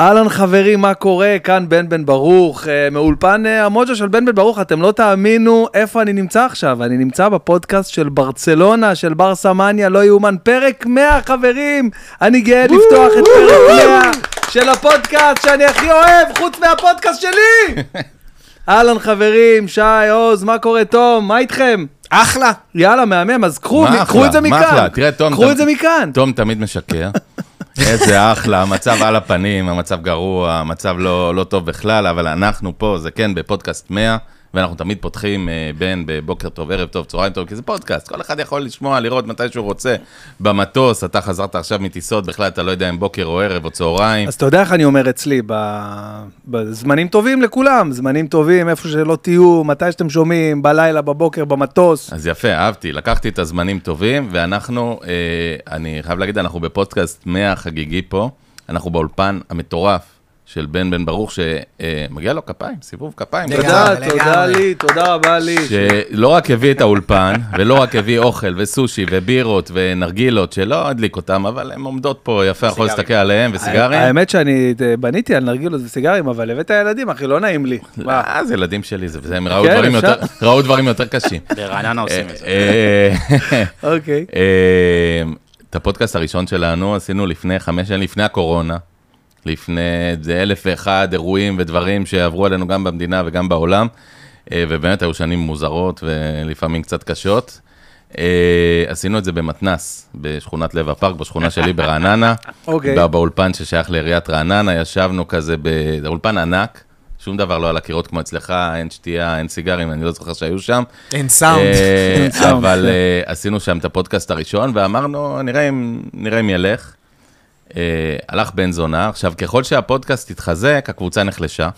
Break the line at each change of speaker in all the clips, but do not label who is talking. אהלן חברים, מה קורה? כאן בן בן ברוך, אה, מאולפן אה, המוג'ו של בן בן ברוך. אתם לא תאמינו איפה אני נמצא עכשיו. אני נמצא בפודקאסט של ברצלונה, של בר סמניה, לא יאומן. פרק 100, חברים! אני גאה לפתוח את פרק 100 של הפודקאסט שאני הכי אוהב, חוץ מהפודקאסט שלי! אהלן חברים, שי, עוז, מה קורה, תום? מה איתכם?
אחלה.
יאללה, מהמם, אז קחו,
מה
קחו
אחלה?
את זה
מה
מכאן.
אחלה? תראה, תום,
קחו
אתה-
את זה מכאן.
תום תמיד משקר. איזה אחלה, המצב על הפנים, המצב גרוע, המצב לא, לא טוב בכלל, אבל אנחנו פה, זה כן, בפודקאסט 100, ואנחנו תמיד פותחים אה, בין בבוקר טוב, ערב טוב, צהריים טוב, כי זה פודקאסט, כל אחד יכול לשמוע, לראות מתי שהוא רוצה. במטוס, אתה חזרת עכשיו מטיסות, בכלל אתה לא יודע אם בוקר או ערב או צהריים.
אז אתה יודע איך אני אומר אצלי, ב- בזמנים טובים לכולם, זמנים טובים, איפה שלא תהיו, מתי שאתם שומעים, בלילה, בבוקר, במטוס.
אז יפה, אהבתי, לקחתי את הזמנים טובים, ואנחנו, אה, אני חייב להגיד, אנחנו בפודקאסט 100 חגיגי פה, אנחנו באולפן המטורף של בן בן ברוך, שמגיע לו כפיים, סיבוב כפיים.
תודה,
לגמרי,
תודה
לגמרי.
לי, תודה רבה לי.
שלא רק הביא את האולפן, ולא רק הביא אוכל וסושי ובירות ונרגילות, שלא הדליק אותם, אבל הן עומדות פה, יפה, יכול להסתכל עליהן, וסיגרים.
האמת שאני אה, בניתי על נרגילות וסיגרים, אבל הבאת ילדים, אחי, לא נעים לי. מה?
אז ילדים שלי, זה- זה- הם ראו
כן,
דברים
אפשר.
יותר- ראו דברים יותר קשים.
ברעננה עושים את זה.
אה,
אוקיי.
אה, את הפודקאסט הראשון שלנו עשינו לפני חמש שנים, לפני הקורונה, לפני איזה אלף ואחד אירועים ודברים שעברו עלינו גם במדינה וגם בעולם, אה, ובאמת היו שנים מוזרות ולפעמים קצת קשות. אה, עשינו את זה במתנס, בשכונת לב הפארק, בשכונה שלי ברעננה.
אוקיי.
בא- באולפן ששייך לעיריית רעננה, ישבנו כזה ב- זה אולפן ענק, שום דבר לא על הקירות כמו אצלך, אין שתייה, אין סיגרים, אני לא זוכר שהיו שם.
אין סאונד.
אה,
אין סאונד.
אבל אה, עשינו שם את הפודקאסט הראשון, ואמרנו, נראה אם, נראה אם ילך. אה, הלך בן זונה. עכשיו, ככל שהפודקאסט התחזק, הקבוצה נחלשה,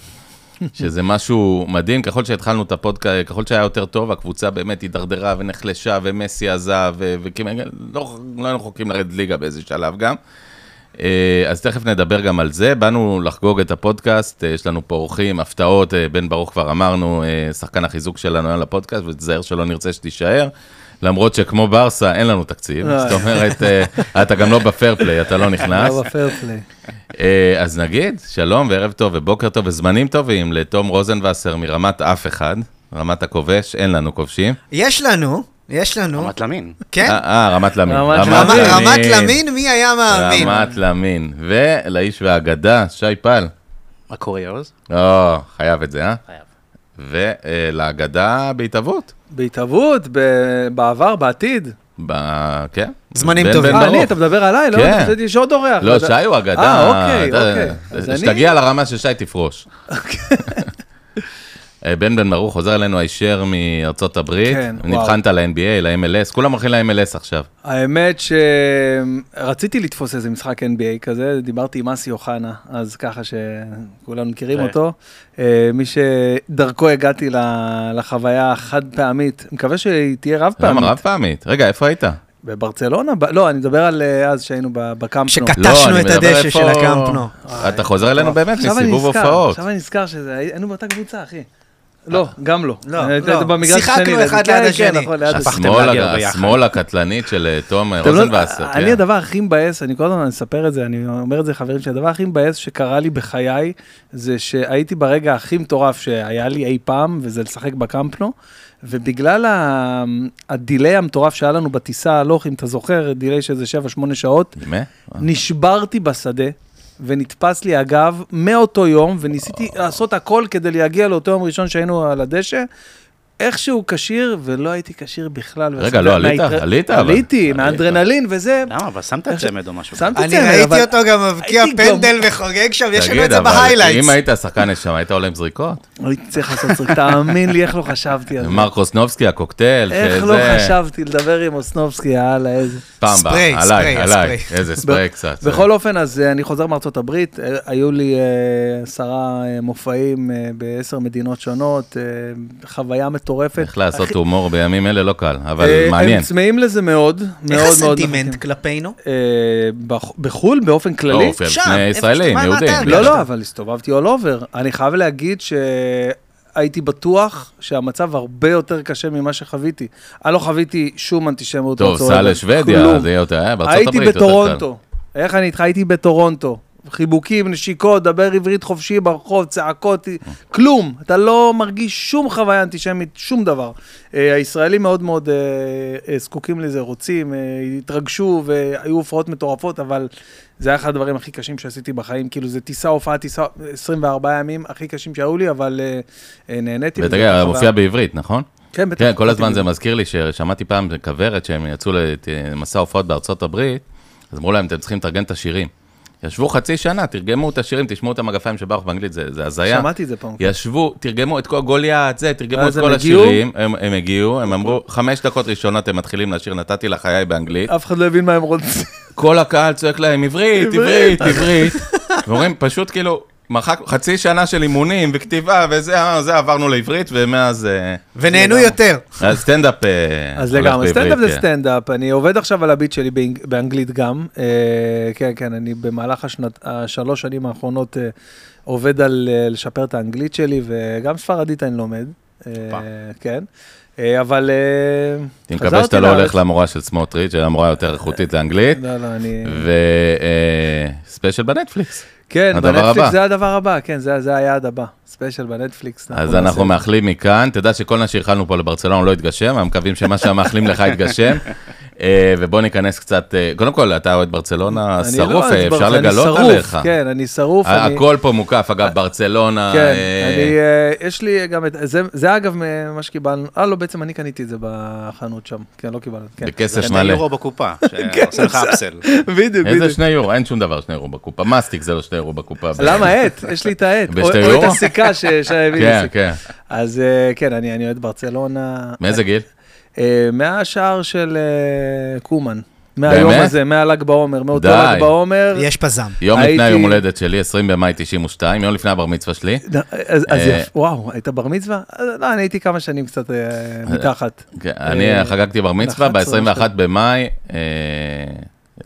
שזה משהו מדהים. ככל שהתחלנו את הפודקאסט, ככל שהיה יותר טוב, הקבוצה באמת הידרדרה ונחלשה, ומסי עזב, ו- וכמעט לא, לא היינו חוקרים לרדת ליגה באיזה שלב גם. אה, אז תכף נדבר גם על זה. באנו לחגוג את הפודקאסט, אה, יש לנו פה אורחים, הפתעות, אה, בן ברוך כבר אמרנו, אה, שחקן החיזוק שלנו היה לפודקאסט, ותיזהר שלא נרצה שתישאר. למרות שכמו ברסה, אין לנו תקציב,
אה.
זאת אומרת, אה, אתה גם לא בפייר פליי, אתה לא נכנס.
לא בפיירפליי.
אה, אז נגיד, שלום וערב טוב ובוקר טוב וזמנים טובים לתום רוזנווסר מרמת אף אחד, רמת הכובש, אין לנו כובשים.
יש לנו, יש לנו,
רמת למין.
כן,
אה, אה, רמת למין.
רמת
רמת-
למין.
רמת למין, מי היה מאמין?
רמת למין. ולאיש והאגדה, שי פל.
מה קורה יוז?
או, חייב את זה, אה?
חייב.
ולאגדה בהתהוות.
בהתהוות, ב- בעבר, בעתיד.
ב- כן.
זמנים
בן-
טובים.
בן
אה,
ברוך.
אני, אתה מדבר עליי? לא,
כן.
חשבתי שיש עוד אורח.
לא,
אתה-
שי הוא אגדה.
אה, אוקיי,
אתה- אה,
אוקיי. אז אני- אוקיי.
שתגיע לרמה של שי תפרוש. אה, בן בן ברוך חוזר אלינו הישר מארצות הברית.
כן, וואו.
נבחנת ל-NBA, ל-MLS, כולם הולכים ל-MLS עכשיו.
האמת שרציתי לתפוס איזה משחק NBA כזה, דיברתי עם אסי אוחנה, אז ככה שכולנו מכירים
כן.
אותו. אה, מי שדרכו הגעתי ל- לחוויה החד פעמית, מקווה שהיא תהיה רב
למה
פעמית.
רב פעמית? רגע, איפה היית?
בברצלונה? ב- לא, אני מדבר על אה, אז שהיינו ב- בקמפנו.
שקט.
לא,
תשנו
אני
את
מדבר
הדשא
איפה- אה,
של הקמפנו.
אתה חוזר אלינו באמת
עכשיו אני
מסיבוב
נזכר,
הופעות.
עכשיו אני נזכר שזה, היינו באותה קבוצה, אחי. לא, גם לא.
לא,
אה,
לא.
במגרש
שיחקנו
השני,
אחד
כן,
ליד
כן,
השני.
נכון, ליד השני.
הפכתם
השמאל
להגיע
הג-
ביחד.
השמאל הקטלנית של אה, תום
אתם לא-
רוזנבסר. כן.
אני הדבר הכי מבאס, אני כל הזמן מספר את זה, אני אומר את זה לחברים שלי, הדבר הכי מבאס שקרה לי בחיי, זה שהייתי ברגע הכי מטורף שהיה לי אי פעם, וזה לשחק בקמפנו, ובגלל ה- הדיליי המטורף שהיה לנו בטיסה הלוך, אם אתה זוכר, דיליי של איזה 7-8 שעות, נשברתי בשדה. ונתפס לי הגב מאותו יום, וניסיתי לעשות הכל כדי להגיע לאותו יום ראשון שהיינו על הדשא. איכשהו כשיר, ולא הייתי כשיר בכלל.
רגע, לא, עלית?
מההתר-
עלית, אבל.
עליתי,
עלית. אה?
מהאדרנלין וזה.
למה? אבל שמת
איך ש-
צמד או משהו.
שמתי
אני
צמר, אבל-
ראיתי אותו גם מבקיע
הייתי
פנדל וחוגג שם, יש לנו את זה
אם
בהיילייטס.
היית שחקן נשמה, היית עולה עם זריקות?
לא הייתי צריך לעשות זאת, תאמין לי איך לא חשבתי על זה.
מרקוס נובסקי, הקוקטייל, כן,
איך לא
שזה-
חשבתי לדבר עם אוסנובסקי, יאללה, איזה...
פעם באה,
ספרי,
עליי,
ספרי,
עליי,
ספרי.
איזה ספרי קצת.
בכל אופן, אז אה, אני חוזר מארצות הברית, אה, היו לי אה, עשרה אה, מופעים אה, בעשר מדינות שונות, אה, חוויה מטורפת.
איך לעשות
הכי-
הומור בימים אלה לא קל, אבל
אה,
מעניין.
הם צמאים לזה מאוד, מאוד מאוד.
איך
נכון.
מחכים.
הסנטימנט כלפינו?
אה, בח- בחו"ל באופן
לא,
כללי?
אופי,
שם,
לפני
איפה-
ישראלים,
מה- מה אתה
יהודים.
יודע?
לא, לא, אבל הסתובבתי all over. אני חייב להגיד שהייתי בטוח שהמצב הרבה יותר קשה ממה שחוויתי. אני לא חוויתי שום אנטישמיות.
טוב,
whatsoever,
סע לשוודיה,
כלום.
זה יהיה יותר, אה, בארצות
הייתי
הברית יותר קל.
בטורונטו. איך אני איתך? הייתי בטורונטו. חיבוקים, נשיקות, דבר עברית חופשי ברחוב, צעקות, כלום. אתה לא מרגיש שום חוויה אנטישמית, שום דבר. אה, הישראלים מאוד מאוד אה, אה, זקוקים לזה, רוצים, אה, התרגשו והיו הופעות מטורפות, אבל זה היה אחד הדברים הכי קשים שעשיתי בחיים. כאילו, זה טיסה, הופעה, טיסה, 24 ימים הכי קשים שהיו לי, אבל אה, אה, נהניתי. מזה,
ותגיד,
חוויה-
מופיע בעברית, נכון?
כן, בטח.
כן, כל הזמן זה מזכיר לי ששמעתי פעם כוורת שהם יצאו למסע הופעות בארצות הברית, אז אמרו להם, אתם צריכים לתרגם את השירים. ישבו חצי שנה, תרגמו את השירים, תשמעו את המגפיים של ברוך באנגלית, זה זה הזיה.
שמעתי את זה פעם.
ישבו, תרגמו את כל גוליית, זה, תרגמו את
ואז אוקיי. הם
כל
הגיעו? אוקיי.
השירים, הם הם הגיעו, הם אמרו, חמש דקות ראשונות הם מתחילים לשיר נתתי לחיי באנגלית,
אף אחד לא הבין מה הם רוצים.
כל הקהל צועק להם, עברית, עברית, עברית. ואומרים, פשוט כאילו, מרחק חצי שנה של אימונים וכתיבה וזה, אמרנו, זה עברנו לעברית, ומאז... אה,
ונהנו יותר.
הסטנדאפ אה,
אז
הולך
לגמרי, סטנדאפ
בעברית,
זה
כן.
סטנדאפ, אני עובד עכשיו על הביט שלי באנג- באנגלית גם, אה, כן, כן, אני במהלך השנת- השלוש שנים האחרונות אה, עובד על אה, לשפר את האנגלית שלי, וגם ספרדית אני לומד, אה,
הופה.
כן, אה, אבל אה,
אני מקווה שאתה לא הולך למורה של סמוטריץ', שהיא המורה יותר איכותית לאנגלית,
לא, לא, אני...
וספיישל אה, בנטפליקס.
כן,
הדבר הבא.
בנטפליקס זה הדבר הבא, כן, זה זה היעד הבא, ספיישל בנטפליקס. נכון?
אז
נעשה
אנחנו
את זה.
מאחלים מכאן, תדע שכל מה שאיחלנו פה לברצלונה לא התגשם, אנחנו מקווים שמה שמאחלים לך יתגשם. אה, ובוא ניכנס קצת, אה, קודם כל, אתה אוהד ברצלונה
אני
שרוף,
לא,
אה, אפשר
אני
לגלות
שרוף,
עליך.
כן, אני שרוף. אני- אה,
הכל פה מוקף, אגב, ברצלונה.
כן,
אה,
אני, אה, יש לי גם את, זה, זה אגב מ- מה שקיבלנו, אה לא, בעצם אני קניתי את זה בחנות שם, כן, לא קיבלנו, כן.
בכסף
שני
מלא.
יורו בקופה, שעושה לך אפסל.
בדיוק,
איזה
בדיוק.
שני יורו? אין שום דבר שני יורו בקופה. מסטיק זה לא שני יורו בקופה.
למה עט? יש לי את העט. או-
בשתי
או את
יורו?
הסיכה ש- שהביא לי
כן,
סיכה.
כן.
אז אה, כן, אני אני אוהד ברצלונה.
מאיזה גיל?
אה, מהשער של אה, קומן. מהיום
באמת?
הזה, מהל"ג בעומר, מאותו
די.
ל"ג בעומר.
יש פזם.
יום
הייתי-
לפני היום הולדת שלי, 20 במאי 92, יום לפני הבר מצווה שלי.
אז אז
אה,
יפה, וואו, היית בר מצווה? אה, לא, אני הייתי כמה שנים קצת אה, מתחת.
כן, אני
אה,
חגגתי בר מצווה
ב- 11,
ב-21 במאי, אה,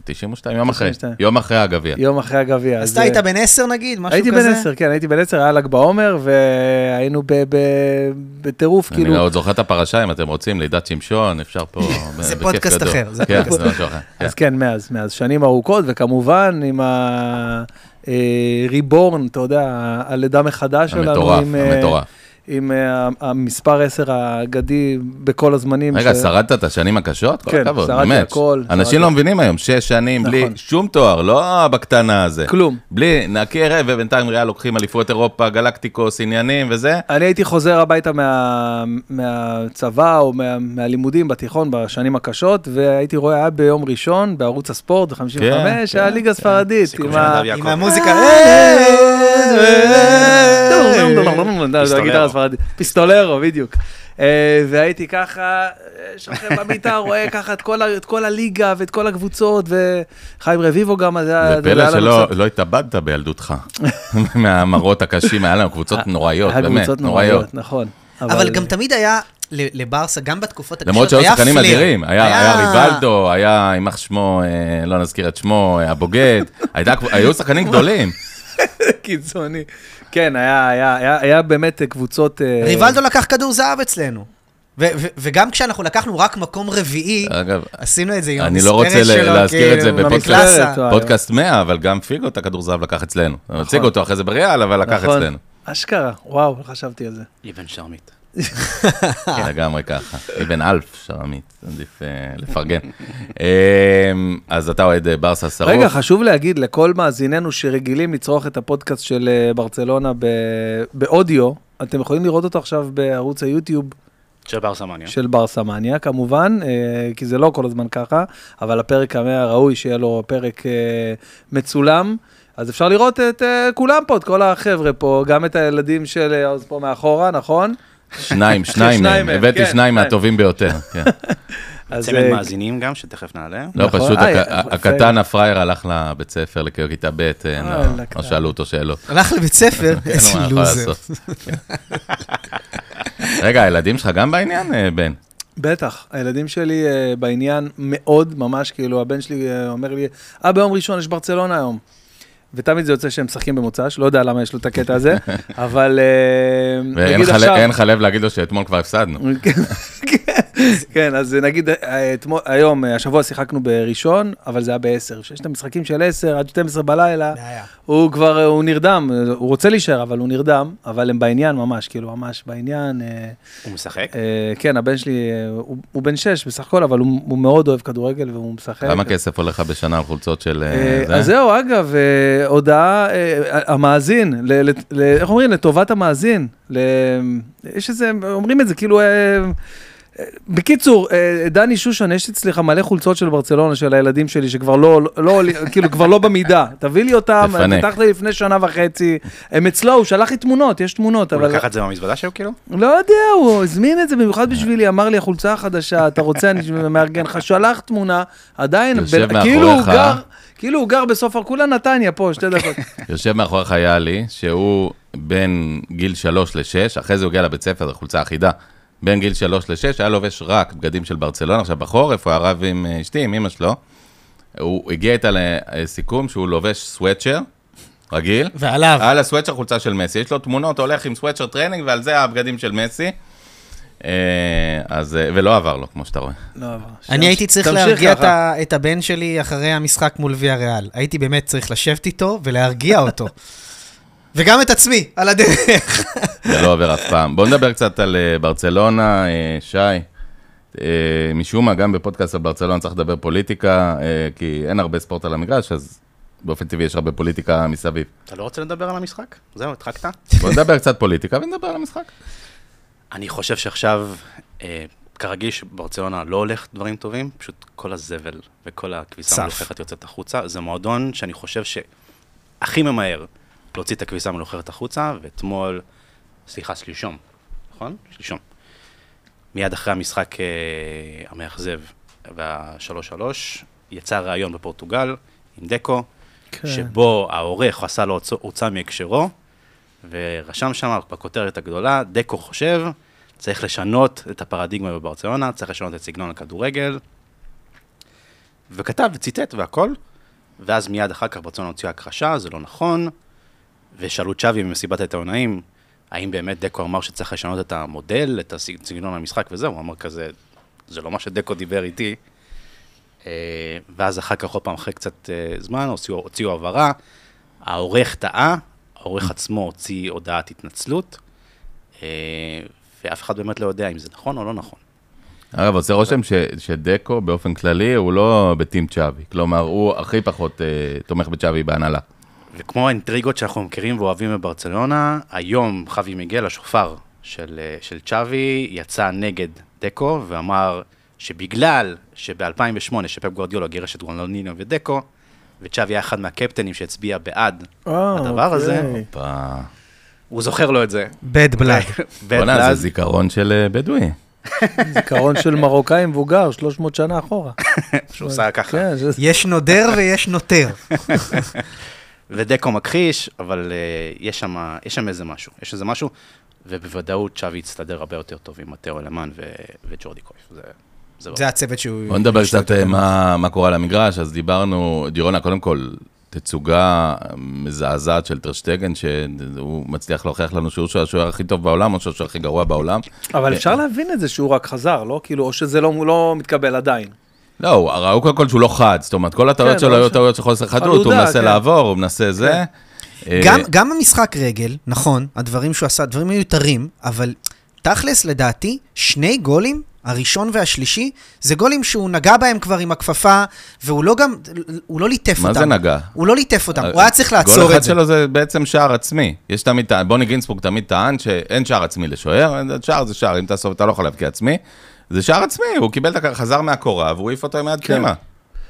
92, יום אחרי,
92.
יום אחרי הגביע.
יום אחרי הגביע. אה,
אז אתה
אה,
היית בן עשר נגיד? משהו
הייתי
כזה?
בן עשר, כן, הייתי בן עשר, היה ל"ג בעומר, והיינו ב- ב- בטירוף,
אני
כאילו.
עוד זוכר את הפרשה, אם אתם רוצים, לידת שמשון, אפשר פה... ב-
זה
בכיף
פודקאסט
גדול.
אחר, זה
כן,
פודקאסט
זה משהו אחר. כן.
אז כן, מאז, מאז שנים ארוכות, וכמובן עם הריבורן, אתה יודע, ה- הלידה מחדש שלנו.
המטורף,
עם, אה,
המטורף.
עם אה, המספר 10 האגדי בכל הזמנים.
רגע,
ש-
שרדת את השנים הקשות? כל
כן,
הכבוד,
שרדתי
באמת.
הכל, שרדתי.
אנשים לא מבינים היום, שש שנים
נכון.
בלי שום תואר, לא בקטנה הזה.
כלום.
בלי, נקי רב, ובינתיים ריאל לוקחים אליפויות אירופה, גלקטיקוס, עניינים וזה.
אני הייתי חוזר הביתה מה, מהצבא או מה, מהלימודים בתיכון בשנים הקשות, והייתי רואה, היה ביום ראשון בערוץ הספורט, ב-55,
כן, כן,
הליגה הספרדית.
סיכום
עם
של
ה-
נדב
עם
יעקב.
המוזיקה. אה,
זה הגיטרה הספרדית. פיסטולרו, בדיוק. אה, והייתי ככה, אה, שוכב במיטה, רואה ככה את כל ה- את כל הליגה ואת כל הקבוצות, וחיים רביבו גם, אז היה...
זה פלא
היה לנו
שלא
קצת-
לא התאבדת בילדותך, מהמראות הקשים, היה לנו קבוצות נוראיות,
אה, היה
לא, באמת,
קבוצות
נוראיות.
נוראיות, נכון.
אבל גם תמיד היה ל- לברסה, גם בתקופות הקשות,
למרות שהיו
היה
שחקנים
פלר.
אדירים, היה היה ריבלדו, היה, יימח שמו, אה, לא נזכיר את שמו, אה, הבוגד, הייתה- היו שחקנים גדולים.
קיצוני. כן, היה- היה- היה היה באמת אה, קבוצות... אה,
ריבלדו לקח כדור זהב אצלנו. ו- ו- וגם כשאנחנו לקחנו רק מקום רביעי,
אגב,
עשינו את זה עם
אני לא
המספרת
רוצה ל-
שלו,
להזכיר את זה
כאילו,
בפודקאסט.
במקלסה.
אה, טוב,
פודקאסט 100, אבל גם פיגו את הכדור זהב לקח אצלנו. הוא הציג אותו אחרי זה בריאל, אבל לקח
נכון.
אצלנו.
אשכרה, וואו, לא חשבתי על זה.
אבן שרמית.
לגמרי ככה. אבן אלף, שרמית, עדיף אה, לפרגן. אה, אז אתה אוהד אה, ברסה שרוף.
רגע, חשוב להגיד לכל מאזיננו שרגילים לצרוך את הפודקאסט של אה, ברצלונה ב- באודיו, אתם יכולים לראות אותו עכשיו בערוץ היוטיוב
של בר סמניה.
של ברסמניה, כמובן, אה, כי זה לא כל הזמן ככה, אבל הפרק המאה ראוי שיהיה לו פרק אה, מצולם. אז אפשר לראות את אה, כולם פה, את כל החבר'ה פה, גם את הילדים של אה, עוז פה מאחורה, נכון?
שניים, שניים
שניים
מהם.
מהם, כן,
הבאתי שניים
שניים.
מהטובים ביותר. כן.
אז,
צמד
אה,
מאזינים גם, שתכף נעלה.
לא,
נכון.
פשוט
אה,
הק-
אה,
הקטן הפראייר הלך לבית ספר לכיתה ב', אה,
אה,
לא-
לקטן.
לא שאלו אותו שאלות.
הלך לבית ספר,
אין לו
איזה
מה יכול
לוזר.
לעשות. רגע, הילדים שלך גם בעניין, אה, בן?
בטח, הילדים שלי אה, בעניין מאוד, ממש, כאילו, הבן שלי אה, אומר לי, אה, ביום ראשון יש ברצלונה היום. ותמיד זה יוצא שהם משחקים במוצ"ש, לא יודע למה יש לו את הקטע הזה, אבל אה,
ואין
נגיד
לך לב-
עכשיו...
אין לך לב להגיד לו שאתמול כבר הפסדנו.
כן, אז נגיד, אה, אתמול- היום, אה, השבוע שיחקנו בראשון, אבל זה היה ב-10. שיש את המשחקים של 10 עד 12 בלילה,
בעיה.
הוא כבר, אה, הוא נרדם, אה, הוא רוצה להישאר, אבל הוא נרדם, אבל הם בעניין ממש, כאילו, ממש בעניין. אה,
הוא משחק?
אה, כן, הבן שלי, אה, הוא הוא בן 6 בסך הכל, אבל הוא הוא מאוד אוהב כדורגל והוא משחק.
כמה כסף הולך לך בשנה על חולצות של... אה,
אה,
זה?
אז זהו, אגב, אה, הודעה, אה, המאזין, ל- ל- ל- איך אומרים? לטובת המאזין. ל- יש איזה, אומרים את זה, כאילו... אה, אה, בקיצור, אה, דני שושן, יש אצלך מלא חולצות של ברצלונה, של הילדים שלי, שכבר לא, לא, כאילו, כבר לא במידה. תביא לי אותם,
תפנק.
פתחת לי לפני שנה וחצי. הם אצלו, הוא שלח לי תמונות, יש תמונות,
הוא
אבל...
לקח את זה מהמזוודה שלו כאילו?
לא יודע, הוא הזמין את זה במיוחד בשבילי, אמר לי, החולצה החדשה, אתה רוצה, אני מארגן לך, שלח תמונה, עדיין,
יושב
בן- כאילו הוא
מאחוריך.
גר, כאילו הוא גר בסוף הרקולה, נתניה פה, שתי דקות.
יושב מאחוריך יאלי, שהוא בין גיל 3 ל-6, אחרי זה הוא הגיע לבית ספר, זו חולצה אחידה. בין גיל 3 ל-6, היה לובש רק בגדים של ברצלונה, עכשיו בחורף הוא היה רב עם אה, אשתי, עם אמא שלו. הוא הגיע איתה לסיכום שהוא לובש סוואצ'ר, רגיל.
ועליו.
אה,
על הסוואצ'ר חולצה של מסי, יש לו תמונות, הולך עם סוואצ'ר טרנינג ועל זה הבגדים של מסי. אה, אז, אה, ולא עבר לו, כמו שאתה רואה.
לא עבר.
אני הייתי צריך
תמשיך
להרגיע את,
ככה.
ה, את הבן שלי אחרי המשחק מול ויה ריאל. הייתי באמת צריך לשבת איתו ולהרגיע אותו. וגם את עצמי, על הדרך.
זה לא עובר אף פעם. בואו נדבר קצת על אה, ברצלונה, אה, שי. אה, משום מה, גם בפודקאסט על ברצלונה צריך לדבר פוליטיקה, אה, כי אין הרבה ספורט על המגרש, אז באופן טבעי יש הרבה פוליטיקה מסביב.
אתה לא רוצה לדבר על המשחק? זהו, הדחקת?
בואו נדבר קצת פוליטיקה ונדבר על המשחק.
אני חושב שעכשיו, אה, כרגיל שברצלונה לא הולך דברים טובים, פשוט כל הזבל וכל הכביסה
צף.
המלוכלכת יוצאת החוצה. זה מועדון שאני חושב שהכי ממהר להוציא את הכביסה המלוכלכת החוצה, ואתמול, סליחה, שלשום, נכון? שלשום. מיד אחרי המשחק אה, המאכזב וה-3-3, יצא ראיון בפורטוגל עם דקו,
כן.
שבו העורך עשה לו הוצ- הוצא מהקשרו, ורשם שם בכותרת הגדולה, דקו חושב, צריך לשנות את הפרדיגמה בברצלונה, צריך לשנות את סגנון הכדורגל, וכתב וציטט והכל, ואז מיד אחר כך ברצלונה הוציאה הכחשה, זה לא נכון, ושאלו צ'אבי במסיבת העיתונאים, האם באמת דקו אמר שצריך לשנות את המודל, את הסג- סגנון המשחק וזהו, הוא אמר כזה, זה לא מה שדקו דיבר איתי. אה, ואז אחר כך, עוד פעם, אחרי קצת אה, זמן, הוציאו, הוציאו הבהרה, העורך טעה, העורך עצמו הוציא הודעת התנצלות, אה, ואף אחד באמת לא יודע אם זה נכון או לא נכון.
אגב, עושה רושם ש- שדקו באופן כללי הוא לא בטים צ'אבי, כלומר, הוא הכי פחות אה, תומך בצ'אבי בהנהלה.
וכמו האינטריגות שאנחנו מכירים ואוהבים בברצלונה, היום חבי מיגל, השופר של, אה, של צ'אבי, יצא נגד דקו ואמר שבגלל שב-2008, שפפ גוורדיולה גירש את גוונלונינו ודקו, וצ'אבי היה אחד מהקפטנים שהצביע בעד
אה,
הדבר הזה,
אוקיי.
הופה.
הוא זוכר לו את זה.
בד בלאד.
בן
בוא'נה, זה
לז,
זיכרון של אה, בדואי.
זיכרון של מרוקאי מבוגר, 300 שנה אחורה.
שהוא עשה ככה.
כן, זה-
יש נודר ויש נותר.
ודקו מכחיש, אבל uh, יש, שם, יש שם איזה משהו, יש איזה משהו, ובוודאות צ'אבי יצטדר הרבה יותר טוב עם מתאו אלמן ו- וג'ורדי קויף. זה, זה ברור.
זה הצוות שהוא...
בוא נדבר קצת אה, מה, מה קורה על המגרש, אז דיברנו, ג'ירונה, קודם כל, תצוגה אה, מזעזעת של טרשטגן, שהוא מצליח להוכיח לנו שהוא השוער הכי טוב בעולם, או שהוא הכי גרוע בעולם.
אבל
כן.
אפשר להבין את זה שהוא רק חזר, לא? כאילו, או שזה לא לא מתקבל עדיין.
לא, הוא- ראו קודם כל שהוא לא חד, זאת אומרת, כל הטעויות
כן,
שלו
לא
היו
ש-
טעויות של חוסר חדות, הוא
חלודה,
מנסה
כן.
לעבור, הוא מנסה זה. אה,
גם, גם המשחק רגל, נכון, הדברים שהוא עשה, דברים מיותרים, אבל תכלס, לדעתי, שני גולים, הראשון והשלישי, זה גולים שהוא נגע בהם כבר עם הכפפה, והוא לא גם, הוא לא ליטף
מה
אותם.
זה נגע? אה,
הוא לא ליטף אותם, הוא היה צריך
גול
לעצור
אחד
את זה.
שלו זה בעצם שער עצמי. יש תמיד, טע- בוני גינסבורג תמיד טען שאין שער עצמי לשוער, שער זה שער, אם תאסוף אתה לא יכול להבקיע עצמי. זה שער עצמי, הוא קיבל את הכ... חזר מהקורה והוא העיף אותו עם
כן.
היד פנימה.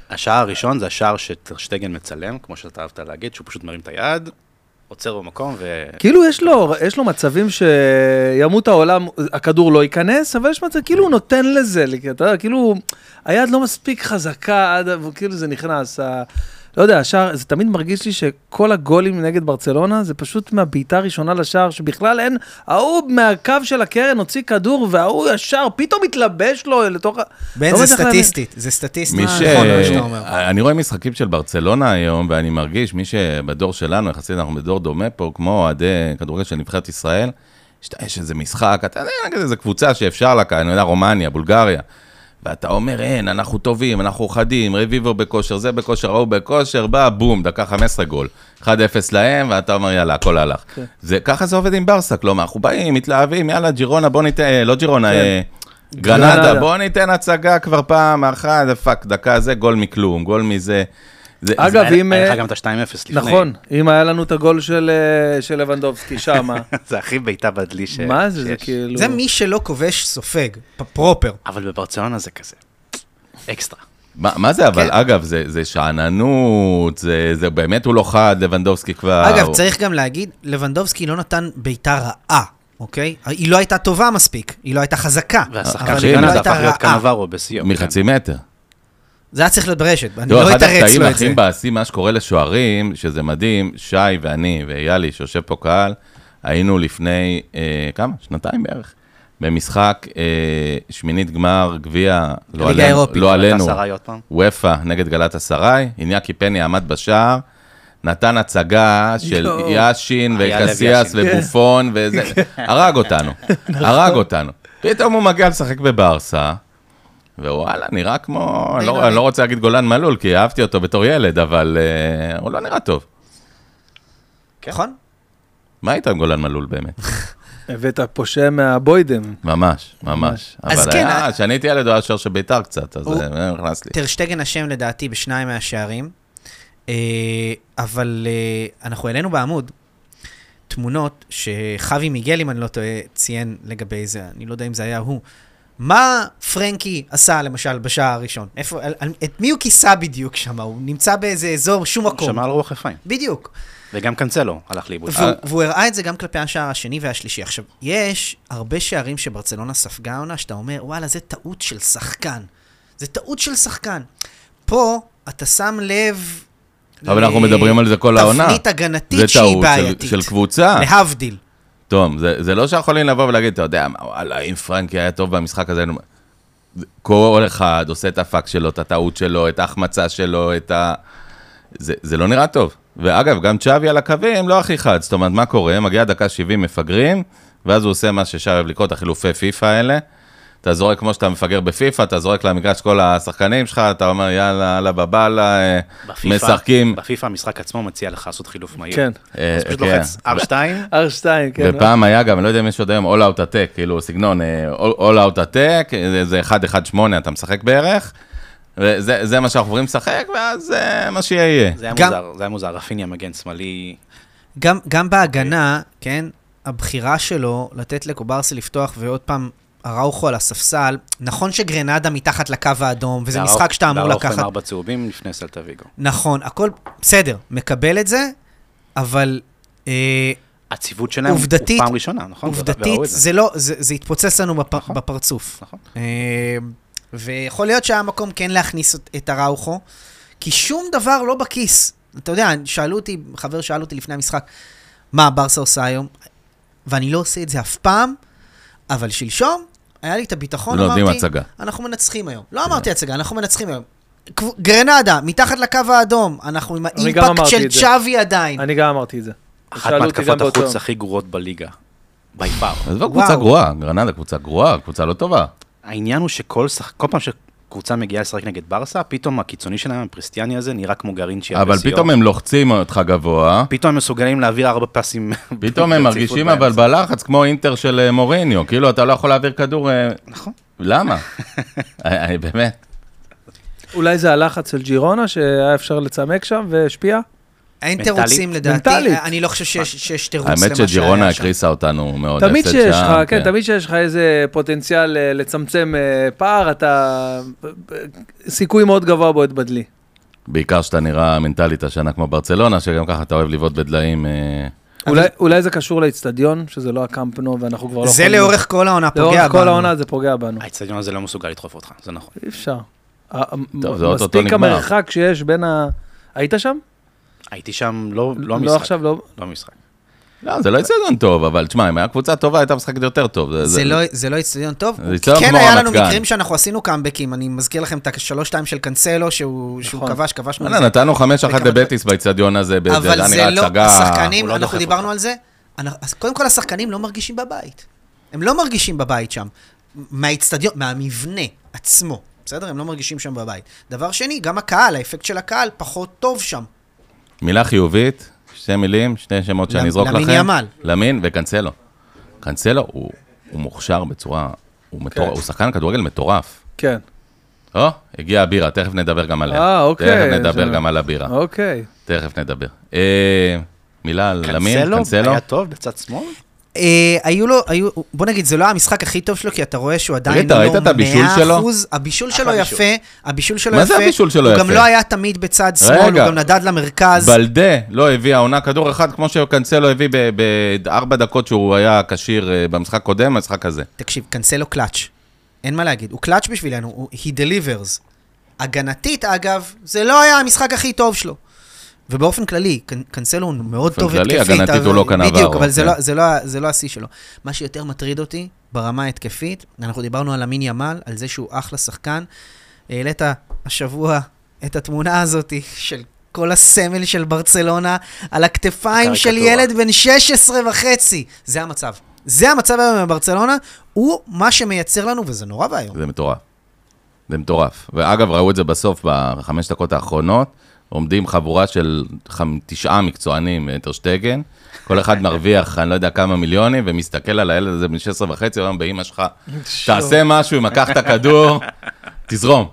השער הראשון זה השער שטרשטגן מצלם, כמו שאתה אהבת להגיד, שהוא פשוט מרים את היד, עוצר במקום, ו...
כאילו יש לו, יש לו מצבים שימות העולם, הכדור לא ייכנס, אבל יש מצב, כאילו הוא נותן לזה, אתה יודע, כאילו היד לא מספיק חזקה, עד, כאילו זה נכנס. ה... לא יודע, השער, זה תמיד מרגיש לי שכל הגולים נגד ברצלונה זה פשוט מהבעיטה הראשונה לשער, שבכלל אין, ההוא מהקו של הקרן הוציא כדור, וההוא ישר פתאום התלבש לו לתוך ה...
בן,
לא
זה
מצליח להבין.
סטטיסטית, זה סטטיסטית.
מי ש...
נכון, מה שאתה אומר.
אני רואה משחקים של ברצלונה היום, ואני מרגיש, מי שבדור שלנו, יחסית אנחנו בדור דומה פה, כמו אוהדי כדורגל של נבחרת ישראל, שאתה- יש איזה משחק, אתה יודע, נגיד איזה קבוצה שאפשר לה, אני יודע, רומניה, בולגריה. ואתה אומר, אין, אנחנו טובים, אנחנו אוחדים, רביבו בכושר, זה בכושר, ההוא בכושר, בא, בום, דקה 15 גול. 1-0 להם, ואתה אומר, יאללה, הכל הלך.
כן.
זה, ככה זה עובד עם ברסה, כלומר, אנחנו באים, מתלהבים, יאללה, ג'ירונה, בוא ניתן, אה, לא ג'ירונה,
כן.
אה, גרנדה,
גרנדה.
בוא ניתן הצגה כבר פעם אחת, פאק, דקה זה, גול מכלום, גול מזה. זה-
אגב,
זה-
היה-
אם,
היה
אה,
לך גם את ה-2-0 לפני.
נכון, אם היה לנו את הגול של אה, של לבנדובסקי שמה,
זה הכי בעיטה בדלי ש...
מה זה, זה
שיש.
כאילו...
כן, זה מי שלא כובש סופג, פ- פרופר.
אבל בברצלונה זה כזה. אקסטרה.
מה מה זה, אבל,
כן.
אגב, זה- זה שאננות, זה- זה באמת הוא לא חד, לבנדובסקי כבר.
אגב,
הוא-
צריך גם להגיד, לבנדובסקי לא נתן בעיטה רעה, אוקיי? היא לא הייתה טובה מספיק, היא לא הייתה חזקה.
והשחקן
אחי,
של
אם
גרנדה
לא
הפך
אה,
להיות קנברו כן. בשיאו.
מחצי מטר.
זה היה צריך להיות ברשת, אני
תראו,
לא
אחד
אתרץ
הקטעים
לו את זה.
הכי מבאסים, מה שקורה לשוערים, שזה מדהים, שי ואני ואיילי, שיושב פה קהל, היינו לפני, אה, כמה? שנתיים בערך, במשחק אה, שמינית גמר, גביע, לא
ליגה
עלינו,
האירופית,
לא
גלת
עלינו,
הסריי עוד פעם.
וופא נגד גלת אסריי, איניאקי פני עמד בשער. נתן הצגה של
יואו.
יאשין
אה,
היה לב
וקסיאס
יאשין.
ובופון וזה,
כן.
הרג אותנו,
נכון.
הרג אותנו. פתאום הוא מגיע לשחק בברסה, ווואלה, נראה כמו, אני לא,
בינוני.
אני לא רוצה להגיד גולן מלול, כי אהבתי אותו בתור ילד, אבל אה, הוא לא נראה טוב.
נכון?
מה הייתה עם גולן מלול באמת?
הבאת פושע מהבוידם.
ממש, ממש.
אז
אבל
כן,
היה,
אה-
כשאני הייתי ילד, הוא היה שוער של בית"ר קצת, אז
הוא-
אה, זה נכנס לי.
טרשטגן אשם לדעתי בשניים מהשערים, אה, אבל אה, אנחנו העלינו בעמוד תמונות שחבי מיגל, אם אני לא טועה, ציין לגבי זה, אני לא יודע אם זה היה הוא. מה פרנקי עשה למשל בשער הראשון? איפה, על, על, את מי הוא כיסה בדיוק שם? הוא נמצא באיזה אזור, שום מקום.
שמע על רוח אפרים.
בדיוק.
וגם קאנצלו הלך לאיבוד.
והוא, והוא הראה את זה גם כלפי השער השני והשלישי. עכשיו, יש הרבה שערים שברצלונה ספגה עונה, שאתה אומר, וואלה, זה טעות של שחקן. זה טעות של שחקן. פה, אתה שם לב...
אבל אנחנו מדברים על זה כל העונה.
תפנית הגנתית
זה
שהיא
טעות של-
בעייתית.
של קבוצה.
להבדיל.
טוב, זה, זה לא שאנחנו יכולים לבוא ולהגיד, אתה יודע, מה, וואלה, אם פרנקי היה טוב במשחק הזה, היינו-" זה- כל אחד עושה את הפאק שלו, את הטעות שלו, את ההחמצה שלו, את ה... זה, זה לא נראה טוב. ואגב, גם צ'אבי על הקווים לא הכי חד, זאת אומרת, מה קורה? מגיעה דקה 70, מפגרים, ואז הוא עושה מה שאפשר אוהב לקרוא, את החילופי פיפא האלה. אתה זורק כמו שאתה מפגר בפיפא, אתה זורק למגרש כל השחקנים שלך, אתה אומר, יאללה, אללה בבאללה, אה,
בפיפא-
משחקים.
בפיפא המשחק עצמו מציע לך לעשות חילוף מהיר.
כן.
אה,
אז פשוט
כן.
לוחץ R2,
R2, כן.
ופעם היה גם, אני לא יודע אם יש עוד היום, All Out Attack, כאילו סגנון אה, All All Out Attack, זה- זה 1-1-8, אתה משחק בערך, וזה זה מה שאנחנו עוברים לשחק, ואז זה מה שיהיה.
זה היה
גם-
מוזר, זה היה מוזר, רפיניה מגן שמאלי.
גם, גם בהגנה, כן, הבחירה שלו לתת לקוברסי לפתוח ועוד פעם... אראוכו על הספסל, נכון שגרנדה מתחת לקו האדום, וזה
והרוח-
משחק שאתה אמור
והרוח עם
לקחת...
ארבע צהובים לפני סלטה ויגו.
נכון, הכל בסדר, מקבל את זה, אבל אה,
אוקיי, הציוות שלהם הוא
עובדתית-
פעם ראשונה, נכון?
עובדתית זה לא, זה, זה התפוצץ לנו בפ, בפרצוף.
נכון.
אה, ויכול להיות שהיה מקום כן להכניס את- את הראוכו, כי שום דבר לא בכיס. אתה יודע, שאלו אותי, חבר שאל אותי לפני המשחק, מה ברסה עושה היום? ואני לא עושה את זה אף פעם, אבל שלשום היה לי את הביטחון,
לא
נכון, אמרתי...
נותנים הצגה.
אנחנו מנצחים היום. לא אמרתי הצגה, אנחנו מנצחים היום. קב- גרנדה, מתחת לקו האדום, אנחנו עם
אני גם
האימפקט
אמרתי
של
את זה.
צ'אבי עדיין.
לא. אני גם אמרתי את זה.
אחת
שאלו אותי גם
מהתקפות
באותו
החוץ
יום.
הכי גרועות בליגה. בי פאר.
עזבו, קבוצה
וואו.
גרועה, גרנדה קבוצה גרועה, קבוצה לא טובה.
העניין הוא שכל שח... כל פעם שקבוצה מגיעה לשחק נגד ברסה, פתאום הקיצוני שלהם, הפריסטיאני הזה, נראה כמו גרינצ'יה
אבל
בשיאו.
פתאום הם לוחצים אותך גבוה,
פתאום הם מסוגלים להעביר ארבע פסים.
פתאום הם
ברציפות
מרגישים
באמצע.
אבל בלחץ כמו אינטר של אה, מוריניו, כאילו אתה לא יכול להעביר כדור... אה,
נכון.
למה? אה, אה, באמת.
אולי זה הלחץ של ג'ירונה שהיה אפשר לצמק שם והשפיע?
אין
מנטלית.
תירוצים לדעתי,
מנטלית.
אני לא חושב שיש שיש תירוץ למה
האמת
שהיה
שג'ירונה
שם.
הקריסה אותנו מאוד.
תמיד
הפסד
שיש
שם,
לך, כן, תמיד שיש לך איזה פוטנציאל אה, לצמצם אה, פער, אתה... סיכוי מאוד גבוה בועט בדלי.
בעיקר שאתה נראה מנטלית השנה כמו ברצלונה, שגם ככה אתה אוהב לבעוט בדליים. אה,
אולי- אולי זה קשור לאיצטדיון, שזה לא הקמפנו ואנחנו כבר לא
זה
יכולים...
לאורך כל העונה פוגע בנו.
לאורך כל העונה זה פוגע בנו,
האצטדיון הזה לא מסוגל לדחוף אותך, זה נכון.
אי אפשר. ה-
טוב, זה
ה-
אוטוטו
מספיק
נגמר.
המרחק שיש בין ה... היית שם?
הייתי שם, לא לא
לא
המשחק.
עכשיו, לא...
לא המשחק.
לא, זה לא אצטדיון טוב, אבל תשמע, אם היה קבוצה טובה, הייתה משחקת יותר טוב.
זה לא- זה לא אצטדיון טוב.
זה אצטדיון
כן
כמו
היה
רמת
לנו
גן.
מקרים שאנחנו עשינו קאמבקים, אני מזכיר לכם את השלוש-שתיים של קאנסלו, שהוא שהוא
נכון.
כבש, כבשנו
וואלה, לא, נתנו 5-1
וכמה-
לבטיס באצטדיון הזה, ב- זה
אבל
היה
זה
נראה
לא,
הצגה.
השחקנים,
הוא לא
אנחנו
דוחף
דיברנו
אותה.
על זה, אנ- אז קודם כל השחקנים לא מרגישים בבית. הם לא מרגישים בבית שם. מהאיצטדיון, מהמבנה עצמו, בסדר? הם לא מרגישים שם בבית. דבר שני, גם הקהל, האפקט של הקהל פחות טוב שם.
מילה חיובית, שתי מילים, שני שמות
למ-
שאני אזרוק לכם.
למין ימל.
למין וקנסלו. קנסלו הוא הוא מוכשר בצורה, הוא מטורף, הוא שחקן כדורגל מטורף.
כן,
או, הגיעה הבירה, תכף נדבר גם עליה.
אה, אוקיי.
תכף נדבר
זה-
גם על הבירה,
אוקיי.
תכף נדבר. אה, מילה על למין, קנסלו.
היה טוב בצד שמאל?
אה, היו לו, היו, בוא נגיד, זה לא היה המשחק הכי טוב שלו, כי אתה רואה שהוא עדיין
ראית?
לא
ראית את הבישול שלו?
הבישול
אחלה
שלו
בישול.
יפה, הבישול שלו
מה
יפה.
זה הבישול שלו
הוא גם
יפה?
לא היה תמיד בצד שמאל, הוא
רגע.
גם נדד למרכז.
בלדה לא הביא העונה כדור אחד, כמו שקנסלו הביא ב- בארבע דקות שהוא היה כשיר אה, במשחק קודם, המשחק הזה.
תקשיב, קנסלו קלאץ'. אין מה להגיד, הוא קלאץ' בשבילנו, הוא, he delivers. הגנתית, אגב, זה לא היה המשחק הכי טוב שלו. ובאופן כללי, קנ- קנסלו הוא מאוד טוב
כללי,
התקפית.
הגנתית הוא
אבל-
לא קנה
בדיוק,
בערו,
אבל זה
כן.
לא- זה לא ה- זה לא השיא שלו. מה שיותר מטריד אותי, ברמה ההתקפית, אנחנו דיברנו על אמין ימל, על זה שהוא אחלה שחקן. העלית השבוע את התמונה הזאת של כל הסמל של ברצלונה על הכתפיים של
הקריקטורה.
ילד בן 16 וחצי. זה המצב. זה המצב היום בברצלונה, הוא מה שמייצר לנו, וזה נורא ואיום.
זה מטורף. זה מטורף. ואגב, ראו את זה בסוף, בחמש דקות האחרונות, עומדים חבורה של חמ... תשעה מקצוענים, אה, טרשטגן, כל אחד מרוויח, אני לא יודע כמה מיליונים, ומסתכל על הילד הזה בן 16 וחצי, ואומר, באמא שלך, תעשה משהו, אם לקחת כדור, תזרום.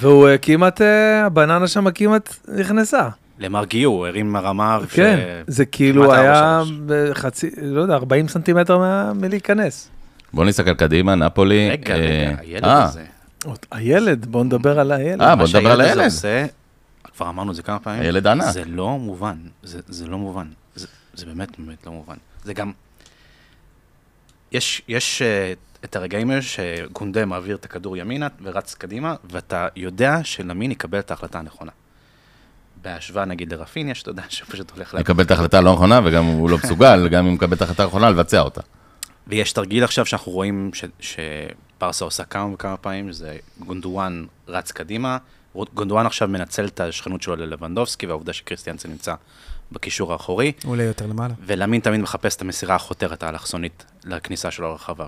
והוא אה, כמעט, אה, הבננה שם כמעט נכנסה.
למר גיור, הוא הרים הרמה. ש-
כן, זה
כמעט
כאילו
ארבע
היה
שלוש.
בחצי, לא יודע, 40 סנטימטר מה- מלהיכנס.
בואו נסתכל קדימה, נפולי.
רגע,
אה,
רגע, הילד
אה,
הזה.
עוד- הילד, בואו נדבר על הילד.
אה, בוא
מה
נדבר על
כן, שהילד הזה
הילד.
עושה, כבר אמרנו את זה כמה פעמים.
הילד ענק.
זה לא מובן, זה, זה לא מובן. זה, זה באמת באמת לא מובן. זה גם... יש, יש אה, את הרגעים האלה שגונדה מעביר את הכדור ימינה ורץ קדימה, ואתה יודע שלמין יקבל את ההחלטה הנכונה. בהשוואה נגיד לרפיניה, שאתה יודע שפשוט הולך לה...
לקבל את ההחלטה הלא נכונה, וגם הוא לא מסוגל, גם אם הוא מקבל את ההחלטה הנכונה, לבצע אותה.
ויש תרגיל עכשיו שאנחנו רואים ש- שברסה עושה כמה וכמה פעמים, זה גונדואן רץ קדימה. גונדואן עכשיו מנצל את השכנות שלו ללבנדובסקי, והעובדה שקריסטיאנסן נמצא בקישור האחורי,
הוא עולה יותר למעלה.
ולמין תמיד מחפש את המסירה החותרת האלכסונית לכניסה שלו לרחבה.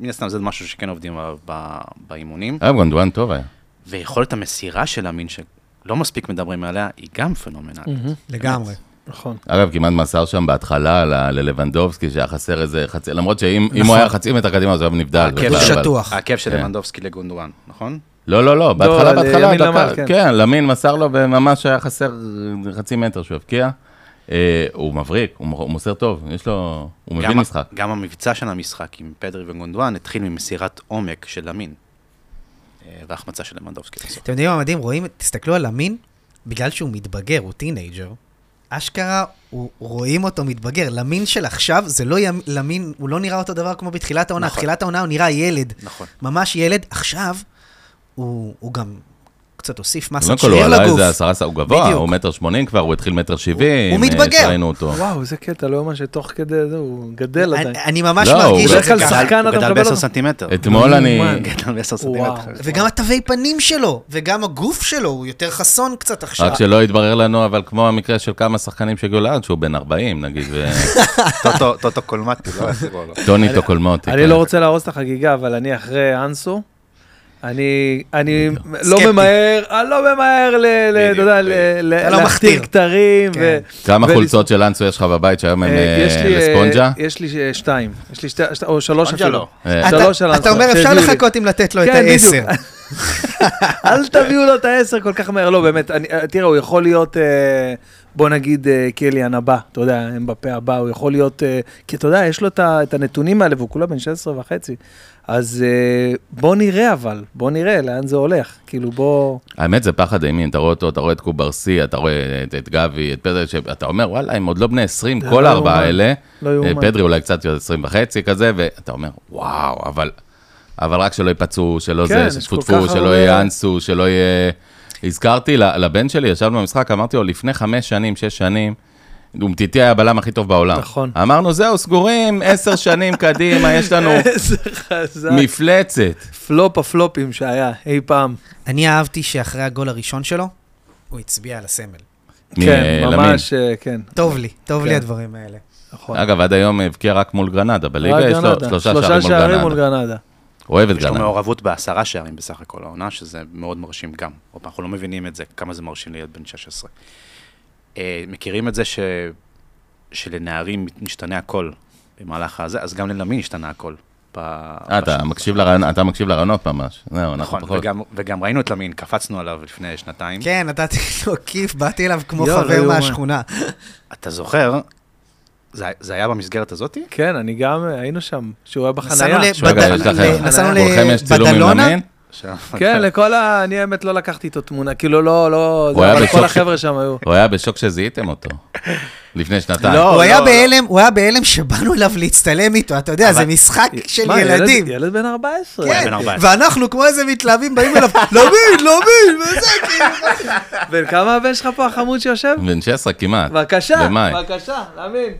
ומן הסתם זה משהו שכן עובדים ב- ב- באימונים.
היה גונדואן טוב היה.
ויכולת המסירה של למין, שלא מספיק מדברים עליה, היא גם פנומנלית.
מהמם,
לגמרי.
נכון.
אגב, כמעט מסר שם בהתחלה ל- ללבנדובסקי, שהיה חסר איזה חצי, למרות שאם אם הוא
נכון.
היה חצי מטר קדימה, אז הוא היה נבדל.
הכיף
בכלל,
הוא
אבל-
שטוח.
העקב של
כן.
לבנדובסקי לגונדואן, נכון?
לא, לא, לא, בהתחלה,
לא,
בהתחלה,
לימין
דקה-
למעל, כן.
כן, למין מסר לו, וממש היה חסר חצי מטר שהוא הבקיע. אה, הוא מבריק, הוא מ- הוא מוסר טוב, יש לו, הוא מבין
גם-
משחק.
גם המבצע של המשחק עם פדרי וגונדואן התחיל ממסירת עומק של למין. אה, והחמצה של למנדובסקי. בסוף.
אתם יודעים מה מדהים? רואים, תסתכלו על המין, בגלל שהוא מתבגר, הוא טינג'ר. אשכרה, הוא, רואים אותו מתבגר. למין של עכשיו, זה לא ימ, למין, הוא לא נראה אותו דבר כמו בתחילת העונה.
נכון.
תחילת העונה הוא נראה ילד.
נכון.
ממש ילד. עכשיו, הוא, הוא גם קצת הוסיף
קודם
מסת
לא כל, הוא
שריר
עלה
לגוף.
איזה עשרה, ס- הוא גבוה,
בדיוק.
הוא מטר שמונים כבר, הוא התחיל מטר שבעים.
הוא
אה,
מתבגר.
שראינו אותו.
וואו, איזה קטע, לא יאומן שתוך כדי זה הוא גדל
אני,
עדיין.
אני ממש
לא, הוא
מרגיש
בדרך
את זה
כלל
ככה.
שחקן
הוא
אתה
גדל
מדבר
ב-10
לנו.
סנטימטר.
אתמול
לא
אני...
יאומן.
גדל ב-10
וואו.
סנטימטר.
וגם התווי פנים שלו, וגם הגוף שלו, הוא יותר חסון קצת עכשיו.
רק שלא יתברר לנו, אבל כמו המקרה של כמה שחקנים שהגיעו לארץ, שהוא בן 40, נגיד,
טוטו- טוטו קולמטי, לא יעזור לו.
וטוני טוקולמוטי. כן.
אני לא רוצה להרוס את החגיגה, אבל אני אחרי אנסו. אני, אני לא
סקפטי.
ממהר, אני לא ממהר ל... ל-
בדיוק,
אתה יודע, ל-
בדיוק.
ל-
אתה לא
להכתיר
מכתיר.
כתרים. ו-
כן.
כמה
ולס-
חולצות של אנסו יש לך בבית שהיום הם
אה,
אה,
יש לי, אה,
לספונג'ה?
יש לי אה, שתיים. יש לי שתי... שת- או שלוש
ספונג'ה
אפילו.
לא.
אה,
אתה,
שלוש על
אתה
אנסו,
אומר, אפשר
שהביאו לי.
לחכות אם לתת לו את
כן, בדיוק.
העשר.
אל תביאו לו את העשר כל כך מהר, לא באמת, אני, תראה, הוא יכול להיות, אה, בוא נגיד, אה, קליאן הבא, אתה יודע, הם בפה הבא, הוא יכול להיות, אה, כי אתה יודע, יש לו את, ה- את הנתונים האלה, והוא כולה בן 16 וחצי, אז אה, בוא נראה אבל, בוא נראה לאן זה הולך, כאילו בוא,
האמת, זה פחד אימים, אתה רואה אותו, אתה רואה את קוברסי, אתה רואה את- את גבי, את פדרי, שאתה אומר, וואלה, הם עוד לא בני 20,
זה
כל
לא
הארבעה
יאומן.
האלה.
לא יאומן.
אה, פדרי אולי קצת יותר 20 וחצי כזה, ואתה אומר, וואו, אבל... אבל רק שלא ייפצעו, שלא
כן,
זה,
יש כל
ששפוטפו,
כך
שלא
הרבה-
יאנסו, שלא יהיה... הזכרתי ל- לבן שלי, ישבנו במשחק, אמרתי לו, לפני חמש שנים, שש שנים, אומטיטי היה הבלם הכי טוב בעולם.
נכון.
אמרנו, זהו, סגורים, עשר שנים קדימה, יש לנו
איזה חזק.
מפלצת.
פלופ הפלופים שהיה אי פעם.
אני אהבתי שאחרי הגול הראשון שלו, הוא הצביע על הסמל.
כן,
מלמין.
ממש, אה, כן,
טוב לי, טוב
כן.
לי הדברים האלה.
נכון.
אגב, עד היום הבקיע רק מול גרנדה, בליגה
רק
יש לו
גרנדה.
שלושה שערים מול
מול
גרנדה.
גרנדה.
אוהב את
יש לו
גרנדה.
מעורבות בעשרה שערים בסך הכל העונה, שזה מאוד מרשים גם. עוד פעם, אנחנו לא מבינים את זה, כמה זה מרשים להיות בן 16. אה, מכירים את זה ש... שלנערים משתנה הכל במהלך הזה, אז גם ללמין השתנה הכל. ב...
אה, אתה מקשיב לרעיונות- אתה מקשיב לרעיונות ממש. זהו, אנחנו
נכון,
פחות.
וגם, וגם ראינו את למין, קפצנו עליו לפני שנתיים.
כן, נתתי לו כיף, באתי אליו כמו
יואו, לא
חבר
יאומן.
מהשכונה.
אתה זוכר, זה, זה היה במסגרת הזאתי?
כן, אני גם, אה, היינו שם, שהוא היה בחנייה.
נסענו לבד-
עכשיו, רגע, יש לכם-
ל- נסענו
לכולכם יש צילום עם
לבדלונה?
למין?
שם-
כן, לכל ה... אני האמת לא לקחתי איתו תמונה, כאילו לא, לא...
הוא
זה,
היה
אבל
בשוק
כל
ש-
החבר'ה שם היו.
הוא היה בשוק שזיהיתם אותו. לפני שנתיים.
לא,
הוא היה
לא.
בהלם, הוא היה בהלם שבאנו אליו להצטלם איתו, אתה יודע, זה
אבל-
משחק של
מה, ילד-
ילדים.
ילד בן 14.
היה
כן,
בן 14.
ואנחנו כמו איזה מתלהבים באים אליו, לבין, לבין, וזה כאילו.
בן כמה הבן שלך פה החמוד שיושב?
בן 16 כמעט.
בבקשה,
במאי.
בבקשה, להאמין.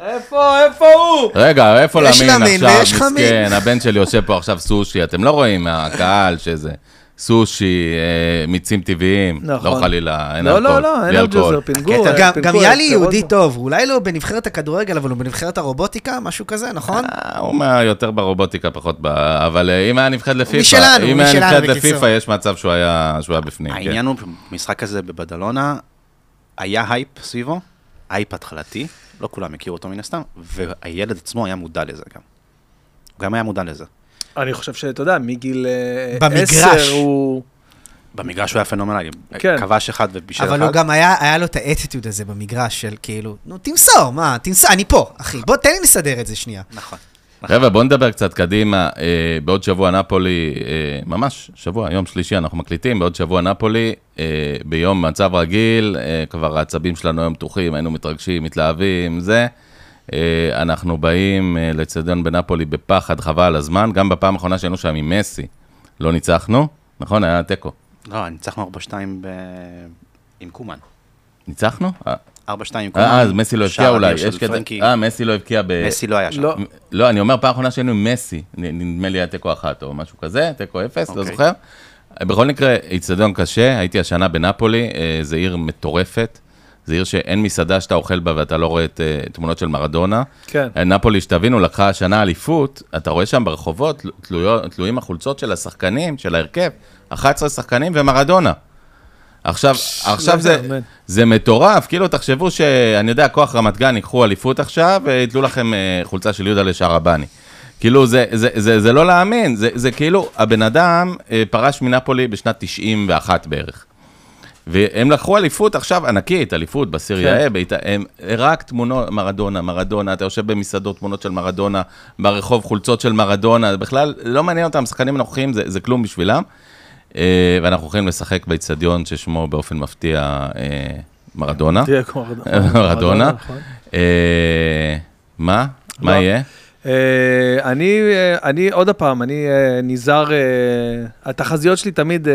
איפה, איפה הוא?
רגע, איפה
יש
למין
למין ויש
עכשיו?
חמין.
מסכן, הבן שלי יושב פה עכשיו סושי, אתם לא רואים מהקהל שזה סושי, אה, מיצים טבעיים, לא
נכון.
חלילה, אין
לא,
אלכוהול,
לא, לא, אין
בלי
על
אלכוהול.
ג'וזר, פינגור.
הקטע,
אה,
גם- גם
פינגור,
יאלי
אה,
יהודי
פירות.
טוב, הוא אולי לא בנבחרת הכדורגל, אבל הוא בנבחרת הרובוטיקה, משהו כזה, נכון?
אה, הוא מה- יותר ברובוטיקה, פחות ב... אבל אה, אם היה נבחרת לפיפ"א,
משלנו,
אם
הוא
היה
משלנו,
נבחרת
בקיצור.
לפיפ"א, יש מצב שהוא היה שהוא היה בפנים. כן.
העניין הוא, במשחק הזה בבדלונה, היה הייפ סביבו, הייפ התחלתי, לא כולם הכירו אותו מן הסתם, והילד עצמו היה מודע לזה גם. הוא גם היה מודע לזה.
אני חושב שאתה יודע, מגיל אה,
במגרש.
עשר הוא...
במגרש הוא היה פנומנלי,
כן.
כבש אחד ובישל אחד.
אבל הוא גם היה, היה לו את האטיטיוד הזה במגרש של כאילו, נו תמסור, מה, תמסור, אני פה, אחי, בוא תן לי לסדר את זה שנייה.
נכון.
חבר'ה, בואו נדבר קצת קדימה. אה, בעוד שבוע נפולי, אה, ממש שבוע, יום שלישי אנחנו מקליטים, בעוד שבוע נפולי, אה, ביום מצב רגיל, אה, כבר העצבים שלנו היום פתוחים, היינו מתרגשים, מתלהבים, זה. אה, אנחנו באים אה, לאצטדיון בנפולי בפחד, חבל על הזמן. גם בפעם האחרונה שהיינו שם עם מסי, לא ניצחנו, נכון? היה תיקו.
לא, ניצחנו 4-2 ב... עם קומן.
ניצחנו? אה,
4-2 עם קומן.
אה, אז מסי לא הבקיע
שער
אולי.
אדיר
יש
של
כזה-
פרנקי.
אה, מסי לא הבקיע ב...
מסי לא היה שם.
לא.
לא, אני אומר, פעם אחרונה שהיינו עם מסי, נ- נדמה לי היה תיקו אחת או משהו כזה, תיקו אפס, לא
אוקיי.
זוכר. בכל מקרה, איצטדיון קשה, הייתי השנה בנפולי, אה, זו עיר מטורפת, זו עיר שאין מסעדה שאתה אוכל בה ואתה לא רואה את אה, תמונות של מרדונה.
כן.
אה, נפולי, שתבינו, לקחה השנה אליפות, אתה רואה שם ברחובות תלו- תלויו- תלויים החולצות של השחקנים, של ההרכב, 11 שחקנים ומרדונה. עכשיו, עכשיו
לא
זה,
יאמן.
זה מטורף, כאילו, תחשבו שאני יודע, כוח רמת גן ייקחו אליפות עכשיו, ויתלו לכם אה, חולצה של יהודה לשערבני. כאילו, זה, זה, זה, זה לא להאמין, זה, זה כאילו, הבן אדם אה, פרש מנפולי בשנת 91 בערך. והם לקחו אליפות עכשיו ענקית, אליפות בסיריה,
כן.
כן. בית, הם, רק תמונות, מרדונה, מרדונה, אתה יושב במסעדות, תמונות של מרדונה, ברחוב חולצות של מרדונה, בכלל, לא מעניין אותם, השחקנים הנוכחים זה, זה כלום בשבילם. אה, ואנחנו הולכים לשחק באיצטדיון ששמו באופן מפתיע אה, מרדונה.
תהיה כמו מרדונה.
מרדונה.
נכון.
אה, מה?
לא.
מה יהיה?
אה, אני, אה, אני, עוד פעם, אני אה, נזהר, אה, התחזיות שלי תמיד, אה,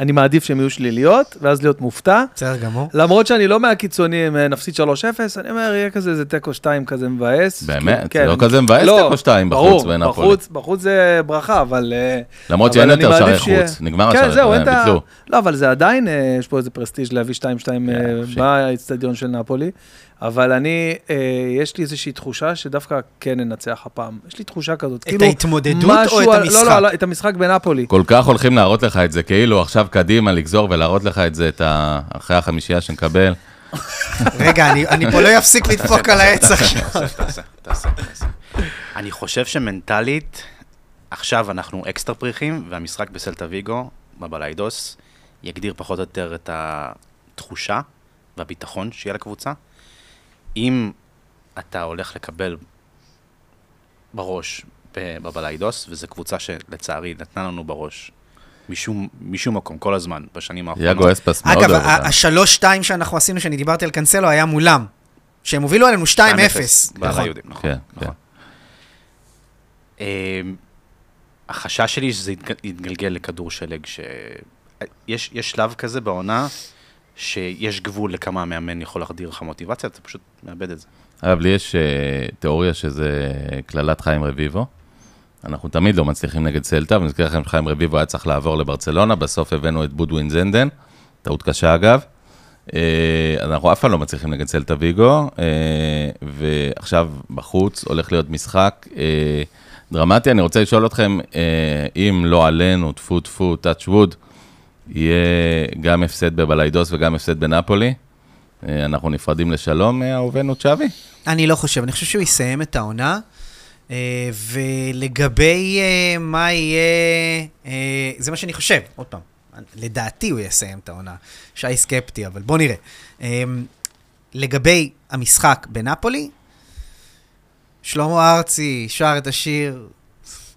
אני מעדיף שהן יהיו שליליות, ואז להיות מופתע.
בסדר גמור.
למרות שאני לא מהקיצוניים, אה, נפסיד 3-0, אני אומר, יהיה כזה איזה תיקו 2 כזה מבאס.
באמת?
כן.
לא כזה מבאס
לא,
תיקו שתיים בחוץ
ברור,
בנפולי.
בחוץ- בחוץ זה ברכה, אבל... אה,
למרות
אבל
שאין
אני
יותר שערי
מעדיף שיהיה-
חוץ, נגמר
כן,
השערי,
זהו, אין את ה...
ביטלו.
לא, אבל זה עדיין, אה, יש פה איזה פרסטיג' להביא 2-2 אה,
כן, חופשי.
באצטדיון של נפולי, אבל אני, אה, יש לי איזושהי תחושה שדווקא כן ננצח הפעם. יש לי תחושה כזאת, כאילו...
ההתמודדות או
משהו
את
על-
המשחק?
לא, לא, לא, את המשחק בנפולי.
כל כך הולכים להראות לך את זה, כאילו עכשיו קדימה לגזור ולהראות לך את זה, את ה... אחרי החמישייה שנקבל.
רגע, אני- אני פה לא אפסיק לדפוק על העץ עכשיו.
תעשה, תעשה, תעשה. אני חושב שמנטלית, עכשיו אנחנו אקסטרה פריחים, והמשחק בסלטה ויגו, בבליידוס, יגדיר פחות או יותר את התחושה והביטחון שיהיה לקבוצה. אם אתה הולך לקבל בראש ב- בבליידוס, וזו קבוצה שלצערי נתנה לנו בראש משום, משום מקום, כל הזמן, בשנים האחרונות.
יאגו אספס מאוד
אוקיי. אגב,
אוהב
ה-
אותה.
השלוש-שתיים שאנחנו עשינו, שאני דיברתי על קנסלו, היה מולם. שהם הובילו עלינו 2-0.
2-0.
נכון.
בעל היהודים, נכון.
כן, כן.
נכון. אמ, החשש שלי שזה יתג- יתגלגל לכדור שלג, ש... יש, יש שלב כזה בעונה שיש גבול לכמה המאמן יכול להחדיר לך מוטיבציה, אתה פשוט מאבד את זה.
אגב, לי יש אה, תיאוריה שזה קללת חיים רביבו. אנחנו תמיד לא מצליחים נגד סלטה, ואני מזכיר לכם שחיים רביבו היה צריך לעבור לברצלונה, בסוף הבאנו את בודווין זנדן, טעות קשה אגב. אה, אנחנו אף פעם לא מצליחים נגד סלטה ויגו, אה, ועכשיו בחוץ הולך להיות משחק אה, דרמטי. אני רוצה לשאול אתכם, אה, אם לא עלינו, טפו טפו, טאץ' ווד, יהיה גם הפסד בבליידוס וגם הפסד בנפולי. אה, אנחנו נפרדים לשלום, אה, אהובנו צ'אבי.
אני לא חושב, אני חושב שהוא יסיים את העונה. אה, ולגבי אה, מה יהיה, אה, זה מה שאני חושב, עוד פעם, לדעתי הוא יסיים את העונה. שי סקפטי, אבל בוא נראה. אה, לגבי המשחק בנפולי, שלמה ארצי שר את השיר,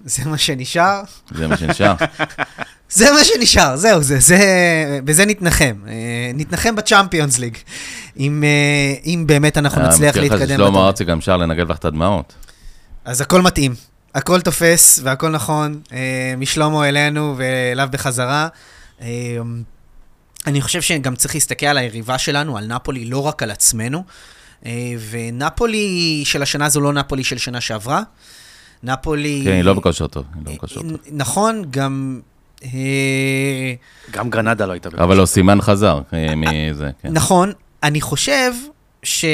זה מה שנשאר.
זה מה שנשאר.
זה מה שנשאר, זהו, זה, זה, בזה נתנחם. אה, נתנחם בצ'אמפיונס ליג, אם, אה, אם באמת אנחנו נצליח
אני מזכיר לך
להתקדם.
ששלמה
בטורניר.
ארצי גם שר לנגב לך את הדמעות.
אז הכל מתאים, הכל תופס והכל נכון, אה, משלמה אלינו ואליו בחזרה. אה, אני חושב שגם צריך להסתכל על היריבה שלנו, על נפולי, לא רק על עצמנו. אה, ונפולי של השנה זו לא נפולי של שנה שעברה. נפולי...
כן, היא לא בכושר טוב, היא
אה,
לא בכושר טוב.
נכון, גם... אה,
גם גרנדה לא הייתה בכושר.
אבל לא, סימן חזר אה, מזה, כן.
נכון, אני חושב ש...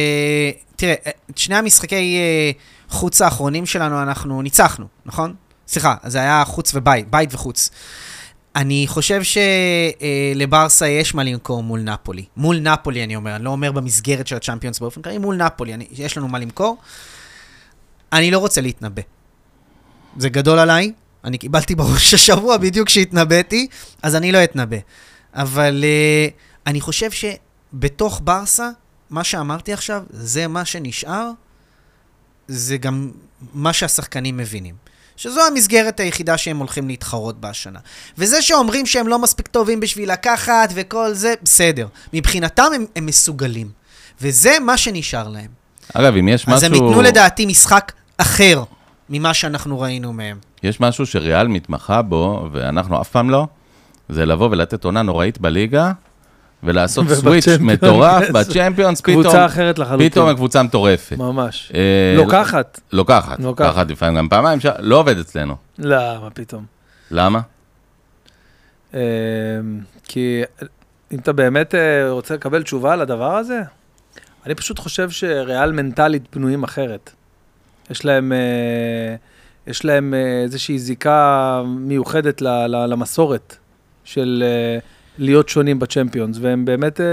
תראה, את שני המשחקי אה, חוץ האחרונים שלנו אנחנו ניצחנו, נכון? סליחה, זה היה חוץ ובית, בית וחוץ. אני חושב שלברסה יש מה למכור מול נפולי. מול נפולי, אני אומר, אני לא אומר במסגרת של הצ'אמפיונס באופן כללי, מול נפולי, אני, יש לנו מה למכור. אני לא רוצה להתנבא. זה גדול עליי, אני קיבלתי בראש השבוע בדיוק כשהתנבאתי, אז אני לא אתנבא. אבל uh, אני חושב שבתוך ברסה, מה שאמרתי עכשיו, זה מה שנשאר, זה גם מה שהשחקנים מבינים. שזו המסגרת היחידה שהם הולכים להתחרות בה השנה. וזה שאומרים שהם לא מספיק טובים בשביל לקחת וכל זה, בסדר. מבחינתם הם, הם מסוגלים. וזה מה שנשאר להם.
אגב, אם יש
אז הם
משהו,
ייתנו לדעתי משחק אחר ממה שאנחנו ראינו מהם.
יש משהו שריאל מתמחה בו, ואנחנו אף פעם לא, זה לבוא ולתת עונה נוראית בליגה, ולעשות סוויץ'
ובצ'מפיונס.
מטורף בצ'מפיונס, פתאום,
קבוצה אחרת לחלוטין.
פתאום הקבוצה מטורפת.
ממש.
אה,
לוקחת. לוקחת.
לוקחת, לוקחת לפעמים גם פעמיים, ש- לא עובד אצלנו.
לא, מה פתאום.
למה?
אמ, כי אה, אם אתה באמת אה, רוצה לקבל תשובה על הדבר הזה, אני פשוט חושב שריאל מנטלית בנויים אחרת. יש להם, אה, יש להם אה, איזושהי זיקה מיוחדת ל- ל- למסורת של אה, להיות שונים בצ'מפיונס, והם באמת אה,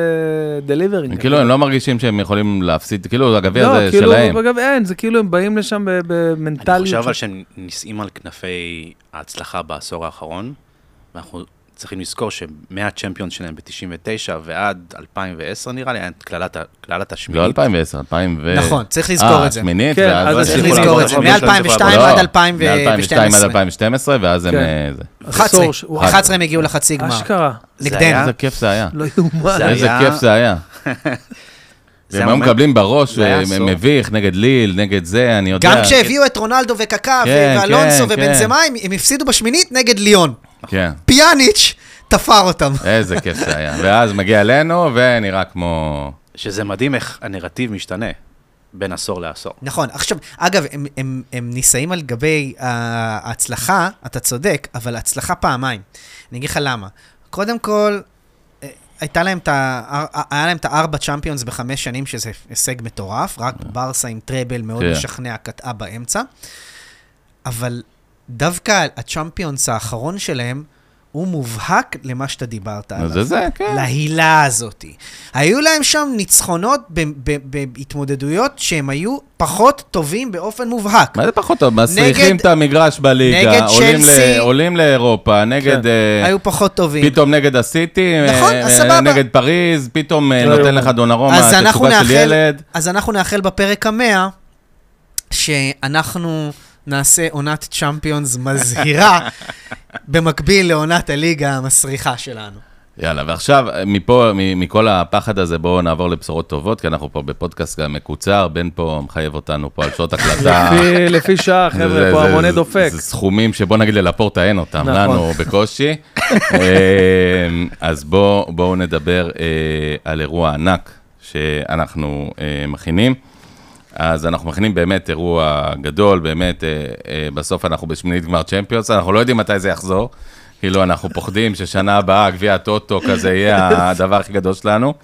דליברינג.
כאילו, הם לא מרגישים שהם יכולים להפסיד, כאילו, הגביע זה שלהם.
כן, לא, כאילו, אגב, אין, זה כאילו הם באים לשם ב-
אני
במנטליות.
חושב אבל
ש-
שהם נישאים על כנפי ההצלחה בעשור האחרון, ואנחנו צריכים לזכור שמהצ'מפיון שלהם ב-99 ועד 2010 נראה לי, היה את קללת ה- קללת השמינית.
לא 2010, 2000 ו...
נכון, צריך לזכור
אה,
את זה.
שמינית,
כן,
ואז...
אז
ואז
צריך
כולם
לזכור
עברו
את זה.
חמש שנים,
מ-2002
לא,
עד
מ-2002
2012.
עד 2012, ואז הם...
כן.
אה, זה.
11,
עשור, וואי.
11 הם הגיעו לחצי גמר.
אשכרה,
זה
נגדנו.
היה-
איזה כיף זה היה.
לא יאומן.
זה
איזה
היה-
כיף זה היה.
זה
והם היו
המומנט-
מקבלים בראש,
זה היה
אה,
עשור.
מביך, נגד ליל, נגד זה, אני יודע.
גם כשהביאו את רונלדו וקקא
כן,
ואלונסו
כן,
ובנזמה, הם- הם הפסידו בשמינית נגד ליון.
כן,
פיאניץ' תפר אותם.
איזה כיף זה היה. ואז מגיע אלינו, ונראה כמו...
שזה מדהים איך הנרטיב משתנה בין עשור לעשור.
נכון, עכשיו, אגב, הם, הם, הם נישאים על גבי אה, ההצלחה, אתה צודק, אבל הצלחה פעמיים. אני אגיד לך למה. קודם כל, אה, הייתה להם את ה... אה, היה להם את הארבע צ'מפיונס בחמש שנים, שזה הישג מטורף, רק ברסה עם טראבל מאוד
כן.
משכנע קטעה באמצע. אבל דווקא הצ'מפיונס האחרון שלהם, הוא מובהק למה שאתה דיברת עליו.
אז זה זה, כן.
להילה הזאת. היו להם שם ניצחונות ב- ב- בהתמודדויות שהם היו פחות טובים באופן מובהק.
מה זה פחות טוב? מסריחים
נגד-
את המגרש
נגד
בליגה, עולים
צ'לסי-
ל- עולים לאירופה, נגד...
כן.
אה,
היו פחות טובים.
פתאום נגד הסיטי,
נכון,
אה,
אז
אה,
סבבה.
נגד פריז, פתאום אה,
לא
נותן
יאומן.
לך דונרומה,
אז אנחנו
תצוגה של
נאחל,
ילד.
אז אנחנו נאחל בפרק המאה שאנחנו נעשה עונת צ'מפיונס מזהירה במקביל לעונת הליגה המסריחה שלנו.
יאללה, ועכשיו, מפה, מ- מכל הפחד הזה, בואו נעבור לבשורות טובות, כי אנחנו פה בפודקאסט גם מקוצר, בן פה מחייב אותנו פה על שעות הקלטה.
לפי- לפי שעה, חבר'ה,
זה-
פה
זה-
המונה
זה-
דופק.
זה סכומים שבוא נגיד ללפורטה אין אותם,
נכון.
לנו בקושי. אה, אז בוא- בואו נדבר אה, על אירוע ענק שאנחנו אה, מכינים. אז אנחנו מכינים באמת אירוע גדול, באמת, אה, אה, בסוף אנחנו בשמינית גמר צ'מפיונס, אנחנו לא יודעים מתי זה יחזור. כאילו, אנחנו פוחדים ששנה הבאה גביע הטוטו כזה יהיה הדבר הכי גדול שלנו.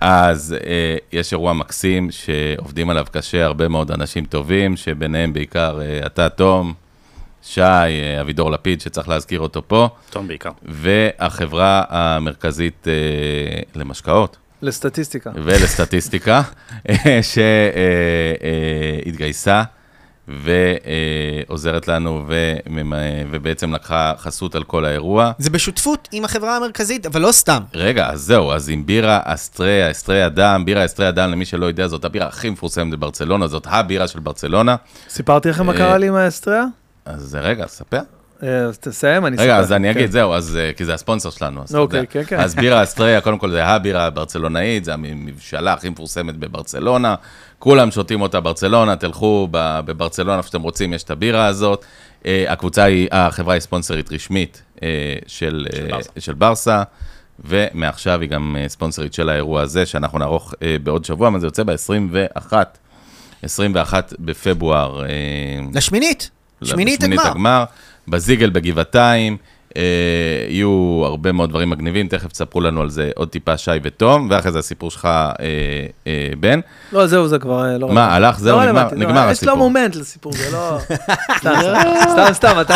אז אה, יש אירוע מקסים שעובדים עליו קשה הרבה מאוד אנשים טובים, שביניהם בעיקר אה, אתה, תום, שי, אה, אבידור לפיד, שצריך להזכיר אותו פה,
תום בעיקר.
והחברה המרכזית אה, למשקאות
לסטטיסטיקה.
ולסטטיסטיקה, אה, שהתגייסה אה, ועוזרת לנו וממ- ובעצם לקחה חסות על כל האירוע.
זה בשותפות עם החברה המרכזית, אבל לא סתם.
רגע, אז זהו, אז עם בירה אסטריה, אסטריה דם, בירה אסטריה דם, למי שלא יודע, זאת הבירה הכי מפורסמת בברצלונה, זאת הבירה של ברצלונה.
סיפרתי לכם מה
אה,
קרה לי עם האסטריה?
אז רגע, ספר.
אה, אז תסיים, אני אספר.
רגע, אז אני
כן.
אגיד, זהו, אז אה, כי זה הספונסר שלנו, אז אתה
אוקיי,
יודע.
כן, כן.
אז בירה אסטריה, קודם כל זה הבירה הברצלונאית, זה הממשלה הכי מפורסמת בברצלונה, כולם שותים אותה ברצלונה, תלכו ב- בברצלונה, איפה שאתם רוצים, יש את הבירה הזאת. אה, הקבוצה היא, החברה היא ספונסרית רשמית אה, של,
של
אה,
ברסה.
של ברסה, ומעכשיו היא גם אה, ספונסרית של האירוע הזה, שאנחנו נערוך אה, בעוד שבוע, אבל זה יוצא ב-21, 21 בפברואר. אה,
לשמינית, שמינית הגמר.
לא, הגמר. בזיגל בגבעתיים, אה, יהיו הרבה מאוד דברים מגניבים, תכף תספרו לנו על זה עוד טיפה שי ותום, ואחרי זה הסיפור שלך, אה, אה, בן.
לא, זהו, זה כבר אה, לא
מה, הלך, זהו,
לא
נגמר-
רלוונטי, לא,
נגמר
יש לו
הסיפור.
מומנט לסיפור, זה לא... סתם, סתם, סתם, סתם, אתה...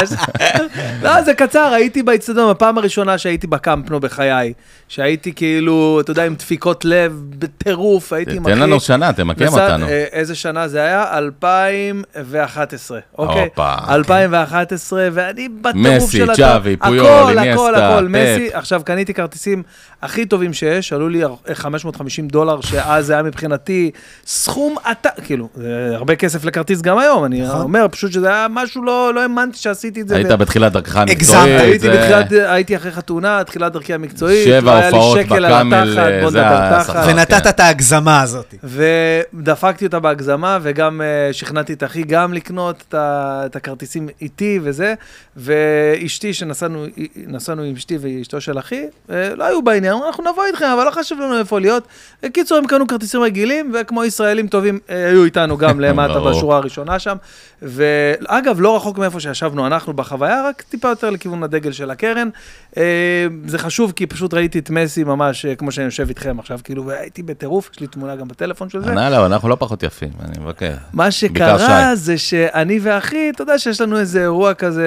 לא, זה קצר, הייתי באצטדיון, הפעם הראשונה שהייתי בקמפנו בחיי, שהייתי כאילו, אתה יודע, עם דפיקות לב, בטירוף, הייתי עם
תן לנו שנה, תמקם
נסע-
אותנו.
אה, איזה שנה זה היה? 2011, אוקיי?
הופה.
2011, ואני בטירוף
מסי,
של
צ'אבי,
הכל,
פויול,
הכל,
איניאסטה,
הכל,
פפ.
מסי. עכשיו, קניתי כרטיסים הכי טובים שיש, עלו לי אה, 550 דולר, שאז זה היה מבחינתי סכום עתק, כאילו, זה הרבה כסף לכרטיס גם היום, אני אומר, פשוט שזה היה משהו, לא לא האמנתי שעשיתי את זה.
נכון. היית
ו-
בתחילת דרכך
הגזמת,
המקצועית.
הייתי
זה-
בתחילת, הייתי אחרי חתונה, תחילת דרכי המקצועית,
שבע
לא היה לי
הופעות
שקל על
בקאמל,
התחת,
אה,
בוא
זה
נדבר
השכר.
תחת.
ונתת
כן.
את ההגזמה הזאת.
ודפקתי אותה בהגזמה, וגם אה, שכנעתי את אחי גם לקנות את ה- את הכרטיסים איתי וזה, ואשתי, שנסענו נסענו עם אשתי ואשתו של אחי, אה, לא היו בעניין, אמרו, אנחנו נבוא איתכם, אבל לא חשוב לנו איפה להיות. בקיצור, הם קנו כרטיסים רגילים, וכמו ישראלים טובים, אה, היו איתנו גם למטה
ברור.
בשורה הראשונה שם. ואגב, לא רחוק מאיפה שישבנו אנחנו בחוויה, רק טיפה יותר לכיוון הדגל של הקרן. אה, זה חשוב, כי פשוט ראיתי את מסי ממש, אה, כמו שאני יושב איתכם עכשיו, כאילו, והייתי בטירוף, יש לי תמונה גם בטלפון של זה.
ענה לו, אנחנו לא פחות יפים, אני מבקש.
מה
בעיקר
שקרה זה שאני ואחי, אתה יודע שיש לנו איזה אירוע כזה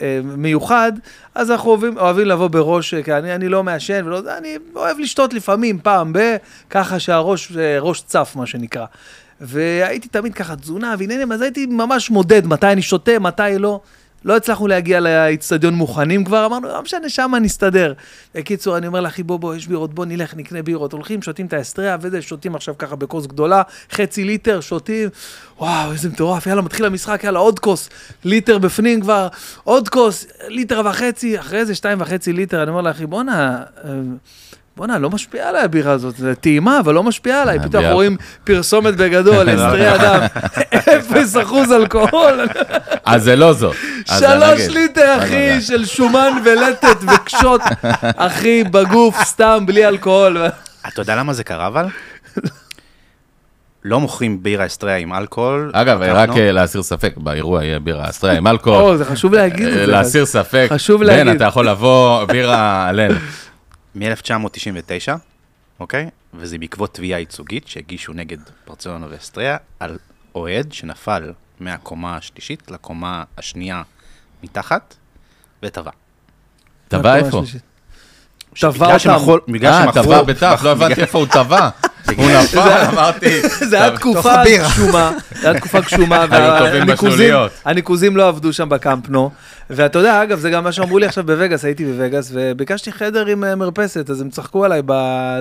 אה, מיוחד, אז אנחנו אוהבים, אוהבים לבוא בראש, אה, כי אני, אני לא מעשן, ולא, זה, אני אוהב לשתות לפעמים, פעם ב... ככה שהראש אה, ראש צף, מה שנקרא. והייתי תמיד ככה תזונה ועניינים, אז הייתי ממש מודד מתי אני שותה, מתי לא. לא הצלחנו להגיע לאיצטדיון מוכנים כבר, אמרנו, לא משנה, שמה נסתדר. בקיצור, אני אומר לאחי, בוא, בוא, יש בירות, בוא נלך, נקנה בירות. הולכים, שותים את האסטריה וזה, שותים עכשיו ככה בכוס גדולה, חצי ליטר, שותים, וואו, איזה מטורף, יאללה, מתחיל המשחק, יאללה, עוד כוס, ליטר בפנים כבר, עוד כוס, ליטר וחצי, אחרי זה שתיים וחצי ליטר, אני אומר לאחי, בואנה... אה, בואנה, לא משפיעה עליי הבירה הזאת, זה טעימה, אבל לא משפיעה עליי. פתאום
הבירה-
אנחנו רואים פרסומת בגדול, אסטרי אדם, אפס אחוז אלכוהול.
אז זה לא זאת. אז זה
שלוש
נגיד.
ליטר,
לא, לא,
אחי, של שומן ולטת וקשות, אחי, בגוף, סתם, בלי אלכוהול.
אתה יודע למה זה קרה אבל? לא מוכרים בירה אסטריה עם אלכוהול.
לא. אגב, רק
בקמפ נו.
אה, להסיר ספק, באירוע יהיה בירה אסטריה עם אלכוהול. אה,
או, זה חשוב להגיד את זה.
להסיר ספק.
חשוב
בן,
להגיד.
אתה יכול לבוא, בירה עלינו.
מ-1999, אוקיי? וזה בעקבות תביעה ייצוגית שהגישו נגד ברצלונה ואסטריה על אוהד שנפל מהקומה השלישית לקומה השנייה מתחת, וטבע.
טבע איפה?
טבע
בגלל
אותם.
שמכרו- בגלל
אה,
שמכרו-
טבע בטף, לא הבנתי איפה הוא טבע. הוא נפל, אמרתי.
זה היה
"טוב,
תוך
תקופה
הבירה.
גשומה, זה היה תקופה גשומה,
היו טובים
והניקוזים-
בשלוליות.
הניקוזים לא עבדו שם בקמפנו. ואתה יודע, אגב, זה גם מה שאמרו לי עכשיו בווגאס, הייתי בווגאס, וביקשתי חדר עם אה, מרפסת, אז הם צחקו עליי ב...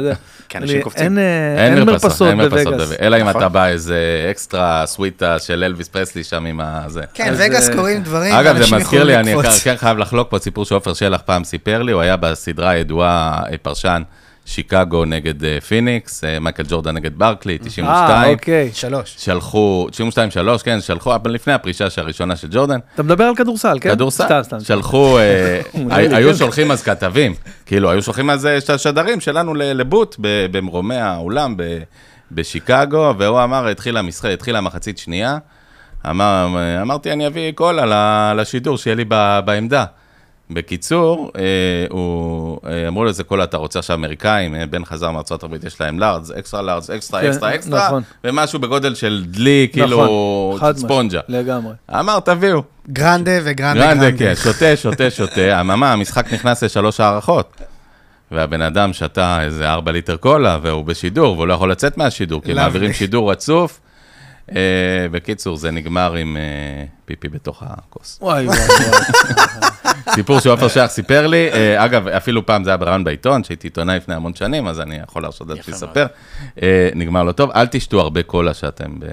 זה.
כי אנשים
אני-
קופצים.
אין, אה,
כן, אין מרפסות, אין מרפסות
בווגאס.
בווגאס. אלא אם
נכון.
אתה בא איזה אקסטרה סוויטה של אלוויס פרסלי שם עם הזה.
כן,
אז,
וגאס
אה,
קוראים דברים,
אגב, זה
ואנשים
מזכיר
יכולים
לי, אני
לקפוץ.
כן- כן חייב לחלוק פה סיפור שעופר שלח פעם סיפר לי, הוא היה בסדרה הידועה, אה, פרשן, שיקגו נגד אה, פיניקס, אה, מייקל ג'ורדן נגד ברקלי, 92.
אה, אוקיי.
כן.
שלוש.
שלחו, 92-3, כן, שלחו, אבל לפני הפרישה הראשונה של ג'ורדן,
אתה מדבר על כדורסל, כן?
כדורסל,
סתם, סתם.
שלחו, אה,
נראה לי,
היו
כן.
שולחים אז כתבים, כאילו, היו שולחים אז אה, את השדרים שלנו ל- לבוט ב- במרומי האולם ב- בשיקגו, והוא אמר, התחילה המשחק, התחילה מחצית שנייה, אמר, אמרתי, אני אביא קולה ל- לשידור שיהיה לי ב- בעמדה. בקיצור, אה, הוא, אה, אמרו לו, זה קולה, אתה רוצה עכשיו אמריקאים, אה, בן חזר מארצות הברית, יש להם לארג', אקסטרה לארג', אקסטרה,
כן,
אקסטרה, אקסטרה,
נכון.
ומשהו בגודל של דלי,
נכון,
כאילו,
חד משמעית,
ספונג'ה.
לגמרי.
אמר, תביאו.
גרנדה וגרנדה
גרנדה,
גרנדה.
כן, שותה, שותה, שותה, אממה, המשחק נכנס לשלוש הערכות. והבן אדם שתה איזה ארבע ליטר קולה, והוא בשידור, והוא לא יכול לצאת מהשידור, כי
לאו
מעבירים
לי.
שידור רצוף. אה, בקיצור, זה נגמר עם אה, פיפי בתוך הכוס.
וואי וואי וואי.
סיפור שעופר שייח סיפר לי, אה, אגב, אפילו פעם זה היה ברעיון בעיתון, שהייתי עיתונאי לפני המון שנים, אז אני יכול להרשות לעצמי
יפה
לספר. אה, נגמר לא טוב, אל תשתו הרבה קולה שאתם ב-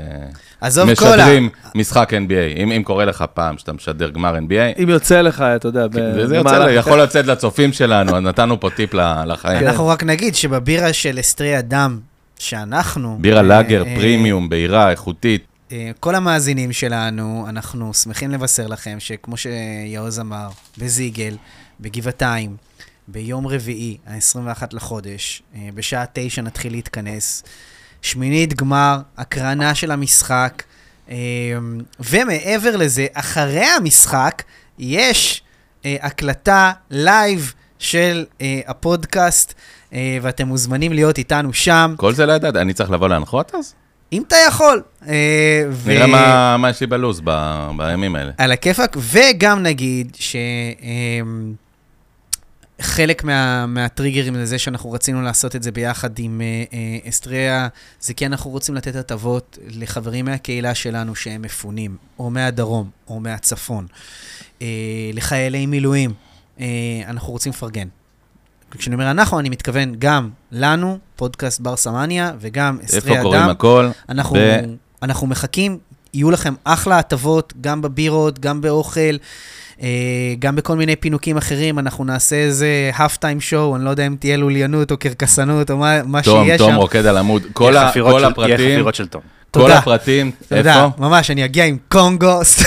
עזוב קולה.
משדרים משחק NBA. אם אם קורה לך פעם שאתה משדר גמר NBA,
אם יוצא לך, אתה יודע,
כן, זה זה
במהלך-
יוצא, לי, יכול לצאת לצופים שלנו, אז נתנו פה טיפ ל- לחיים.
אנחנו רק נגיד שבבירה של אסטרי אדם, שאנחנו...
בירה
אה,
לאגר,
אה,
פרימיום, בהירה, איכותית.
אה, כל המאזינים שלנו, אנחנו שמחים לבשר לכם שכמו שיעוז אמר, בזיגל, בגבעתיים, ביום רביעי, ה-21 לחודש, אה, בשעה תשע נתחיל להתכנס. שמינית גמר, הקרנה של המשחק, אה, ומעבר לזה, אחרי המשחק, יש אה, הקלטה לייב של אה, הפודקאסט, אה, ואתם מוזמנים להיות איתנו שם,
כל זה לא ידעת, אני צריך לבוא להנחות אז?
אם אתה יכול. אה, ו-
נראה מה- מה יש לי בלו"ז ב- בימים האלה.
על הכיפאק, וגם נגיד ש... אמ, חלק מה, מהטריגרים לזה שאנחנו רצינו לעשות את זה ביחד עם אה, אה, אסטריה, זה כי אנחנו רוצים לתת הטבות לחברים מהקהילה שלנו שהם מפונים, או מהדרום, או מהצפון, אה, לחיילי מילואים. אה, אנחנו רוצים לפרגן. כשאני אומר אנחנו, אני מתכוון גם לנו, פודקאסט בר סמניה, וגם
איפה
אסטריה אדם.
קוראים הכל?
אנחנו,
ב-
אנחנו מחכים, יהיו לכם אחלה הטבות, גם בבירות, גם באוכל, אה, גם בכל מיני פינוקים אחרים. אנחנו נעשה איזה האף טיים שואו, אני לא יודע אם תהיה לוליינות או קרקסנות או מה, מה
תום,
שיהיה
תום אוקיי.
שם.
רוקד על עמוד. כל ה-
יהיה חפירות
כל
של- יהיה
הפרטים,
חפירות של תום.
כל
תודה.
הפרטים,
אתה יודע,
איפה?
ממש, אני אגיע עם קונגו. סתם.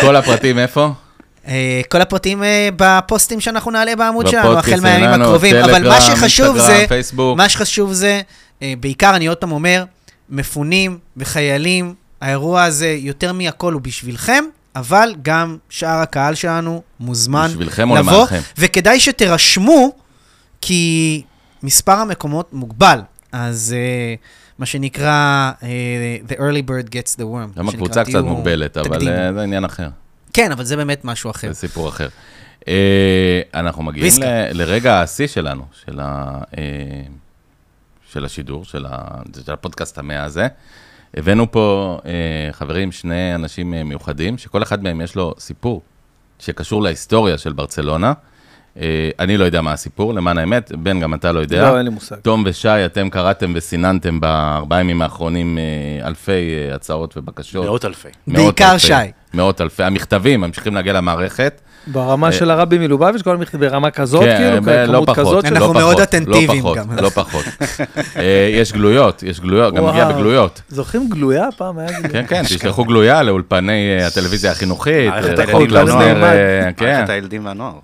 כל הפרטים איפה?
אה, כל הפרטים אה, בפוסטים שאנחנו נעלה בעמוד שלנו,
בפודקאסט
החל מהימים
שלנו,
הקרובים. אבל מה
טלגרם,
שחשוב זה,
אינסטגרם, פייסבוק.
מה שחשוב זה, אה, בעיקר אני עוד פעם אומר, מפונים וחיילים, האירוע הזה יותר מהכל הוא בשבילכם, אבל גם שאר הקהל שלנו מוזמן
בשבילכם או
לבוא,
למענכם?
וכדאי שתירשמו, כי מספר המקומות מוגבל. אז אה, מה שנקרא, אה, The early bird gets the worm. מה
גם
שנקרא,
הקבוצה קצת
תהיו-
מוגבלת, אבל
תקדימו.
אה, זה עניין אחר.
כן, אבל זה באמת משהו אחר.
זה סיפור אחר. אה, אנחנו מגיעים
ויסקי.
ל- לרגע השיא שלנו, של, ה, אה, של השידור, של, ה, של הפודקאסט המאה הזה. הבאנו פה, אה, חברים, שני אנשים אה, מיוחדים, שכל אחד מהם יש לו סיפור שקשור להיסטוריה של ברצלונה. אה, אני לא יודע מה הסיפור, למען האמת, בן, גם אתה לא יודע.
לא, אין לי מושג.
תום ושי, אתם קראתם וסיננתם בארבעה ימים האחרונים אה, אלפי אה, הצעות ובקשות.
מאות אלפי.
מאות
בעיקר
אלפי,
שי.
מאות אלפי, המכתבים ממשיכים להגיע למערכת.
ברמה
אה,
של הרבי מלובביץ', כל המכתב ברמה כזאת, כאילו,
ב- לא
כמות
פחות,
כזאת. של-
לא
אנחנו מאוד
פחות,
אטנטיביים
לא פחות,
גם.
לא פחות. אה, יש גלויות, יש גלויות, גם מגיע
וואו.
בגלויות.
זוכרים גלויה פעם? היה גלויה.
כן, כן, תשלחו גלויה לאולפני אה, הטלוויזיה החינוכית,
מערכת
אה, רחוב
הילדים
גלזנר,
והנוער.
אה, כן.
מערכת הילדים והנוער.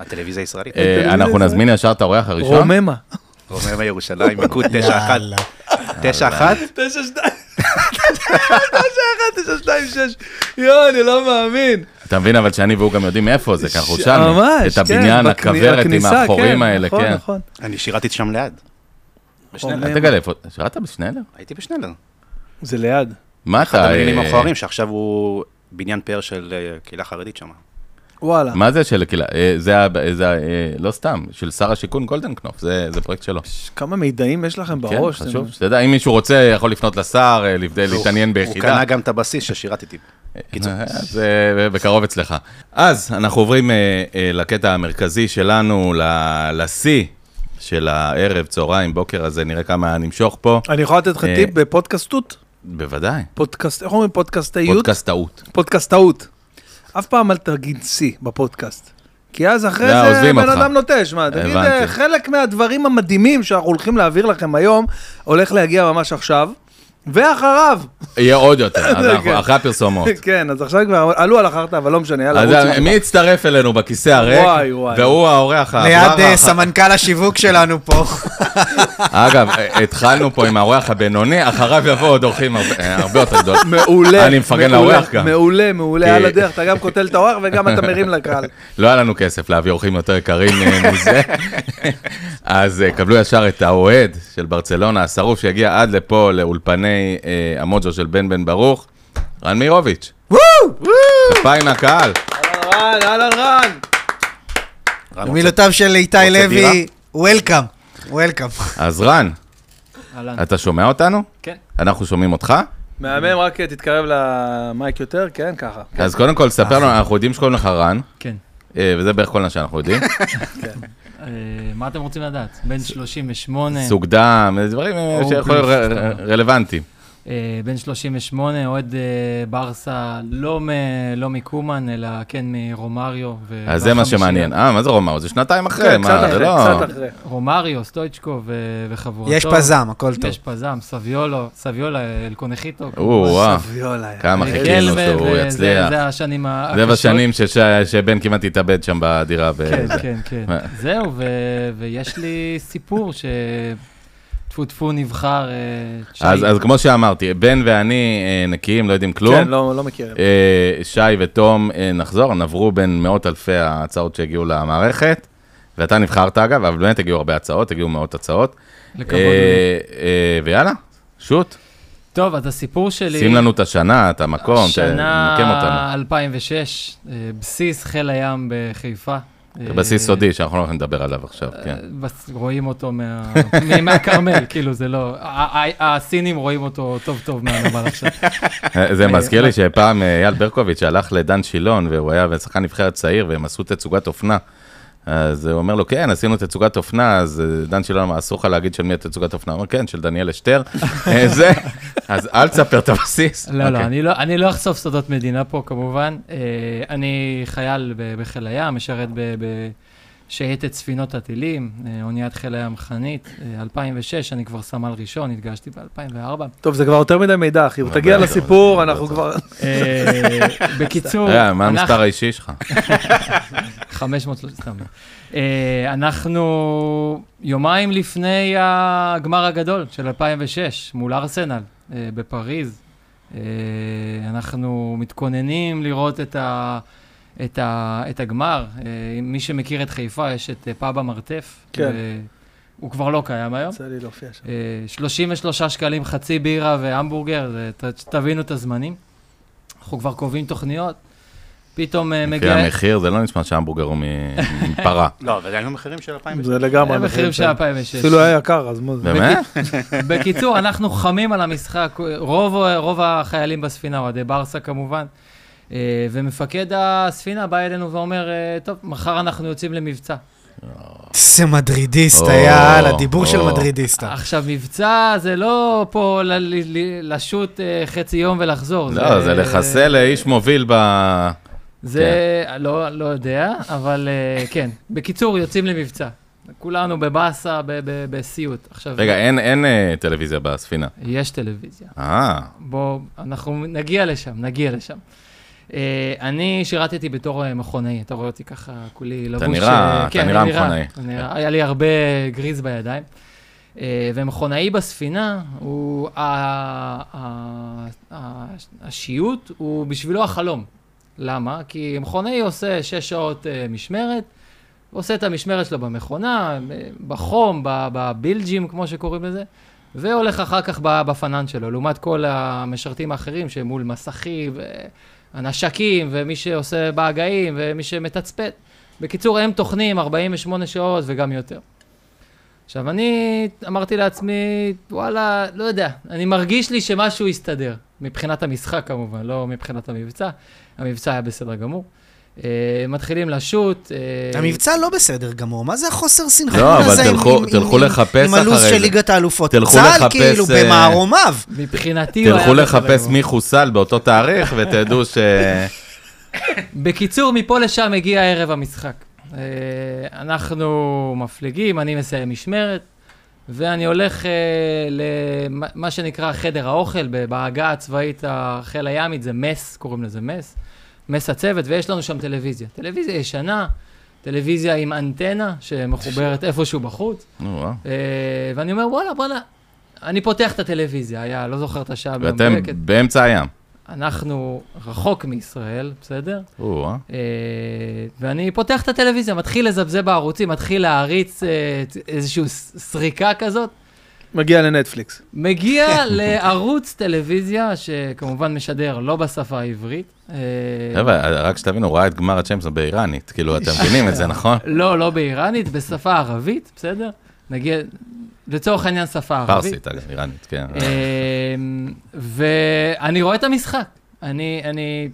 הטלוויזיה הישראלית.
אה, אנחנו נזמין ישר את האורח הראשון.
רוממה.
רוממה ירושלים,
אה,
מיקוד 91. 91?
9296, יואו, אני לא מאמין.
אתה מבין, אבל שאני והוא גם יודעים איפה זה, כי אנחנו שאלנו.
ממש,
את הבניין,
כן,
הכוורת עם
בכניסה,
החורים
כן,
האלה,
נכון,
כן.
נכון.
אני שירתי שם ליד. בשנלר.
אל תגלה איפה, שירת בשנלר?
הייתי בשנלר.
זה ליד.
מה
אחד
אתה...
הבניינים
אה,
המכוערים, שעכשיו הוא בניין פאר של אה, קהילה חרדית שם.
וואלה.
מה זה של הקהילה? אה, זה, ה- זה ה- אה, לא סתם, של שר השיכון גולדנקנופ, זה, זה פרויקט שלו.
ש- כמה מידעים יש לכם
כן,
בראש.
חשוב.
אתם-
שתדע, אם מישהו רוצה, יכול לפנות לשר, אה, לבד- להתעניין
הוא
ביחידה.
קנה גם את הבסיס ששירתתי.
אה,
קיצור.
זה בקרוב אצלך. אז אנחנו עוברים אה, אה, לקטע המרכזי שלנו, ל- לשיא של הערב, צהריים, בוקר הזה, נראה כמה נמשוך פה.
אני יכול לתת לך
אה,
טיפ בפודקאסטות?
בוודאי,
פודקאסט, איך אומרים פודקאסטאיות?
פודקאסט טעות.
פודקאסטאות. אף פעם אל תגיד שיא בפודקאסט. כי אז אחרי
לא,
זה
עוזבים
בן
אותך.
אדם נוטש, מה, תגיד,
הבנתי.
אה, חלק מהדברים המדהימים שאנחנו הולכים להעביר לכם היום, הולך להגיע ממש עכשיו, ואחריו.
יהיה עוד יותר, אז
זה
אנחנו-
כן.
אחרי הפרסומות.
כן, אז עכשיו כבר עלו על החרטא, אבל לא משנה, יאללה,
אז אה,
רוץ.
מי יצטרף אלינו בכיסא הריק?
וואי, וואי.
והוא האורח
ליד
הדבר
אה,
האח-
סמנכ"ל השיווק שלנו פה.
אגב, אה, התחלנו פה עם האורח הבינוני, אחריו יבואו עוד אורחים הרבה- אה, הרבה יותר גדולים.
מעולה.
אני מפרגן
מעולה,
לאורח גם.
מעולה, מעולה,
כי-
על הדרך, אתה גם קוטל את האורח וגם אתה מרים לקהל.
לא היה לנו כסף להביא אורחים יותר יקרים אה, מזה. אז אה, קבלו ישר את האוהד של ברצלונה, השרוף שהגיע עד לפה, לאולפני אה, המוג'ו של בן בן ברוך, רן מאירוביץ'. כפיים מהקהל.
אהלן, אהלן, רן.
רן, רוצה-
במילותיו של איתי
רוצה
לוי, וולקאם. וולקאם.
אז רן,
אהלן.
אתה שומע אותנו?
כן.
אנחנו שומעים אותך?
מהמם, רק תתקרב למייק יותר, כן, ככה.
אז קודם כל, ספר לנו, אנחנו יודעים שקוראים לך רן,
כן.
אה, וזה בערך כל מה שאנחנו יודעים.
אה, מה אתם רוצים לדעת? בן 38,
סוג דם, דברים אה,
או
שיכול להיות
בליף,
ר-
אתה
ר-
אומר.
רלוונטיים.
אה, בן 38, אוהד אה, ברסה, לא מ- לא מקומן, אלא כן מרומריו. ו-
אז זה מה
והחמישייה.
שמעניין. אה, מה זה רומאו? זה שנתיים אחרי,
כן, קצת
מה, זה
אחרי,
לא...
קצת אחרי.
רומריו, סטויצ'קו ו- וחבורתו.
יש פזם, הכל טוב.
יש פזם, סביולו, סביולה, אלקונחיטו.
או, וואו.
ויולה.
כמה
ריגל
חיכינו
ו-
שהוא
וזה-
יצליח.
זה השנים ה-
זה
הקשות.
בשנים שש- שבן כמעט התאבד שם בדירה. ו-
כן,
זה.
כן, כן.
מה?
זהו, ו- ויש לי סיפור ש... טפו טפו נבחר. אה, שי.
אז אז כמו שאמרתי, בן ואני אה, נקיים, לא יודעים כלום.
כן, לא לא מכיר.
אה, שי ותום, אה, נחזור, נברו בין מאות אלפי ההצעות שהגיעו למערכת. ואתה נבחרת אגב, אבל באמת הגיעו הרבה הצעות, הגיעו מאות הצעות.
לכבוד
אה,
לי.
אה, ויאללה, שוט.
טוב, אז הסיפור שלי...
שים לנו את השנה, את המקום, תמקם אותנו.
שנה 2006, אה, בסיס חיל הים בחיפה.
זה
אה,
בסיס סודי שאנחנו לא יכולים לדבר עליו עכשיו,
אה,
כן.
בס- רואים אותו מה- מ- מהכרמל, כאילו זה לא... ה- ה- הסינים רואים אותו טוב טוב מהנמל עכשיו.
אה, זה מזכיר לי שפעם אה, אייל ברקוביץ' הלך לדן שילון, והוא היה שחקן נבחרת צעיר, והם עשו תצוגת אופנה. אז הוא אומר לו, כן, עשינו תצוגת אופנה, אז אה, דן שילון אמר, אסור לך להגיד של מי התצוגת אופנה. הוא אומר, כן, של דניאל אשתר. אה, זה, אז אל תספר את הבסיס.
לא, לא,
אוקיי.
אני לא- אני לא אחשוף סודות מדינה פה כמובן. אה, אני חייל ב- בחיל הים, משרת ב- בשייטת ספינות הטילים, אה, אוניית חיל הים חנית. אה, 2006, אני כבר סמל ראשון, התגשתי ב-2004.
טוב, זה כבר יותר מדי מידע, אחי.
אבל
תגיע
בסדר,
לסיפור,
בסדר,
אנחנו
בסדר.
כבר...
בקיצור,
אה, מה
אנחנו-
המספר האישי שלך?
500, לא, סתם. אה, אנחנו יומיים לפני הגמר הגדול של 2006, מול ארסנל אה, בפריז. אה, אנחנו מתכוננים לראות את, ה, את, ה, את הגמר. אה, מי שמכיר את חיפה, יש את אה, פאב המרתף.
כן.
אה, הוא כבר לא קיים היום.
יצא לי להופיע שם.
אה, 33 שקלים, חצי בירה והמבורגר, זה- ת- תבינו את הזמנים. אנחנו כבר קובעים תוכניות. פתאום אה,
לפי
מגיע...
המחיר, זה לא נשמע שהמבורגר הוא מ- מפרה.
לא, אבל היו מחירים של 2000.
זה לגמרי.
הם מחירים של 2006.
אפילו היה יקר, אז מה זה?
באמת?
בקיצור, אנחנו חמים על המשחק. רוב, רוב החיילים בספינה, אוהדי ברסה כמובן. אה, ומפקד הספינה בא אלינו ואומר, אה, טוב, מחר אנחנו יוצאים למבצע.
זה מדרידיסט
או,
היה, על הדיבור של
או. אה,
מדרידיסט.
עכשיו, מבצע זה לא פה ל- ל- ל- לשוט אה, חצי יום ולחזור.
לא, זה לחסל כן. איש מוביל ב...
זה, לא, לא יודע, אבל אה, כן. בקיצור, יוצאים למבצע. כולנו בבאסה, ב- ב- בסיוט. עכשיו,
רגע, אין- אין אה, טלוויזיה בספינה.
יש טלוויזיה.
אה,
בוא, אנחנו נגיע לשם, נגיע לשם. אה, אני שירתתי בתור אה, מכונאי, אתה רואה אותי ככה, כולי לבוש...
נראה-
אה,
אתה
אני
נראה מכונאי.
אני נראה, היה לי הרבה גריז בידיים. אה, ומכונאי בספינה, הוא... ה- ה- ה- השיוט הוא בשבילו החלום. למה? כי מכונאי עושה שש שעות אה, משמרת, עושה את המשמרת שלו במכונה, אה, בחום, ב- בבילג'ים, כמו שקוראים לזה, והולך אחר כך ב- בפנן שלו, לעומת כל המשרתים האחרים שמול מסכים, הנשקים, ומי שעושה בעגאים, ומי שמתצפת. בקיצור, הם טוחנים 48 שעות וגם יותר. עכשיו, אני אמרתי לעצמי, וואלה, לא יודע, אני מרגיש לי שמשהו הסתדר. מבחינת המשחק כמובן, לא מבחינת המבצע. המבצע היה בסדר גמור. אה, מתחילים לשוט. אה,
המבצע לא בסדר גמור, מה זה החוסר סנכרון
לא, אבל
הזה עם-
תלכו-
עם-
תלכו
עם-
לחפש
עם הלו"ז
אחרי
של
זה.
ליגת האלופות?
תלכו
צה"ל
לחפש,
כאילו
אה,
במערומיו.
מבחינתי הוא לא היה...
תלכו
בסדר
לחפש
גמור.
מי חוסל באותו תאריך ותדעו ש...
בקיצור, מפה לשם הגיע ערב המשחק. אה, אנחנו מפליגים, אני מסיים משמרת, ואני הולך אה, למה שנקרא חדר האוכל, ב- בעגה הצבאית החיל הימית, זה מס, קוראים לזה מס, מס הצוות, ויש לנו שם טלוויזיה. טלוויזיה ישנה, טלוויזיה עם אנטנה שמחוברת איפשהו בחוץ,
נו, וואו.
אה, ואני אומר, וואלה, בואנה, אני פותח את הטלוויזיה, היה, לא זוכר את השעה
ואתם
המדויקת.
באמצע הים.
אנחנו רחוק מישראל, בסדר?
או, אה.
אה, ואני פותח את הטלוויזיה, מתחיל לזבזב בערוצים, מתחיל להעריץ אה, איזושהי סריקה כזאת.
מגיע לנטפליקס.
כן.
מגיע לערוץ טלוויזיה, שכמובן משדר לא בשפה העברית. אה,
חבר'ה, רק שתבינו, הוא ראה את גמר הצ'מפיון באיראנית. כאילו, אתם מבינים את זה, נכון?
לא, לא באיראנית, בשפה ערבית, בסדר? נגיע, לצורך העניין שפה ערבית.
פרסית, אגב, איראנית, כן.
אמ, ואני רואה את המשחק. אני, אני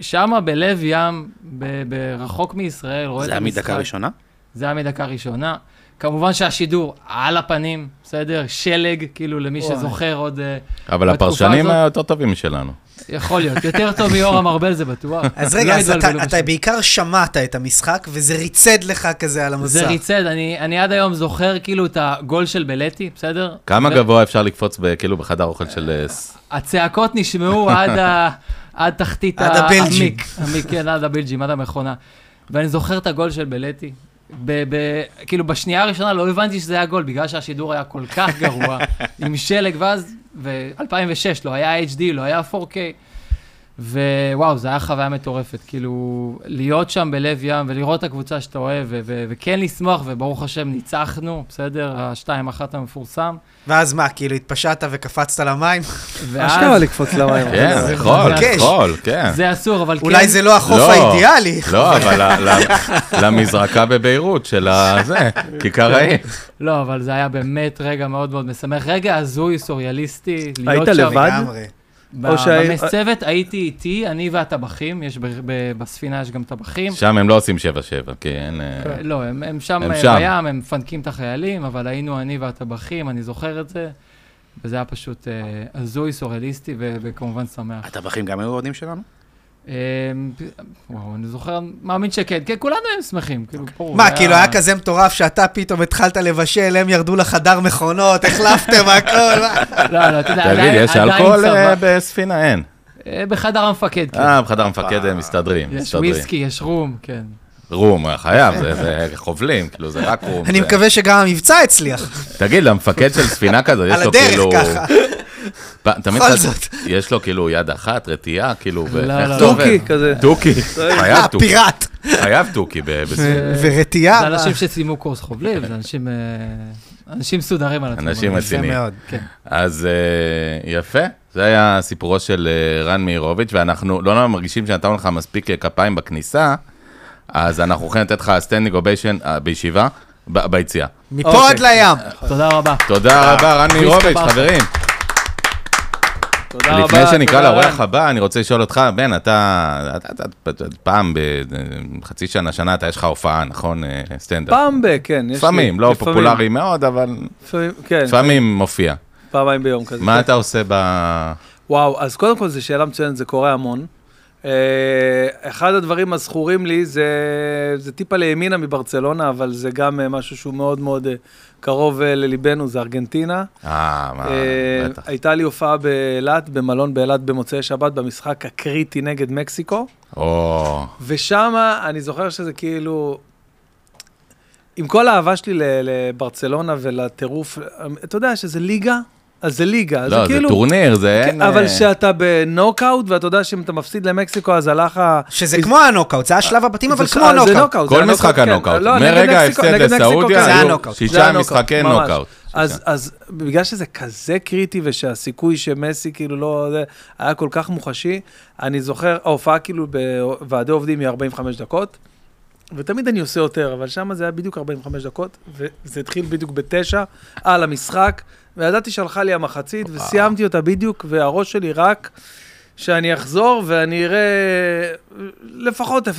שמה בלב ים, ב- ברחוק מישראל, רואה את
זה היה
המשחק.
מדקה ראשונה?
זה היה מדקה ראשונה. כמובן שהשידור על הפנים, בסדר? שלג, כאילו למי
וואי.
שזוכר עוד... אה,
אבל
בתקופה
הפרשנים
הזאת-
היותר טובים שלנו.
יכול להיות, יותר טוב מיורם ארבל זה בטוח.
אז
לא
רגע, אז
יתבלבלו
אתה-
בשם.
אתה בעיקר שמעת את המשחק, וזה ריצד לך כזה על
זה
המסך.
ריצד, אני, אני עד היום זוכר כאילו את הגול של בלטי, בסדר?
כמה
ו-
גבוה אפשר לקפוץ ב- כאילו בחדר אוכל של... אה, ס-
הצעקות נשמעו עד, ה, עד תחתית
עד
ה-
הבלג'ים.
המיק, המיק, כן, עד הבלג'ים, עד המכונה. ואני זוכר את הגול של בלטי. ב, ב, כאילו, בשנייה הראשונה לא הבנתי שזה היה גול, בגלל שהשידור היה כל כך גרוע, עם שלג, ואז, ו-2006, לא היה HD, לא היה 4K. ווואו, זו הייתה חוויה מטורפת. כאילו, להיות שם בלב ים ולראות את הקבוצה שאתה אוהב, ו- ו- וכן לשמוח, וברוך השם, ניצחנו, בסדר? ה-2-1 המפורסם.
ואז מה, כאילו התפשעת וקפצת למים?
ואז-
אשכרה לקפוץ למים.
כן,
אה, זה-
יכול,
זה-
יכול, כן.
זה אסור, אבל כן...
אולי זה לא החוף
לא,
האידיאלי.
לא, אבל ל- ל- למזרקה בביירות של ה- זה, כיכר העיר.
לא, אבל זה היה באמת רגע מאוד מאוד משמח. רגע הזוי, סוריאליסטי, להיות
היית
שם.
לבד?
לגמרי.
ב-
או שהי-
במס צוות הייתי איתי, אני והטבחים, יש ב- ב- בספינה יש גם טבחים.
שם הם לא עושים 7-7, כי אין... אה,
לא, הם, הם שם
הם
הם
שם.
בים, הם מפנקים את החיילים, אבל היינו אני והטבחים, אני זוכר את זה, וזה היה פשוט אה, הזוי, סוריאליסטי ו- וכמובן שמח.
הטבחים גם היו אוהדים שלנו?
אה, וואו, אני זוכר, מאמין שכן, כן, כולנו היינו שמחים, כאילו, ברור.
מה, כאילו היה כזה מטורף שאתה פתאום התחלת לבשל, הם ירדו לחדר מכונות, החלפתם הכל. מה?
לא, לא, אתה יודע,
תגיד,
עדיין-
יש
עדיין
אלכוהול אה,
סבבה.
בספינה? אין.
אה, בחדר המפקד, כן.
אה, בחדר המפקד אה, מסתדרים,
יש
מסתדרים.
וויסקי, יש רום, כן.
רום, אה, חייב, זה- זה חובלים, כאילו, זה רק רום.
אני
זה-
מקווה שגם המבצע הצליח.
תגיד, למפקד של ספינה כזו, יש
על
לו
הדרך,
כאילו...
ככה.
פ- תמיד
בכל
חש-
זאת.
יש לו כאילו יד אחת, רתיעה, כאילו, ו-
לא,
איך
לא,
זה
לא.
עובד?
טורקי כזה.
תוקי. חייב
אה,
תוכי.
פיראט.
חייב תוכי ב- בספינה.
אה,
ו-
זה
ורתיעה. מה?
אנשים שסיימו קורס חובלים, זה אנשים, אה, אנשים מסודרים על עצמם.
אנשים
אני-
יפה
רציניים.
מאוד.
כן.
אז אה, יפה, זה היה סיפורו של אה, רן מאירוביץ', ואנחנו לא נורא מרגישים שנתנו לך מספיק אה, כפיים בכניסה, אז אנחנו הולכים לתת לך סטנדינג אוביישן בישיבה, ב- ביציאה.
מפה עד
אוקיי.
לים.
תודה רבה.
תודה רבה, רן מאירוביץ',
כפרה.
חברים.
תודה רבה.
לפני שנקרא
תודה, רן.
לאורח הבא, אני רוצה לשאול אותך, בן, אתה אתה- אתה- אתה- פעם בחצי שנה, שנה, אתה יש לך הופעה, נכון? אה, סטנדאפ.
פעם ב... כן. יש לי-
לפעמים, לא
לפעמים.
פופולרי מאוד, אבל
לפעמים, כן,
לפעמים מופיע.
פעמיים ביום כזה.
מה אתה עושה ב...
וואו, אז קודם כל זו שאלה מצוינת, זה קורה המון. אה, אחד הדברים הזכורים לי זה, זה טיפה לימינה מברצלונה, אבל זה גם אה, משהו שהוא מאוד מאוד אה, קרוב אה, לליבנו, זה ארגנטינה.
אה, מה,
אה,
בטח.
הייתה לי הופעה באילת, במלון באילת במוצאי שבת, במשחק הקריטי נגד מקסיקו,
או...
ושם אני זוכר שזה כאילו... עם כל האהבה שלי ל- לברצלונה ולטירוף, אה, אתה יודע שזה ליגה, אז זה ליגה. אז
לא, זה
כאילו,
טורניר, זה
כן,
אין...
אבל
אה,
שאתה בנוקאוט, ואתה יודע שאם אתה מפסיד למקסיקו, אז הלך ה...
שזה כמו הנוקאוט, זה היה שלב הבתים, אבל
אה, זה-
כמו
אה, זה
הנוקאוט.
נוקאוט. זה
כל
היה
משחק
כן.
הנוקאוט.
לא, נגד
מרגע
מקסיקו-
ההפסד
נגד מקסיקו,
לסעודיה,
כן.
זה
היו
הנוקאוט.
זה
שישה
הנוקאוט,
משחקי
ממש.
נוקאוט.
אז, אז בגלל שזה כזה קריטי ושהסיכוי שמסי כאילו לא, זה, היה כל כך מוחשי, אני זוכר, ההופעה כאילו בוועדי עובדים היא 45 דקות, ותמיד אני עושה יותר, אבל שם זה היה בדיוק 45 דקות, וזה התחיל בדיוק בתשע, על המשחק, וידעתי שהלכה לי המחצית, וסיימתי אותה בדיוק, והראש שלי רק... שאני אחזור ואני אראה לפחות 0-0,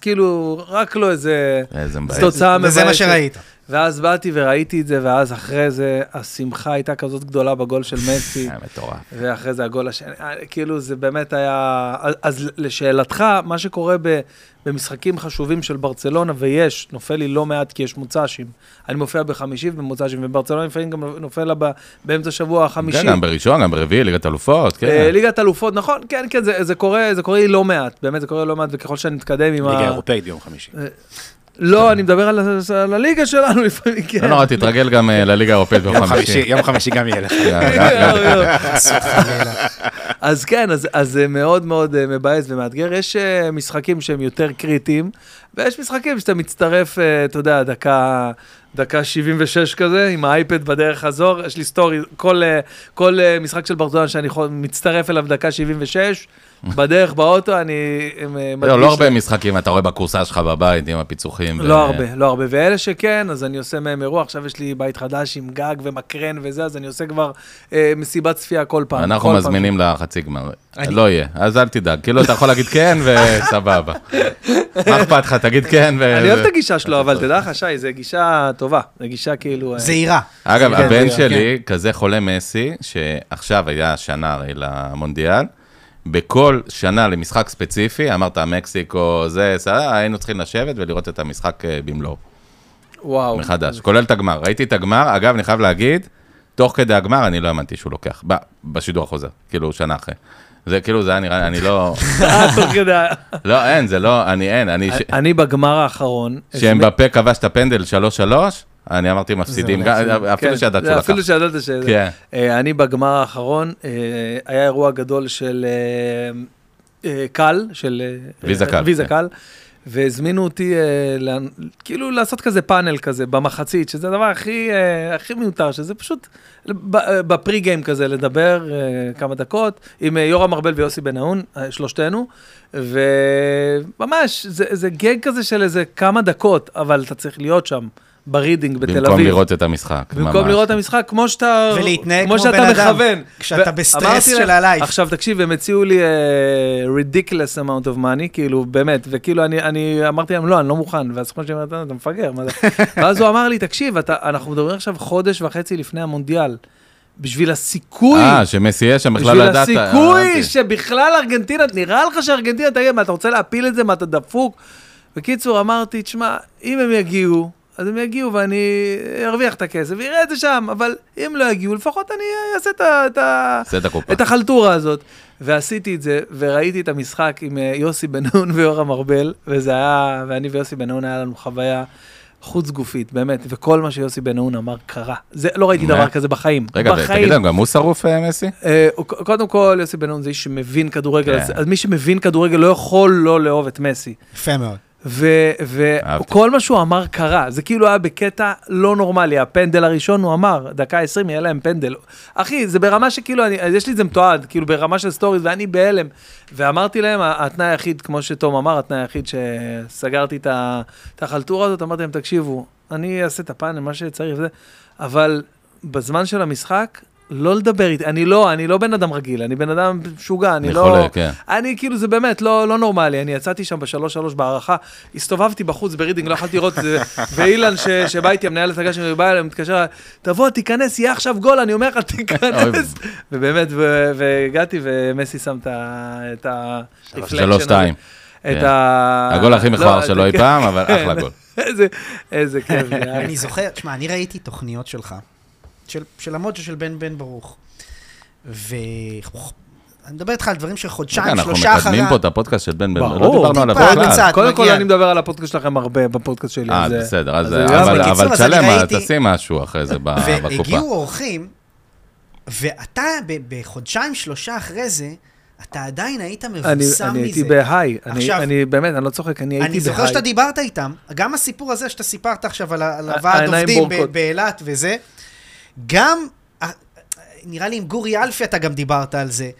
כאילו, רק לא איזה...
איזה מבאס.
תוצאה מבאסת.
וזה מה שראית.
ואז באתי וראיתי את זה, ואז אחרי זה, השמחה הייתה כזאת גדולה בגול של מסי,
היה אה, מטורף.
ואחרי זה הגול השני, אה, כאילו זה באמת היה... אז- אז לשאלתך, מה שקורה ב, במשחקים חשובים של ברצלונה, ויש, נופל לי לא מעט כי יש מוצ"שים. אני מופיע בחמישי ובמוצ"שים, וברצלונה לפעמים גם נופל לה ב- באמצע השבוע החמישי.
כן, גם בראשון, גם ברביעי, ליגת אלופות,
אה,
כן.
ליגת אלופות, נכון, כן, כן, זה, זה קורה, זה קורה לי לא מעט, באמת, זה קורה לי לא מעט, וככל שאני מתקדם עם
ליגה
ה...
אירופאית ביום חמישי.
לא, אני מדבר על, ה- על הליגה שלנו לפעמים, כן.
לא נורא, תתרגל גם אה, לליגה האירופאית ביום
יום
חמישי.
חמישי, יום חמישי גם יהיה לך.
אז כן, אז, אז זה מאוד מאוד אה, מבאס ומאתגר. יש אה, משחקים שהם יותר קריטיים, ויש משחקים שאתה מצטרף, אה, אתה יודע, דקה... דקה 76 כזה, עם האייפד בדרך חזור, יש לי סטורי, כל, אה, כל אה, משחק של ברצלונה שאני יכול- מצטרף אליו דקה 76, בדרך באוטו, אני... אה,
לא, לא
מדגיש
הרבה משחקים אתה רואה בכורסה שלך בבית עם הפיצוחים. ו-
לא הרבה, לא הרבה. ואלה שכן, אז אני עושה מהם אירוע. עכשיו יש לי בית חדש עם גג ומקרן וזה, אז אני עושה כבר אה, מסיבת צפייה כל פעם. כל
אנחנו
פעם.
מזמינים לחצי גמר. לא יהיה, אז אל תדאג. כאילו, אתה יכול להגיד כן וסבבה. מה אכפת לך, תגיד כן ו...
אני אוהב את הגישה שלו, אבל תדע לך, שי, זו גישה טובה. זו גישה כאילו... אה,
זהירה.
אגב,
כן,
הבן
כן.
שלי כזה חולה מסי, שעכשיו היה שנה הרי למונדיאל, בכל שנה למשחק ספציפי, אמרת מקסיקו, זה, סללה, היינו צריכים לשבת ולראות את המשחק אה, במלואו,
וואו.
מחדש, כולל את הגמר. ראיתי את הגמר, אגב, אני חייב להגיד, תוך כדי הגמר אני לא האמנתי שהוא לוקח, ב- בשידור החוזר, כאילו שנה אחרי. זה כאילו, זה היה נראה, אני לא,
תוך כדי-
לא, אין, זה לא, אני אין, אני, ש-
אני בגמר האחרון...
כשאמבפה כבש את הפנדל 3-3, אני אמרתי מפסידים, גם- אפילו
כן,
שידעת
זה
שהוא לקח.
אפילו שידעת ש...
כן.
אה, אני בגמר האחרון, אה, היה אירוע גדול של אה, אה, קל, של... אה,
ויזה קל,
ויזה
כן.
קל. והזמינו אותי אה, לאן- כאילו לעשות כזה פאנל כזה במחצית, שזה הדבר הכי, אה, הכי מיותר, שזה פשוט ב- אה, בפרי גיים כזה לדבר אה, כמה דקות עם אה, יורם ארבל ויוסי בן-אהון, אה, שלושתנו, וממש, זה, זה גג כזה של איזה כמה דקות, אבל אתה צריך להיות שם ברידינג בתל אביב.
במקום לראות את המשחק,
במקום לראות את המשחק כמו שאתה...
ולהתנהג כמו
שאתה
בן אדם,
מכוון.
כשאתה
ו-
בסטרס
אמרתי
של
להם-
הלייף.
עכשיו תקשיב, הם הציעו לי אה, ridiculous amount of money, כאילו באמת, וכאילו אני- אני אמרתי להם לא, אני לא מוכן, והסוכן שלי אמר, "אתה- אתה מפגר, מה זה? ואז הוא אמר לי, תקשיב, אתה- אנחנו מדברים עכשיו חודש וחצי לפני המונדיאל, בשביל הסיכוי.
אה, שמסי יהיה שם, בכלל לא
בשביל
ידעת.
הסיכוי
הבנתי.
שבכלל ארגנטינה, נראה לך שארגנטינה תגיד, מה, אתה רוצה להפיל את זה? מה, אתה דפוק? בקיצור, אמרתי, תשמע, אם הם יגיעו, אז הם יגיעו ואני ארוויח את הכסף, אראה את זה שם, אבל אם לא יגיעו, לפחות אני אעשה את ה- את ה...
עשה את הקופה.
את החלטורה הזאת. ועשיתי את זה, וראיתי את המשחק עם אה, יוסי בן נון ויורם ארבל, וזה היה, ואני ויוסי בן נון היה לנו חוויה חוץ גופית, באמת, וכל מה שיוסי בן נון אמר קרה. זה, לא ראיתי
מה?
דבר כזה בחיים.
רגע,
בחיים.
תגיד לנו, גם הוא שרוף, אה, מסי?
אה, הוא- קודם כל, יוסי בן נון זה איש שמבין כדורגל,
כן.
אז אז מי שמבין כדורגל לא יכול לא לאהוב את מסי.
יפה מאוד.
אהבתי.
וכל מה שהוא אמר קרה, זה כאילו היה בקטע לא נורמלי, הפנדל הראשון הוא אמר, דקה 20 יהיה להם פנדל. אחי, זה ברמה שכאילו, אני, אז יש לי את זה מתועד, כאילו ברמה של סטוריז, ואני בהלם. ואמרתי להם, "ה- התנאי היחיד, כמו שתום אמר, התנאי היחיד שסגרתי את ה- את החלטורה הזאת, אמרתי להם, תקשיבו, אני אעשה את הפאנל, מה שצריך, זה, אבל בזמן של המשחק, לא לדבר איתי, אני לא, אני לא בן אדם רגיל, אני בן אדם משוגע, אני
אני
לא...
חולה, כן.
אני כאילו, זה באמת לא, לא נורמלי, אני יצאתי שם בשלוש שלוש בהערכה, הסתובבתי בחוץ ברידינג, לא יכולתי לראות את זה, ואילן ש, שבא איתי, המנהל הצגה שלי, בא אליי, מתקשר, תבוא, תיכנס, יהיה עכשיו גול, אני אומר לך, תיכנס. ובאמת, ו- והגעתי, ומסי שם את ה... את ה... reflection
שלוש,
הזה.
שתיים.
את
כן.
ה...
הגול הכי
לא,
מכוער
זה-
שלו אי פעם, אבל
כן.
אחלה גול.
איזה- איזה כיף. זה היה.
אני זוכר, תשמע, אני ראיתי תוכניות שלך, של, של המוג'ו של בן בן ברוך, ו... אני מדבר איתך על דברים
רגע,
שחודשיים,
אנחנו
שלושה אחרי...
מקדמים פה את הפודקאסט של בן בן,
ברור.
לא דיברנו עליו
טיפה,
בכלל.
קצת.
קודם כל,
מגיע.
אני מדבר על הפודקאסט שלכם הרבה, בפודקאסט שלי.
אה,
אז,
בסדר, אז-
אז כאילו, זה גם-
אבל
בקיצור,
אבל
אז אני
תשלם, אה,
ראיתי-
תשים משהו אחרי זה ב- בקופה.
והגיעו אורחים, ואתה ב- בחודשיים, שלושה אחרי זה, אתה עדיין היית
אה, אני,
מבוסם
אני הייתי
מזה.
בהיי, אני,
עכשיו-
אני באמת, אני לא צוחק, אני הייתי בהיי.
אני זוכר שאתה דיברת איתם, גם הסיפור הזה שאתה סיפרת עכשיו על ה- על
ה-
הוועד
העיניים
עובדים ב-
בורקות.
באילת וזה, גם, אה, נראה לי עם גורי אלפי אתה גם דיברת על זה,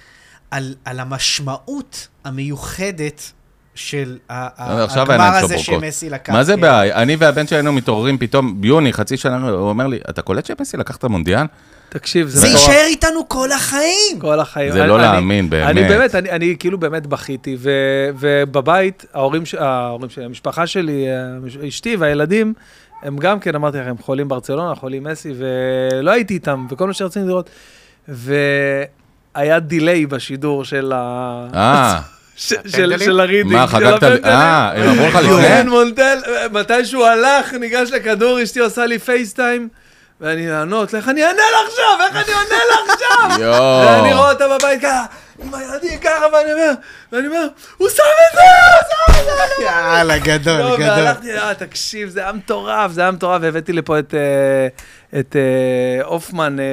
על, על המשמעות המיוחדת של ה-
לא,
ה-
עכשיו
הגמר
העיניים
הזה
שלו בורקות.
שמסי לקח.
מה זה
כן.
בעיה? אני והבן שלנו מתעוררים פתאום, ביוני, חצי שנה, הוא אומר לי, אתה קולט שמסי לקח את המונדיאל?
תקשיב, זה
זה
מטורף.
יישאר איתנו כל החיים.
כל החיים.
זה
אני-
לא
אני-
להאמין, באמת.
אני באמת, אני, אני כאילו באמת בכיתי, ו, ובבית, ההורים, ש- ההורים שלי, המשפחה שלי, המש- אשתי והילדים, הם גם כן, אמרתי לכם, חולים ברצלונה, חולים מסי, ולא הייתי איתם, וכל מה שרציתי לראות. והיה דיליי בשידור של, ה...
אה,
ש, של,
הפנדלים?
של הרידינג.
מה,
של
חגגת?
הפנדלים.
אה, הם אמרו לך
יורן
לפני?
מונטל, אה, מתי שהוא הלך, ניגש לכדור, אשתי עושה לי פייסטיים, ואני לענות, לה, איך אני אענה לך עכשיו? איך אני עונה לך עכשיו?
יואו.
ואני רואה אותה בבית ככה, עם הילדים ככה, ואני אומר, ואני אומר, הוא שם את זה, הוא שם את זה!
יאללה, גדול,
לא,
גדול.
והלכתי, אה, תקשיב, זה היה מטורף, זה היה מטורף, והבאתי לפה את אה, את אה, הופמן. אה,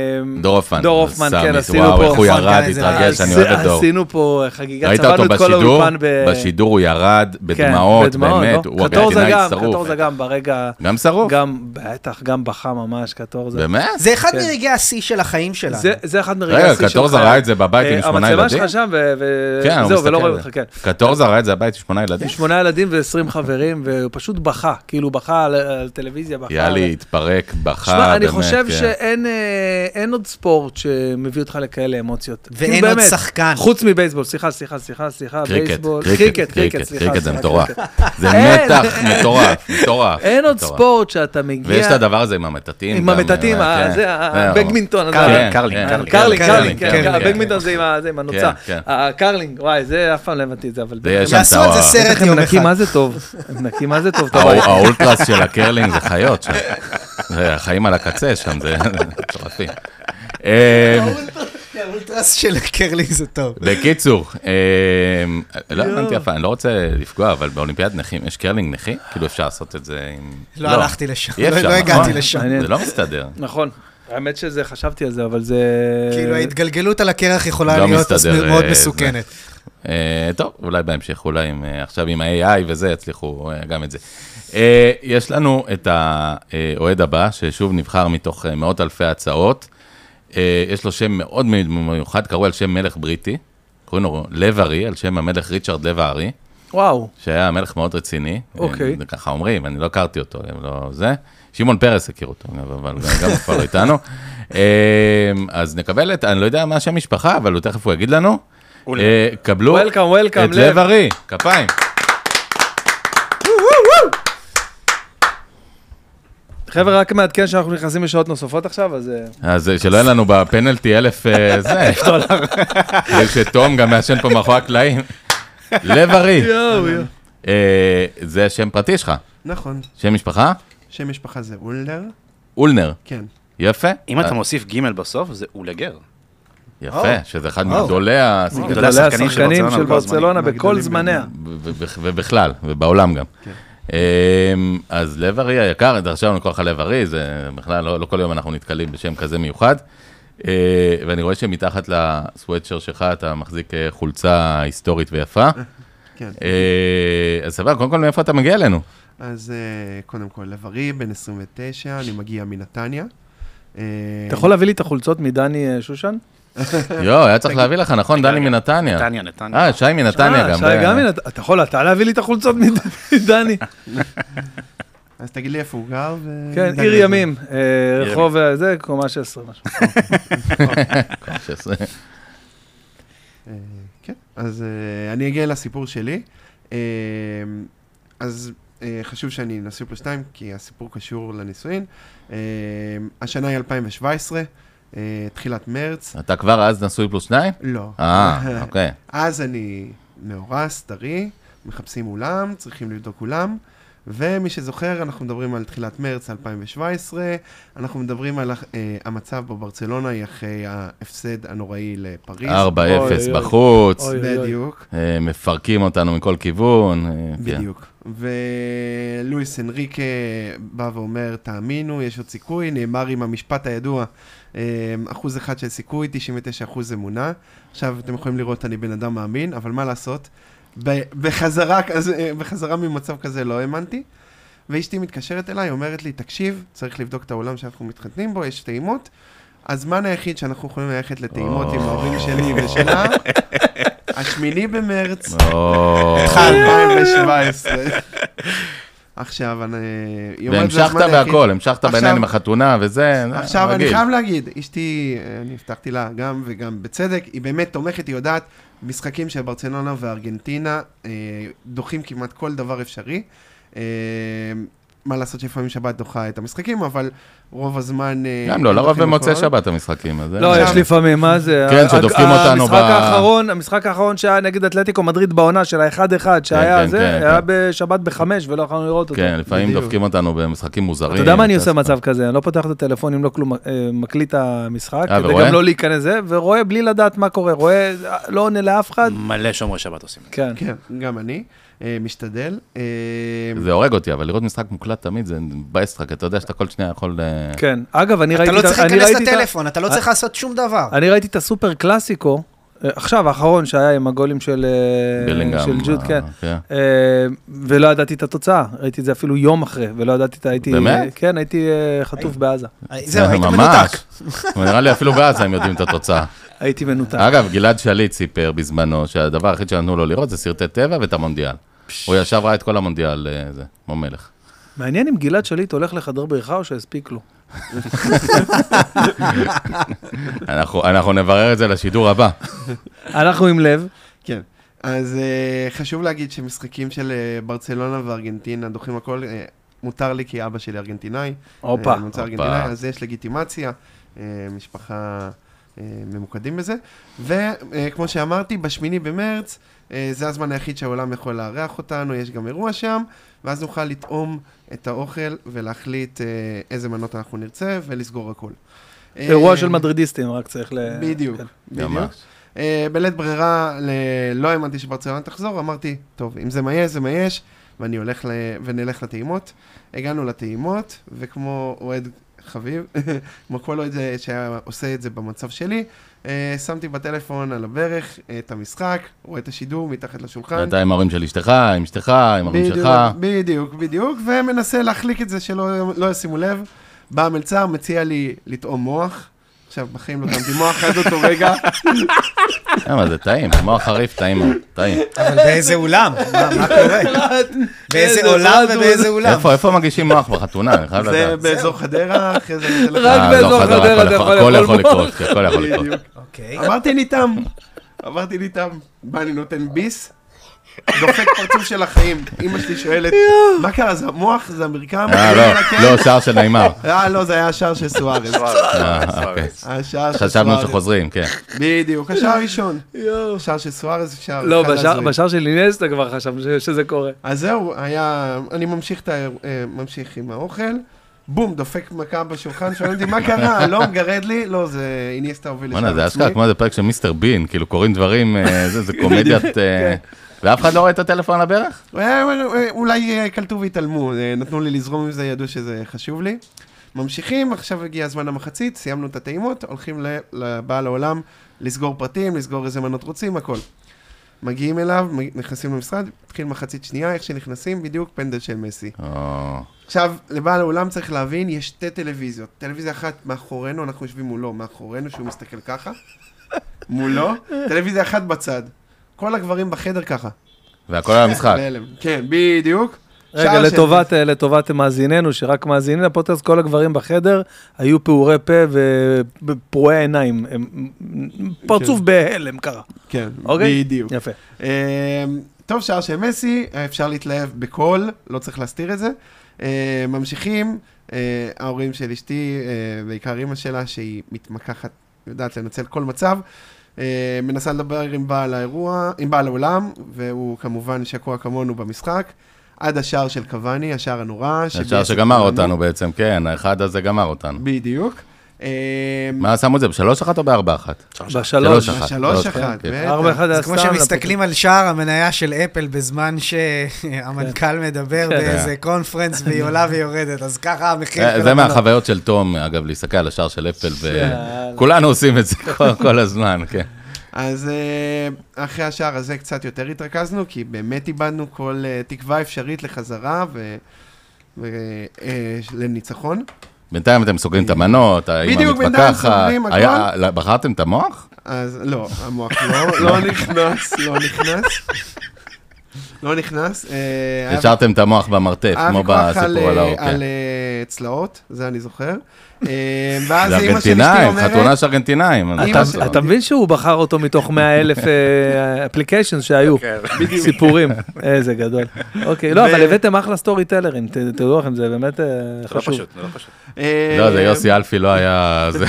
דור הופמן.
דור הופמן,
סמיס,
כן, עשינו פה. אה,
וואו, איך הוא
הופמן
ירד,
כאן, איזה
התרגש,
בארץ.
אני אוהב את דור.
עשינו פה חגיגה,
ראית
צבענו
אותו
את כל
בשידור?
האולפן ב... כן, לא?
בשידור הוא ירד בדמעות, באמת, הוא
קטורזה
ארגנטינאי
גם,
שרוף.
קטורזה גם ברגע,
גם שרוף?
גם, בטח, גם בכה ממש, קטורזה.
באמת?
זה אחד
כן.
מרגעי השיא של החיים שלנו.
זה- זה אחד מרגעי
רגע,
השיא שלך.
קטורזה ראה את זה בבית עם
אה,
שמונה
המצלמה
ילדים?
שלך שם,
כן, הוא
וזהו, ולא
מסתכל
רואים
על
אותך, כן.
זה. קטורזה ראה את זה בבית עם שמונה ילדים?
עם שמונה ילדים ו-20 חברים, והוא פשוט בכה, כאילו בכה על- על טלוויזיה, בכה.
יאללה, התפרק, בכה, באמת.
שמע, אני חושב
כן.
שאין אה, אין עוד ספורט שמביא אותך לכאלה אמוציות.
ואין
כאילו,
עוד
באמת,
שחקן.
חוץ מבייסבול, סליחה, סליחה, סליחה, סליחה,
קריקט,
בייסבול.
קריקט, קריקט,
סליחה,
קריקט זה
סליחה,
מטורף.
קריקט.
זה
אין.
מתח מטורף, מטורף.
אין עוד
מטורף.
ספורט שאתה מגיע...
ויש את הדבר הזה עם המטאטים.
עם
גם,
המטאטים,
אה,
ה-
כן.
זה,
זהו.
הבגמינטון. הזה.
כן, כן.
קרלינג,
קרלינג,
קרלינג,
קרלינג, כן, כן,
קרלינג, כן,
הבגמינטון זה עם ה- זה עם הנוצה.
כן.
הקרלינג, וואי, זה אף פעם לא הבנתי את זה, אבל...
זה יש שם
יעשו על
את
זה
ה-
סרט
הם
יום
מנקים
אחד.
מה זה טוב, הם מנקים מה זה טוב, אתה
האו-
רואה.
האולטרס של הקרלינג זה חיות שם. זה החיים על הקצה שם, זה מטורפים. אה,
האולטרס של הקרלינג זה טוב.
בקיצור, אה, לא הבנתי אף פעם, אני לא רוצה לפגוע, אבל באולימפיאד נכים, יש קרלינג נכים? כאילו אפשר לעשות את זה עם...
לא הלכתי לשם,
אי
לא-
אפשר,
לא
נכון?
הגעתי לשם.
מעניין.
זה לא מסתדר.
נכון, האמת שזה, חשבתי על זה, אבל זה...
כאילו ההתגלגלות על הקרח יכולה
לא
להיות
מסתדר,
מס- מאוד
אה,
מסוכנת.
אה, טוב, אולי בהמשך, אולי עם, אה, עכשיו עם ה-AI וזה, יצליחו אה, גם את זה. אה, יש לנו את האוהד הבא, ששוב נבחר מתוך אה, מאות אלפי הצעות. אה, יש לו שם מאוד מיוחד, קראו על שם מלך בריטי, קוראים לו לב ארי, על שם המלך ריצ'רד לב הארי,
וואו.
שהיה מלך מאוד רציני.
אוקיי.
אה, ככה אומרים, אני לא הכרתי אותו, הם לא זה. שמעון פרס הכיר אותו, אבל גם הוא כבר לא איתנו. אה, אז נקבל את, אני לא יודע מה השם משפחה, אבל הוא תכף הוא יגיד לנו.
אולי.
אה, קבלו
וולקאם, וולקאם,
את לב
לב.
ארי, כפיים.
חבר'ה, רק מעדכן שאנחנו נכנסים לשעות נוספות עכשיו, אז... אה,
אז אה, שלא יהיה לנו בפנלטי אלף אה, זה,
דולר.
אה, שתום גם מעשן פה מאחורי הקלעים. לב ארי,
יואו, יואו.
אה, זה שם פרטי שלך,
נכון,
שם משפחה?
שם משפחה זה אולנר,
אולנר,
כן.
יפה.
אם
אה,
אתה מוסיף ג' בסוף, זה אולגר.
יפה, שזה אחד
או.
מגדולי הסיגרים.
גדולי השחקנים של
השחקנים
ברצלונה
של
בכל
ברצלונה
הזמנים.
בכל
מהגדולים
זמניה.
ו- ו- ובכלל, ובעולם גם.
כן.
אמ, אז לב ארי היקר, עד עכשיו אני קורא לך לב ארי, זה בכלל, לא לא כל יום אנחנו נתקלים בשם כזה מיוחד. אה, ואני רואה שמתחת לסוואטשר שלך אתה מחזיק אה, חולצה היסטורית ויפה.
כן.
אה, אז סבבה, קודם כל מאיפה אתה מגיע אלינו?
אז אה, קודם כל, לב-ארי, בן 29, אני מגיע מנתניה. אה,
אתה יכול להביא לי את החולצות מדני אה, שושן? כן.
יואו, היה צריך להביא לך, נכון? דני מנתניה.
נתניה, נתניה.
אה, שי מנתניה
אה,
גם.
שי
ב-
גם הנה, אתה יכול, אתה להביא לי את החולצות מדני.
אז תגיד לי איפה הוא גר. ו-
כן,
נדבר
עיר
על זה.
ימים, אה, רחוב, אה, זה, קומה 16 משהו.
אה, כן, אז אה, אני אגיע לסיפור שלי. אה, אז אה, חשוב שאני נשוי פלוס 2, כי הסיפור קשור לנישואין. אה, השנה היא 2017, אה, תחילת מרץ.
אתה כבר אז נשוי פלוס שניים?
לא.
אה, אוקיי.
אז אני מאורס, טרי, מחפשים אולם, צריכים לבדוק אולם, ומי שזוכר, אנחנו מדברים על תחילת מרץ 2017, אנחנו מדברים על אה, המצב בו ברצלונה היא אחרי ההפסד הנוראי לפריז.
4-0
אוי, אוי.
בחוץ,
אוי, אוי, אוי.
בדיוק,
אה, מפרקים אותנו מכל כיוון. אה, כן.
בדיוק. ולואיס אנריקה בא ואומר, תאמינו, יש עוד סיכוי, נאמר עם המשפט הידוע, אה, אחוז אחד של סיכוי, 99 אחוז אמונה. עכשיו, אתם יכולים לראות, אני בן אדם מאמין, אה, אבל מה לעשות? ב- בחזרה, כזה- בחזרה ממצב כזה לא האמנתי, ואשתי מתקשרת אליי, אומרת לי, תקשיב, צריך לבדוק את האולם שאנחנו מתחתנים בו, יש טעימות. הזמן היחיד שאנחנו יכולים ללכת לטעימות עם ההורים שלי ושלה, השמיני במרץ,
או,
2017. עכשיו, אני... היא אומרת, "זה
והמשכת
הזמן היחיד."
בהכל, המשכת
עכשיו-
בעניין עם החתונה וזה, זה
עכשיו, אני
רגיל.
חייב להגיד, אשתי, אה, אני הבטחתי לה גם וגם בצדק, היא באמת תומכת, היא יודעת, משחקים של ברצלונה וארגנטינה אה, דוחים כמעט כל דבר אפשרי. אה, מה לעשות שלפעמים שבת דוחה את המשחקים, אבל רוב הזמן... אה,
גם לא,
הם
לרוב
דוחים
במוצאי
הכל.
שבת המשחקים. אז זה-
לא, יש
עכשיו-
לפעמים, מה זה?
כן,
ה-
שדופקים
ה-
אותנו
המשחק
ב-
האחרון, המשחק האחרון שהיה נגד אתלטיקו מדריד בעונה של ה-1-1, שהיה
כן,
זה,
כן,
היה
כן.
בשבת בחמש ולא יכולנו לראות אותו.
כן, לפעמים
בדיוק.
דופקים אותנו במשחקים מוזרים.
אתה יודע מה אני עושה
טסט-
במצב כזה? אני לא פותח את הטלפון אם לא כלום, אה, מקליט המשחק,
אה,
כדי
ורואה?
גם לא להיכנס זה, ורואה בלי לדעת מה קורה, רואה, אה, לא עונה לאף אחד.
מלא שומרי שבת עושים.
כן.
כן, גם אני, אה, משתדל. אה,
זה הורג אותי, אבל לראות משחק מוקלט תמיד זה מבאס לך, כי אתה יודע שאתה כל שנייה יכול... אה,
כן. אגב, אני ראיתי...
אתה לא
את ה-
צריך
אני
להיכנס
ראיתי את ה- אה,
לטלפון, אתה לא צריך לעשות שום דבר.
אני ראיתי את הסופר קלאסיקו, אה, עכשיו, האחרון שהיה עם הגולים של אה,
בלינגהאם,
של ג'וד,
אה,
כן. אה, ולא ידעתי את התוצאה, ראיתי את זה אפילו יום אחרי, ולא ידעתי את ה... הייתי-
באמת?
כן, הייתי אה, חטוף בעזה.
זהו, היית
אה, ממש.
מנותק.
נראה לי אפילו בעזה הם יודעים את התוצאה.
הייתי מנותק.
אגב, גלעד שליט סיפר בזמנו שהדבר היחיד שנתנו לו לראות זה סרטי טבע ואת המונדיאל. הוא ישב ראה את כל המונדיאל, אה, זה, כמו מלך.
מעניין אם גלעד שליט הולך לחדר בריחה או שהספיק לו.
אנחנו אנחנו נברר את זה לשידור הבא.
אנחנו עם לב.
כן. אז אה, חשוב להגיד שמשחקים של אה, ברצלונה וארגנטינה דוחים הכל. אה, מותר לי כי אבא שלי ארגנטינאי.
הופה.
אה, ממוצא
הופה.
ארגנטינאי, אז יש לגיטימציה, אה, משפחה אה, ממוקדים בזה. וכמו שאמרתי, בשמיני במרץ, אה, זה הזמן היחיד שהעולם יכול לארח אותנו, יש גם אירוע שם, ואז נוכל לטעום את האוכל ולהחליט אה, איזה מנות אנחנו נרצה ולסגור הכול. אה,
אירוע של מדרידיסטים, רק צריך ל...
בדיוק,
כן.
בדיוק. אה, בלית ברירה, ל- לא האמנתי שברצלונה תחזור, אמרתי, טוב, אם זה מה יש, זה מה יש, ואני הולך ל... ונלך לטעימות. הגענו לטעימות, וכמו אוהד חביב, כמו כל אוהד אה, שהיה עושה את זה במצב שלי, אה, שמתי בטלפון על הברך אה, את המשחק, רואה את השידור מתחת לשולחן.
אתה עם ההורים של אשתך, עם אשתך, עם ההורים
בדיוק,
שלך.
בדיוק, בדיוק, ומנסה להחליק את זה שלא לא ישימו לב. בא המלצר, מציע לי לטעום מוח. עכשיו, בחיים לא טעמתי מוח עד אותו רגע.
למה זה טעים, כמו החריף, טעים מאוד, טעים.
אבל באיזה אולם? מה מה קורה? באיזה עולם
רדיו.
ובאיזה אולם?
איפה, איפה מגישים מוח בחתונה, אני חייב
זה
לדעת.
באזור חדרה, אחרי זה אני אתן לך-
רק
אה,
באזור
לא, חדר,
חדרה
הכל
אתה
יכול-
יכול
הכל
לאכול
יכול לקרות, כן, הכל יכול לקרות.
בדיוק.
אוקיי.
לא.
אה,
אמרתי ניתם, אמרתי ניתם, בא אני נותן ביס, דופק פרצוף של החיים, אמא שלי שואלת, מה קרה, זה המוח, זה המרקם?
אה,
אני אומר
לא,
לה, "כן."
לא, שער של נעימר.
אה, לא, זה היה השער של סוארז.
אה, אוקיי.
השער של
חשבנו
סוארז.
שחוזרים, כן.
בדיוק, השער הראשון.
יואו.
השער של סוארז, שער
לא,
אחד
בשער-
הזוי.
בשער של אינס אתה כבר חשב ש- שזה קורה.
אז זהו, היה, אני ממשיך, את האיר- אה, ממשיך עם האוכל, בום, דופק מכה בשולחן, שואלים אותי, מה קרה? לא, מגרד לי? לא, זה איניאסטה הוביל
וואנה, זה
לשער
אשכרה
עצמי.
כמו איזה פרק של מיסטר בין, כאילו קוראים דברים, אה, זה זה קומדיית... אה, ואף אחד לא רואה את הטלפון על הברך?
אה, אה, אולי אה, קלטו והתעלמו, אה, נתנו לי לזרום עם זה, ידעו שזה חשוב לי. ממשיכים, עכשיו הגיע הזמן המחצית, סיימנו את הטעימות, הולכים ל- לבעל העולם לסגור פרטים, לסגור איזה מנות רוצים, הכל. מגיעים אליו, מג- נכנסים למשרד, התחיל מחצית שנייה, איך שנכנסים, בדיוק פנדל של מסי.
או,
עכשיו, לבעל האולם צריך להבין, יש שתי טלוויזיות. טלוויזיה אחת מאחורינו, אנחנו יושבים מולו, מאחורינו, שהוא מסתכל ככה, מולו, טלוויזיה אחת בצד. כל הגברים בחדר ככה.
והכל על המשחק.
בהלם. כן, בדיוק.
רגע,
שער
לטובת, אה, לטובת מאזיננו, שרק מאזינים לפודקאסט, כל הגברים בחדר היו פעורי פה ופרועי עיניים. הם פרצוף בהלם קרה.
של- כן,
אוקיי?
בדיוק.
יפה.
אמ, טוב, שער של מסי, אפשר להתלהב בקול, לא צריך להסתיר את זה. אה, ממשיכים, אה, ההורים של אשתי, אה, בעיקר אימא שלה, שהיא מתמקחת, יודעת לנצל כל מצב. אה, מנסה לדבר עם בעל האירוע, עם בעל האולם, והוא כמובן שקוע כמונו במשחק. עד השער של קוואני, השער הנורא.
השער
שביאס את
שגמר
כולנו.
אותנו בעצם, כן, האחד הזה גמר אותנו.
בדיוק. אמ,
מה, שמו את זה בשלוש אחת או בארבע אחת?
בשלוש.
לא
שלוש אחת.
שלוש אחת,
אחת, כן.
בטח.
ארבע אחד היה
זה
סתם.
כמו שמסתכלים על שער המניה של אפל בזמן שהמנכ"ל מדבר
כן.
באיזה קונפרנס והיא עולה ויורדת, אז ככה המחיר
כן,
זה-
של
אה, זה
המניות.
מהחוויות של תום, אגב, להסתכל על השער של אפל,
יאללה.
וכולנו עושים את זה כל- כל הזמן, כן.
אז אה, אחרי השער הזה קצת יותר התרכזנו, כי באמת איבדנו כל אה, תקווה אפשרית לחזרה, ו... ו- אה, לניצחון.
בינתיים אתם סוגרים את המנות, האמא
בדיוק, בינתיים
מתווכחת.
סוגרים הכל.
היה- לא, בחרתם את המוח?
אז לא, המוח לא, לא נכנס, לא נכנס. לא נכנס. אה, היה
השארתם את המוח במרתף,
היה
אה, כמו
ויכוח על,
בסיפור על כן.
אה,
האורקה.
על אה, צלעות, זה אני זוכר. אה, ואז
זה
אימא של אשתי
ארגנטינאים, חתונה
אומרת,
של ארגנטינאים. אז
אמא
אתה-
של-
אתה-
אתה מבין שהוא בחר אותו מתוך 100 אלף אפליקיישן שהיו, סיפורים. איזה גדול. אוקיי, לא,
ו-
אבל הבאתם אחלה סטורי טלרים, ת- תדעו לכם, זה באמת אה,
זה לא
חשוב.
פשוט, זה לא פשוט.
אה,
לא, זה יוסי אלפי לא היה... זה.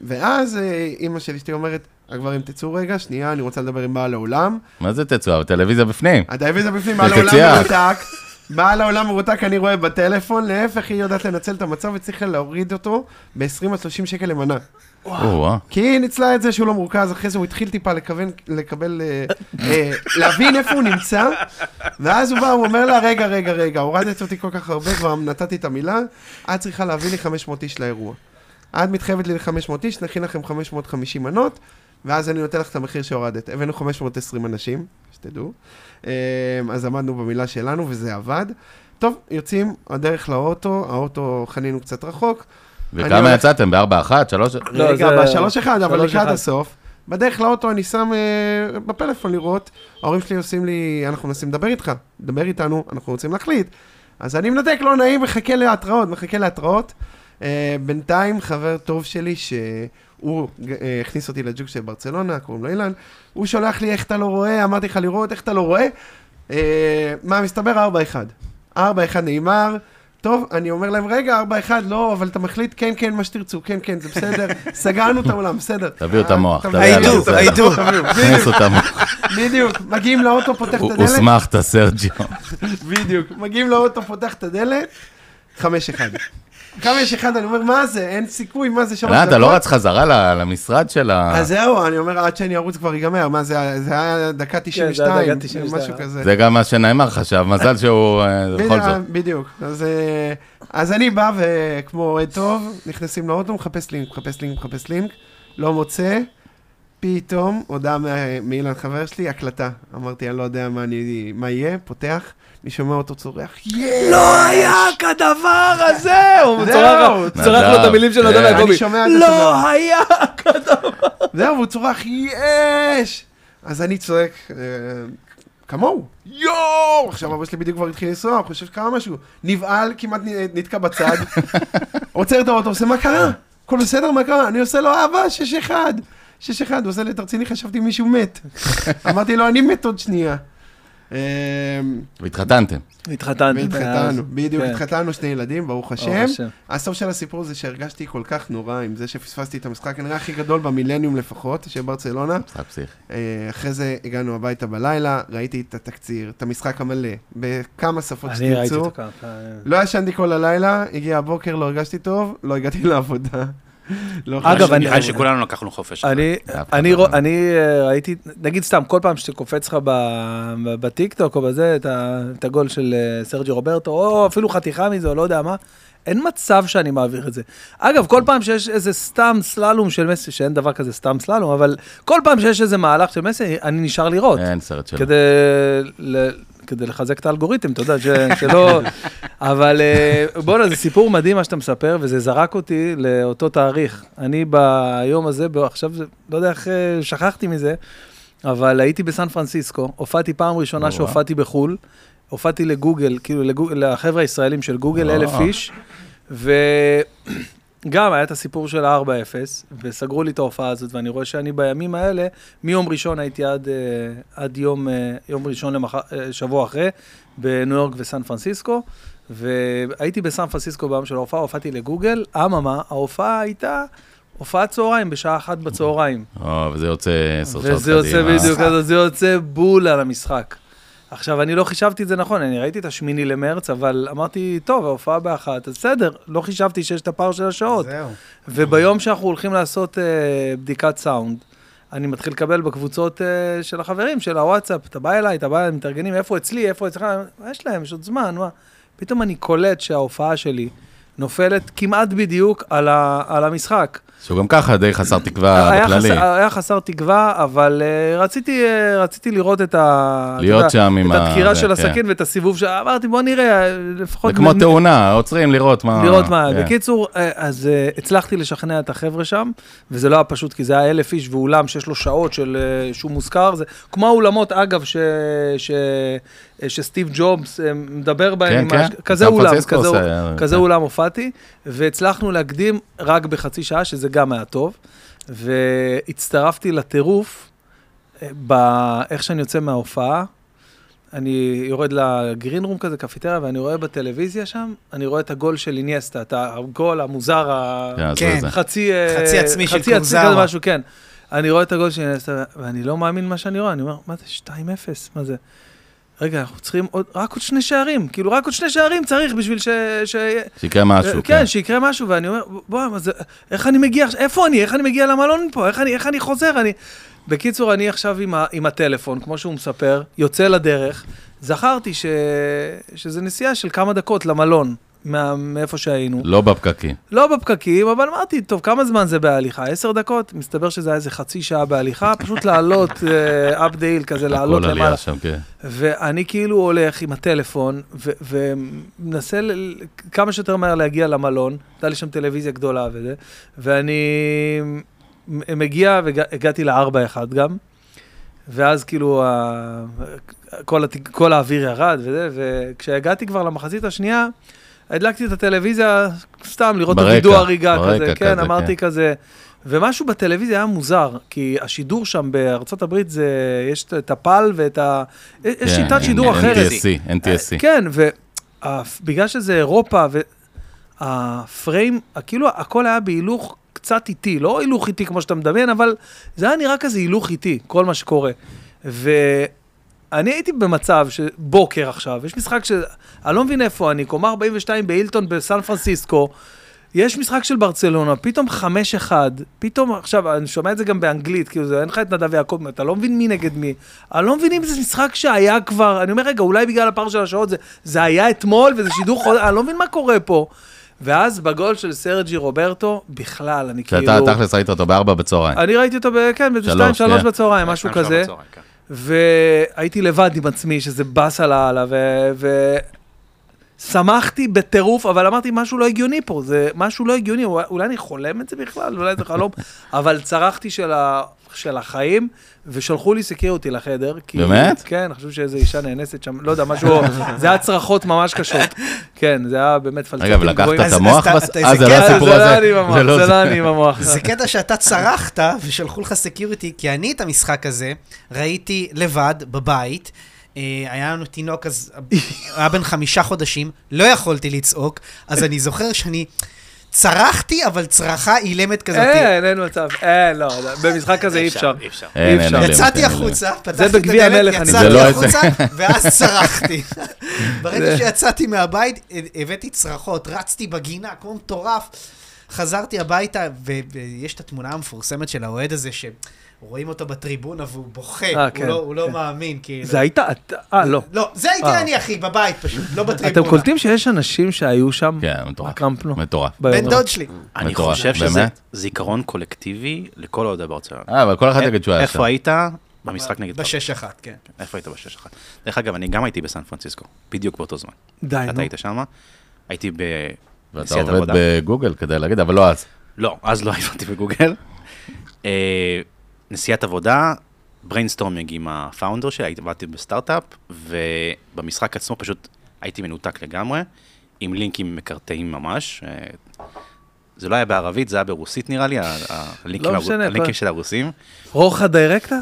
ואז אה, אימא של אשתי אומרת, הגברים תצאו רגע, שנייה, אני רוצה לדבר עם בעל האולם.
מה זה תצועה? הטלוויזיה בפנים.
הדיוויזיה בפנים, בעל העולם
תצאי את.
מרותק. בעל העולם מרותק, אני רואה בטלפון, להפך, היא יודעת לנצל את המצב וצריך להוריד אותו ב-20 עד 30 שקל למנה.
או-אה.
כי היא ניצלה את זה שהוא לא מורכז, אחרי זה הוא התחיל טיפה לכוון, לקבל, אה, אה, להבין איפה הוא נמצא, ואז הוא בא, הוא אומר לה, רגע, רגע, רגע, הורדת אותי כל כך הרבה, כבר נתתי את המילה, את צריכה להביא לי 500 איש לאירוע. את מתחייבת לי ל-500 איש, נכין לכם 550 מנות, ואז אני נותן לך את המחיר שהורדת. הבאנו 520 אנשים, שתדעו. אה, אז עמדנו במילה שלנו, וזה עבד. טוב, יוצאים, הדרך לאוטו, האוטו חנינו קצת רחוק,
וכמה
הולך-
יצאתם? בארבע אחת? שלוש?
לא,
רגע,
זה-
בשלוש אחד, אבל
שלוש
לקראת
אחד.
הסוף. בדרך לאוטו אני שם אה, בפלאפון לראות, ההורים שלי עושים לי, אנחנו מנסים לדבר איתך, דבר איתנו, אנחנו רוצים להחליט. אז אני מנתק, לא נעים, מחכה להתראות, מחכה להתראות. אה, בינתיים חבר טוב שלי, שהוא ג- אה, הכניס אותי לג'וק של ברצלונה, קוראים לו אילן, הוא שולח לי איך אתה לא רואה, אמרתי לך לראות, איך אתה לא רואה. אה, מה, מסתבר 4-1. 4-1 נאמר. טוב, אני אומר להם, רגע, 4-1, לא, אבל אתה מחליט, כן, כן, מה שתרצו, כן, כן, זה בסדר, סגרנו את האולם, בסדר. אה,
תביאו את המוח,
אתה
תביאו
מבין?
את
היידו,
בסדר.
לא.
היידו.
תביאו,
הכניס
בדיוק,
אותם.
בדיוק, מגיעים לאוטו, פותח את
הוא-
הדלת,
הוסמכת, סרג'יו.
בדיוק, מגיעים לאוטו, פותח את הדלת, 5-1. 5-1, אני אומר, מה זה, אין סיכוי, מה זה, שלוש
לא, אתה לא
דקות?"
רץ חזרה ל- למשרד של ה...
אז זהו, אני אומר, עד שאני ארוץ כבר ייגמר, מה זה, זה היה דקה
כן, דקה אה.
92,
92.
משהו כזה.
זה גם מה שנאמר לך שם, מזל שהוא... אה, בכל
בדיוק,
זאת.
בדיוק. אז, אה, אז אני בא וכמו אוהד טוב, נכנסים לאוטו, מחפש לינק, מחפש לינק, מחפש לינק, לא מוצא, פתאום הודעה מה- מאילן חבר שלי, הקלטה. אמרתי, אני לא יודע מה, אני, מה יהיה, פותח, אני שומע אותו צורח, יש!
לא היה כדבר הזה! הוא
זהו.
צורח
נדב,
צורח לו את המילים של נדב
כן.
יעקבי.
אה, אני שומע את
לא
הצבא.
היה!
זהו, והוא צורח, יש! אז אני צועק, אה, כמוהו. יואו! עכשיו אבא שלי בדיוק כבר התחיל לנסוע, הוא חושב שקרה משהו. נבהל, כמעט נ- נתקע בצד. עוצר את האוטו, עושה מה קרה? הכל בסדר, מה קרה? אני עושה לו אבא, שש אחד. שש אחד, הוא עושה לי, אתה רציני, חשבתי מישהו מת. אמרתי לו, אני מת עוד שנייה. אה,
והתחתנתם.
אה. התחתנתי.
והתחתנו, בדיוק,
כן.
התחתנו שני ילדים, ברוך השם.
ברוך השם.
הסוף של הסיפור זה שהרגשתי כל כך נורא עם זה שפספסתי את המשחק, כנראה הכי גדול במילניום לפחות, של ברצלונה.
משחק פסיכי.
אה, אחרי זה הגענו הביתה בלילה, ראיתי את התקציר, את המשחק המלא, בכמה שפות
אני ראיתי אה.
שתרצו.
אותו ככה.
לא ישנתי כל הלילה, הגיע הבוקר, לא הרגשתי טוב, לא הגעתי לעבודה. לא
אגב,
חשבתי.
אני-
נראה לי שכולנו לקחנו חופש.
אני,
אף אחד
אני,
לא
רוא-
יודע.
אני אה, ראיתי, נגיד סתם, כל פעם שקופץ לך ב- ב- בטיקטוק או בזה, את ה- את הגול של אה, סרג'י רוברטו, או אפילו חתיכה מזה, או לא יודע מה, אין מצב שאני מעביר את זה. אגב, כל פעם שיש איזה סתם סללום של מסי, שאין דבר כזה סתם סללום, אבל כל פעם שיש איזה מהלך של מסי, אני נשאר לראות.
אין סרט שלו.
כדי, ל- כדי לחזק את האלגוריתם, אתה יודע, ש, שלא... אבל אה, בואנה, זה סיפור מדהים מה שאתה מספר, וזה זרק אותי לאותו תאריך. אני ביום הזה, ב- עכשיו, זה- לא יודע איך אה, שכחתי מזה, אבל הייתי בסן פרנסיסקו, הופעתי פעם ראשונה
וואו.
שהופעתי בחו"ל, הופעתי לגוגל, כאילו לגוג- לחבר'ה הישראלים של גוגל,
וואו.
אלף איש, ו... גם היה את הסיפור של ה-4-0, וסגרו לי את ההופעה הזאת, ואני רואה שאני בימים האלה, מיום ראשון הייתי עד, אה, עד יום, אה, יום ראשון למח... אה, שבוע אחרי, בניו יורק וסן פרנסיסקו, והייתי בסן פרנסיסקו ביום של ההופעה, הופעתי לגוגל, אממה, ההופעה הייתה הופעת צהריים בשעה אחת בצהריים.
או, וזה יוצא עשר שעות קדימה.
וזה יוצא
אה.
בדיוק, אז זה יוצא בול על המשחק. עכשיו, אני לא חישבתי את זה נכון, אני ראיתי את השמיני למרץ, אבל אמרתי, טוב, ההופעה באחת, אז בסדר, לא חישבתי שיש את הפער של השעות.
זהו.
וביום שאנחנו הולכים לעשות אה, בדיקת סאונד, אני מתחיל לקבל בקבוצות אה, של החברים, של הוואטסאפ, אתה בא אליי, אתה בא, הם מתארגנים, איפה אצלי, איפה אצלך, מה יש להם, יש עוד זמן, מה? פתאום אני קולט שההופעה שלי נופלת כמעט בדיוק על, ה, על המשחק.
שהוא גם ככה די חסר תקווה
אה, היה,
אה, בכללי.
חסר, היה חסר תקווה, אבל uh, רציתי, uh, רציתי לראות את ה... אתה
להיות
יודע,
שם עם
את
ה-
הדקירה
זה,
של
כן.
הסכין ואת הסיבוב ש... אמרתי, בוא נראה, לפחות...
זה כמו
נ-
תאונה, עוצרים לראות מה...
לראות מה,
כן.
בקיצור, אה, אז אה, הצלחתי לשכנע את החבר'ה שם, וזה לא היה פשוט, כי זה היה אלף איש ואולם שיש לו שעות של אה, שהוא מוזכר, זה כמו האולמות, אגב, ש- ש- אה, שסטיב ג'ובס אה, מדבר בהם,
כן,
עם
כן.
הש- כזה
סן
אולם,
פרנסיסקו
כזה
עושה,
אול-
אה,
כזה
כן.
אולם הופעתי, והצלחנו להקדים רק בחצי שעה, שזה גם היה טוב, והצטרפתי לטירוף, אה, ב- איך שאני יוצא מההופעה, אני יורד לגרין רום כזה, קפיטריה, ואני רואה בטלוויזיה שם, אני רואה את הגול של איניאסטה, את הגול המוזר, ה-
כן, עזבו
כן.
את זה.
חצי אה,
חצי עצמי של
חצי עצמי כזה
קורזאווה.
משהו, כן. אני רואה את הגול של איניאסטה, ואני לא מאמין מה שאני רואה, אני אומר, מה זה 2-0? מה זה? רגע, אנחנו צריכים עוד, רק עוד שני שערים, כאילו רק עוד שני שערים צריך בשביל ש... ש...
שיקרה משהו,
כן,
כן.
שיקרה משהו, ואני אומר, בוא, מה זה, איך אני מגיע, עכשיו- איפה אני, איך אני מגיע למלון פה, איך אני, איך אני חוזר, אני... בקיצור, אני עכשיו עם, ה, עם הטלפון, כמו שהוא מספר, יוצא לדרך, זכרתי ש, שזה נסיעה של כמה דקות למלון, מה, מאיפה שהיינו.
לא בפקקים.
לא בפקקים, אבל אמרתי, טוב, כמה זמן זה בהליכה? עשר דקות? מסתבר שזה היה איזה חצי שעה בהליכה, פשוט לעלות אפ דייל כזה, לעלות
הכל
למעלה.
עלייה שם, כן.
ואני כאילו הולך עם הטלפון, ו- ומנסה ל- ל- כמה שיותר מהר להגיע למלון, הייתה לי שם טלוויזיה גדולה וזה, ואני מ- מגיע, והגעתי ל-4-1 גם, ואז כאילו ה- כל, הת... כל האוויר ירד וזה, וכשהגעתי כבר למחצית השנייה, הדלקתי את הטלוויזיה סתם לראות את
ברקע,
הווידוא הריגה
ברקע
כזה, כן,
כזה,
אמרתי
כן.
כזה. ומשהו בטלוויזיה היה מוזר, כי השידור שם בארצות הברית זה, יש את- את הפל ואת ה... יש
כן,
שיטת שידור
NTSC,
אחרת.
NTSC.
כן, ובגלל שזה אירופה, והפריים, כאילו הכל היה בהילוך קצת איטי, לא הילוך איטי כמו שאתה מדמיין, אבל זה היה נראה כזה הילוך איטי, כל מה שקורה. ואני הייתי במצב שבוקר עכשיו, יש משחק ש... אני לא מבין איפה אני, קומה 42 בהילטון בסן פרנסיסקו, יש משחק של ברצלונה, פתאום 5-1, פתאום, עכשיו, אני שומע את זה גם באנגלית, כאילו, זה, אין לך את נדב יעקב, אתה לא מבין מי נגד מי. אני לא מבין אם זה משחק שהיה כבר, אני אומר, רגע, אולי בגלל הפער של השעות, זה, זה היה אתמול וזה שידור חוזר, אני לא מבין מה קורה פה. ואז בגול של סרג'י רוברטו, בכלל, אני כאילו...
שאתה תכלס ראית אותו בארבע בצהריים.
אני ראיתי אותו, ב- כן, באיזה
שלוש,
שתיים, שלוש
כן.
בצהריים, משהו
שתיים, שלוש
כזה.
בצהריים, כן.
והייתי לבד עם עצמי, שזה באסה לאללה, ו... שמחתי בטירוף, אבל אמרתי, משהו לא הגיוני פה, זה משהו לא הגיוני, אולי- אולי אני חולם את זה בכלל, אולי זה חלום, אבל צרחתי של, ה... של החיים, ושלחו לי סקיורטי לחדר. כי...
באמת?
כן, חשבו שאיזו אישה נאנסת שם, לא יודע, משהו, זה היה צרחות ממש קשות. כן, זה היה באמת פלצפים
רגע, ולקחת
אז-
את
אז
המוח?
אתה-
בס-
אתה-
אה,
זה
זה לא
כן,
הסיפור
זה לא
הזה.
אני במוח, זה לא אני במוח.
זה קטע שאתה צרחת ושלחו לך סקיוריטי, כי אני את המשחק הזה ראיתי לבד, בבית. אה, היה לנו תינוק אז, היה בן חמישה חודשים, לא יכולתי לצעוק, אז אני זוכר שאני צרחתי, אבל צרחה אילמת כזאת.
אה, אין, אין מצב, אין, לא, לא, במשחק כזה אי אפשר.
אי אפשר.
אין, אין,
אפשר.
אין, אין,
יצאתי
אין,
החוצה,
כן. זה
פתחתי את
בגביע המלך,
הדלת,
אני
זה לא
יצאתי
איזה-
החוצה, ואז צרחתי. ברגע שיצאתי מהבית, הבאתי צרחות, רצתי בגינה כמו מטורף. חזרתי הביתה, ו- ויש את התמונה המפורסמת של האוהד הזה, שרואים אותו בטריבונה והוא בוכה,
אה,
הוא
כן,
לא- הוא לא
כן.
מאמין, כאילו.
זה היית אתה, אה, לא.
לא, זה הייתי
אה.
אני, אחי, בבית פשוט, לא בטריבונה.
אתם קולטים שיש אנשים שהיו שם?
כן, מטורף.
בקמפנו.
מטורף.
באירוע.
בן דוד שלי.
אני
מטורף,
חושב שזה
באמת?
זיכרון קולקטיבי לכל אוהדי ברצלונה.
אה, אבל כל אחד יגיד שהוא היה שם.
איפה היית? במשחק נגד...
בשש אחת, כן.
איפה היית בשש אחת? דרך אגב, אני גם הייתי בסן פרנסיסקו, בדיוק באותו זמן.
די,
אתה
אה, נו.
היית שם? הייתי ב...
ואתה
נסיעת
עובד
עבודה.
בגוגל כדי להגיד, אבל לא אז.
לא, אז לא הבנתי בגוגל. אה, נסיעת עבודה, בריינסטורמינג עם הפאונדר שלי, הייתי- עבדתי בסטארט-אפ, ובמשחק עצמו פשוט הייתי מנותק לגמרי, עם לינקים מקרטעים ממש. אה, זה לא היה בערבית, זה היה ברוסית נראה לי, ה- ה- הלינקים
לא
הרו-
משנה,
הלינקים
כל-
של הרוסים.
רוחה דיירקטה?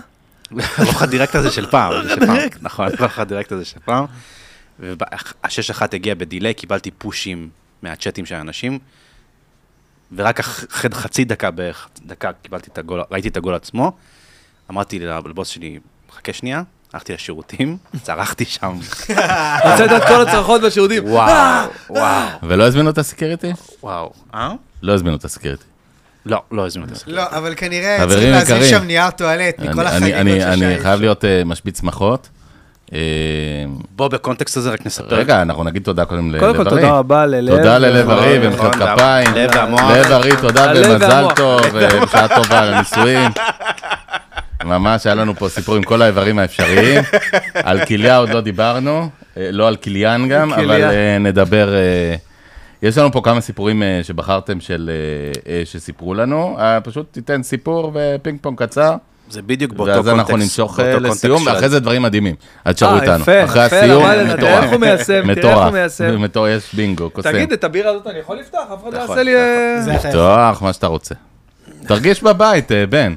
הרוח הדירקט הזה של פעם, זה של פעם. נכון, הרוח הדירקט הזה של פעם. והשש אחת הגיע בדיליי, קיבלתי פושים מהצ'אטים של האנשים, ורק אח- אחרי חצי דקה בערך, דקה קיבלתי את הגול, ראיתי את הגול עצמו, אמרתי לבוס שלי, חכה שנייה, הלכתי לשירותים, צרחתי שם,
הוצאת את כל הצרחות אה, והשירותים.
אה,
וואו, וואו,
ולא הזמינו את הסקיוריטי?
וואו, אה?
לא הזמינו את הסקיוריטי.
לא, לא הזמינו את הסרט.
לא, אבל כנראה
חברים
צריך להזמין
יקרים.
שם נייר טואלט מכל
אני- אני-
החגיגות
אני
ששי.
חייב להיות אה, משבית שמחות, אה,
בוא, בקונטקסט הזה רק נספר.
רגע, אנחנו נגיד תודה קודם ללב
קודם כל,
ארי.
תודה רבה ללב.
תודה ללב
נכון.
ארי
נכון,
ומחיאות
והמ-
כפיים.
לב והמוח.
לב ארי, תודה
הלב
ומזל
והמוח.
טוב, ובשעה טובה על הנישואים. ממש, היה לנו פה סיפור עם כל האיברים האפשריים. על כליה עוד לא דיברנו, אה, לא על כליין גם,
כליה.
אבל אה, נדבר... אה, יש לנו פה כמה סיפורים אה, שבחרתם של, אה, אה, שסיפרו לנו, אה, פשוט תיתן סיפור ופינג פונג קצר,
זה בדיוק באותו קונטקסט.
ואז אנחנו נמשוך אה,
באותו קונטקסט
לסיום,
של-
ואחרי זה דברים מדהימים. אז תשארו
אה,
איתנו.
יפה,
אחרי
יפה,
הסיום,
למדת, תראה איך הוא מיישם, תראה איך הוא
מטורף.
מיישם.
מטורף, יש בינגו, קוסם.
תגיד, את הבירה הזאת אני יכול לפתוח? אף אחד לא
נכון,
יעשה לי... אה,
זה אתה יכול.
לפתוח מה שאתה רוצה. תרגיש בבית, אה, בן.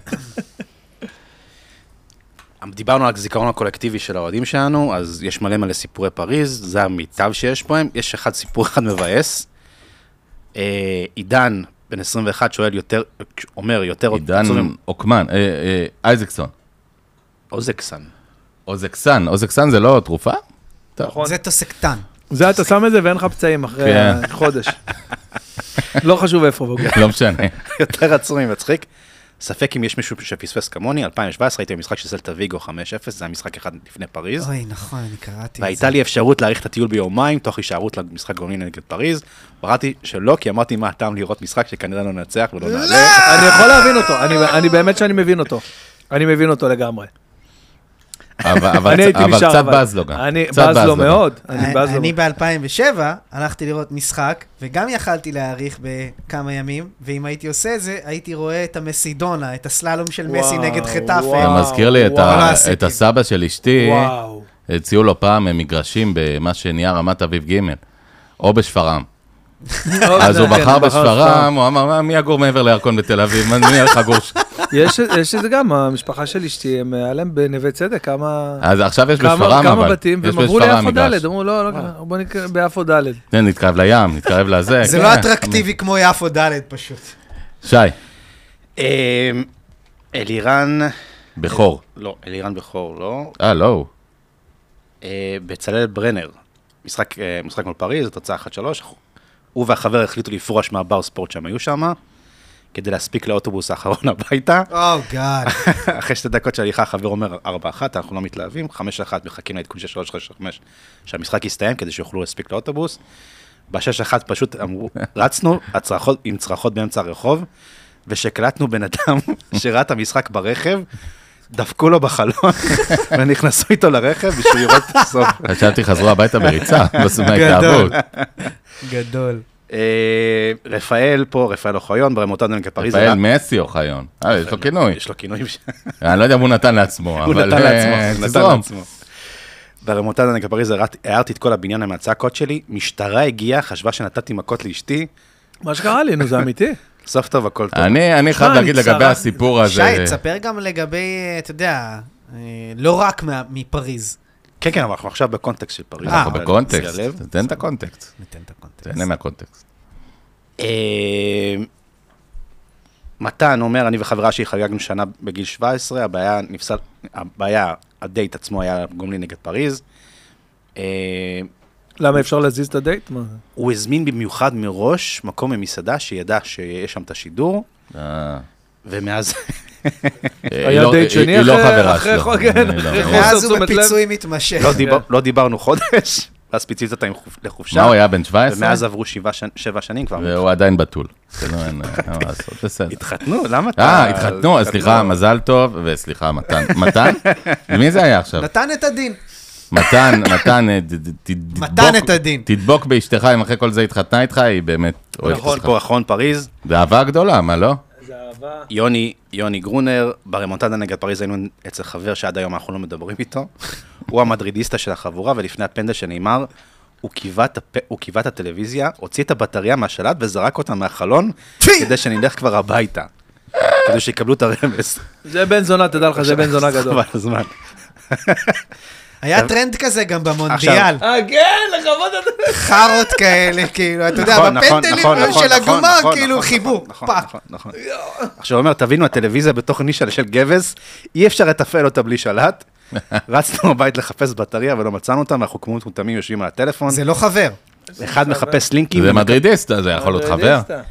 דיברנו על הזיכרון הקולקטיבי של האוהדים שלנו, אז יש מלא מלא סיפורי פריז, זה המיטב שיש בהם. יש אחד, סיפור אחד מבאס. אה, עידן, בן 21, שואל יותר, אומר יותר...
עידן
צורים-
אוקמן, אה, אה, אייזקסון.
אוזקסן.
אוזקסן, אוזקסן זה לא תרופה?
נכון.
זה טוסקטן.
זה אתה שם את זה ואין לך פצעים אחרי
כן.
חודש. לא חשוב איפה. בגוף.
לא משנה.
יותר עצוב ומצחיק. ספק אם יש מישהו שפספס כמוני, 2017 הייתי במשחק של סלטה ויגו 5-0, זה היה משחק אחד לפני פריז.
אוי, נכון, אני קראתי את זה.
והייתה לי אפשרות להאריך את הטיול ביומיים, תוך הישארות למשחק גומלין נגד פריז. בראתי שלא, כי אמרתי מה הטעם לראות משחק שכנראה לא ננצח ולא נעלה.
אני יכול להבין אותו, אני- אני באמת שאני מבין אותו. אני מבין אותו לגמרי.
אבל אבל-
אני הייתי
אבל
נשאר,
קצת בז לו גם.
אני
קצת
בז לו מאוד. אני בז לו.
אה, אני ב-2007 הלכתי לראות משחק, וגם יכלתי להאריך בכמה ימים, ואם הייתי עושה את זה, הייתי רואה את המסידונה, את הסללום של מסי
וואו,
נגד חטאפה.
זה
וואו,
מזכיר לי את
וואו.
ה-
לא עשיתי.
את הסבא של אשתי,
וואו.
הציעו לו פעם אה, מגרשים במה שנהיה רמת אביב ג' או בשפרעם.
לא
אז הוא
כן,
בחר בשפרעם, הוא אמר, "מה, מי יגור מעבר לירקון בתל אביב? מה, מי ילך לגור שם?
יש יש את זה גם, המשפחה של אשתי, הם היה להם בנווה צדק, כמה...
אז עכשיו אה, יש
כמה-
בשפרעם,
כמה
אבל.
בתים,
יש
והם עברו
בשפרעם
ליפו
מגרש.
ד', אמרו, לא, לא, ככה, בוא נקרא ביפו ד'.
כן, נתקרב לים, נתקרב לזה.
זה
כן.
לא אטרקטיבי כמו יפו ד' פשוט.
שי,
אמ, אלירן,
בכור.
לא, אלירן בכור לא.
אה, לא הוא.
אה, בצלאל ברנר, משחק אה, משחק מול פריז, תוצאה 1-3. הוא והחבר החליטו לפרוש מהבר ספורט שהם היו שם, כדי להספיק לאוטובוס האחרון הביתה.
או גאד.
אחרי שתי דקות של הליכה, החבר אומר 4-1, אנחנו לא מתלהבים, 5-1, מחכים לעדכון של 3-5, שהמשחק יסתיים כדי שיוכלו להספיק לאוטובוס. ב-6-1 פשוט אמרו, רצנו הצרחות, עם צרחות באמצע הרחוב, ושקלטנו בן אדם שראה את המשחק ברכב, דפקו לו בחלון, ונכנסו איתו לרכב בשביל לראות את הסוף.
חשבתי חזרו הביתה בריצה, בסוף מההתאהבות.
גדול.
אה, רפאל פה, רפאל אוחיון, ברמותנו נגד פריז.
רפאל מסי אוחיון. אה, יש לו כינוי.
יש לו כינויים. ש-
אני לא יודע אם הוא נתן לעצמו,
הוא
אבל...
נתן לעצמו,
אה,
הוא נתן
תזרום.
לעצמו. ברמונטדה נגד פריז הראת- הערתי את כל הבניין עם הצעקות שלי, משטרה הגיעה, חשבה שנתתי מכות לאשתי,
מה שקרה לי, נו, זה אמיתי.
סוף טוב הכל טוב.
אני אני חייב
שמע,
להגיד
אני
לגבי
צרה-
הסיפור הזה.
שי, תספר גם לגבי, אה, אתה יודע, אה, לא רק מה- מפריז.
כן, כן, אבל אנחנו עכשיו בקונטקסט של פריז.
אה,
אה,
אנחנו
אבל
בקונטקסט,
זה הלב.
תן את הקונטקסט.
ניתן את הקונטקסט.
תהנה מהקונטקסט.
אה, מתן אומר, אני וחברה שלי חגגנו שנה בגיל 17, הבעיה נפסל, הבעיה, הדייט עצמו היה גומלין נגד פריז. אה,
למה אפשר להזיז את הדייט? מה זה?
הוא הזמין במיוחד מראש מקום במסעדה שידע שיש שם את השידור,
אה,
ומאז
היא לא-
דייט
היא-
שני
היא לא
אחרי-
חברה
אחרי
שלו.
חוגג,
אני לא-
אחרי חוגג.
ואז הוא
תשומת לב.
בפיצוי מתמשך.
לא, דיבר, לא דיברנו חודש, ואז פיצית אותה עם חופ- לחופשה.
מה, הוא היה בן 17?
ומאז עברו שבעה שנ- שבע שנים כבר.
והוא עדיין בתול. זה לא אין אין מה לעשות, בסדר.
התחתנו, למה אתה... נכון.
אה, התחתנו, אז סליחה, מזל טוב, וסליחה, מתן. מתן? מי זה היה עכשיו?
נתן את הדין.
מתן, מתן, אה, ת- ת- תדבוק-
מתן את הדין.
תדבוק באשתך, אם אחרי כל זה התחתנה איתך, היא באמת אוהבת
נכון,
אותך.
פה אחרון פריז,
באהבה גדולה, מה לא?
יוני, יוני גרונר, ברמונטדה נגד פריז היינו אצל חבר שעד היום אנחנו לא מדברים איתו. הוא המדרידיסטה של החבורה, ולפני הפנדל שנאמר, הוא קיווה את הפ- הוא קיווה את הטלוויזיה, הוציא את הבטריה מהשלט וזרק אותה מהחלון,
טפי!
כדי שנלך כבר הביתה. כדי שיקבלו את הרמז.
זה בן זונה, תדע לך, זה בן זונה גדול.
חבל הזמן.
היה טרנד כזה גם במונדיאל.
אה, כן, לכבוד הדייט.
חארות כאלה, כאילו, אתה יודע,
נכון, נכון,
בפנדלים
נכון, נכון,
של
נכון,
הגומר,
נכון,
כאילו,
נכון,
חיבוק.
נכון,
פאק.
נכון, נכון. עכשיו הוא אומר, תבינו, הטלוויזיה בתוך נישה של גבס, אי אפשר לתפעל אותה בלי שלט. רצנו בבית לחפש בטריה ולא מצאנו אותה, ואנחנו כמו מטומטמים יושבים על הטלפון.
זה לא חבר.
אחד מחפש לינקים,
אה,
זה מדרידיסט, זה יכול להיות חבר.
מדרידיסטה.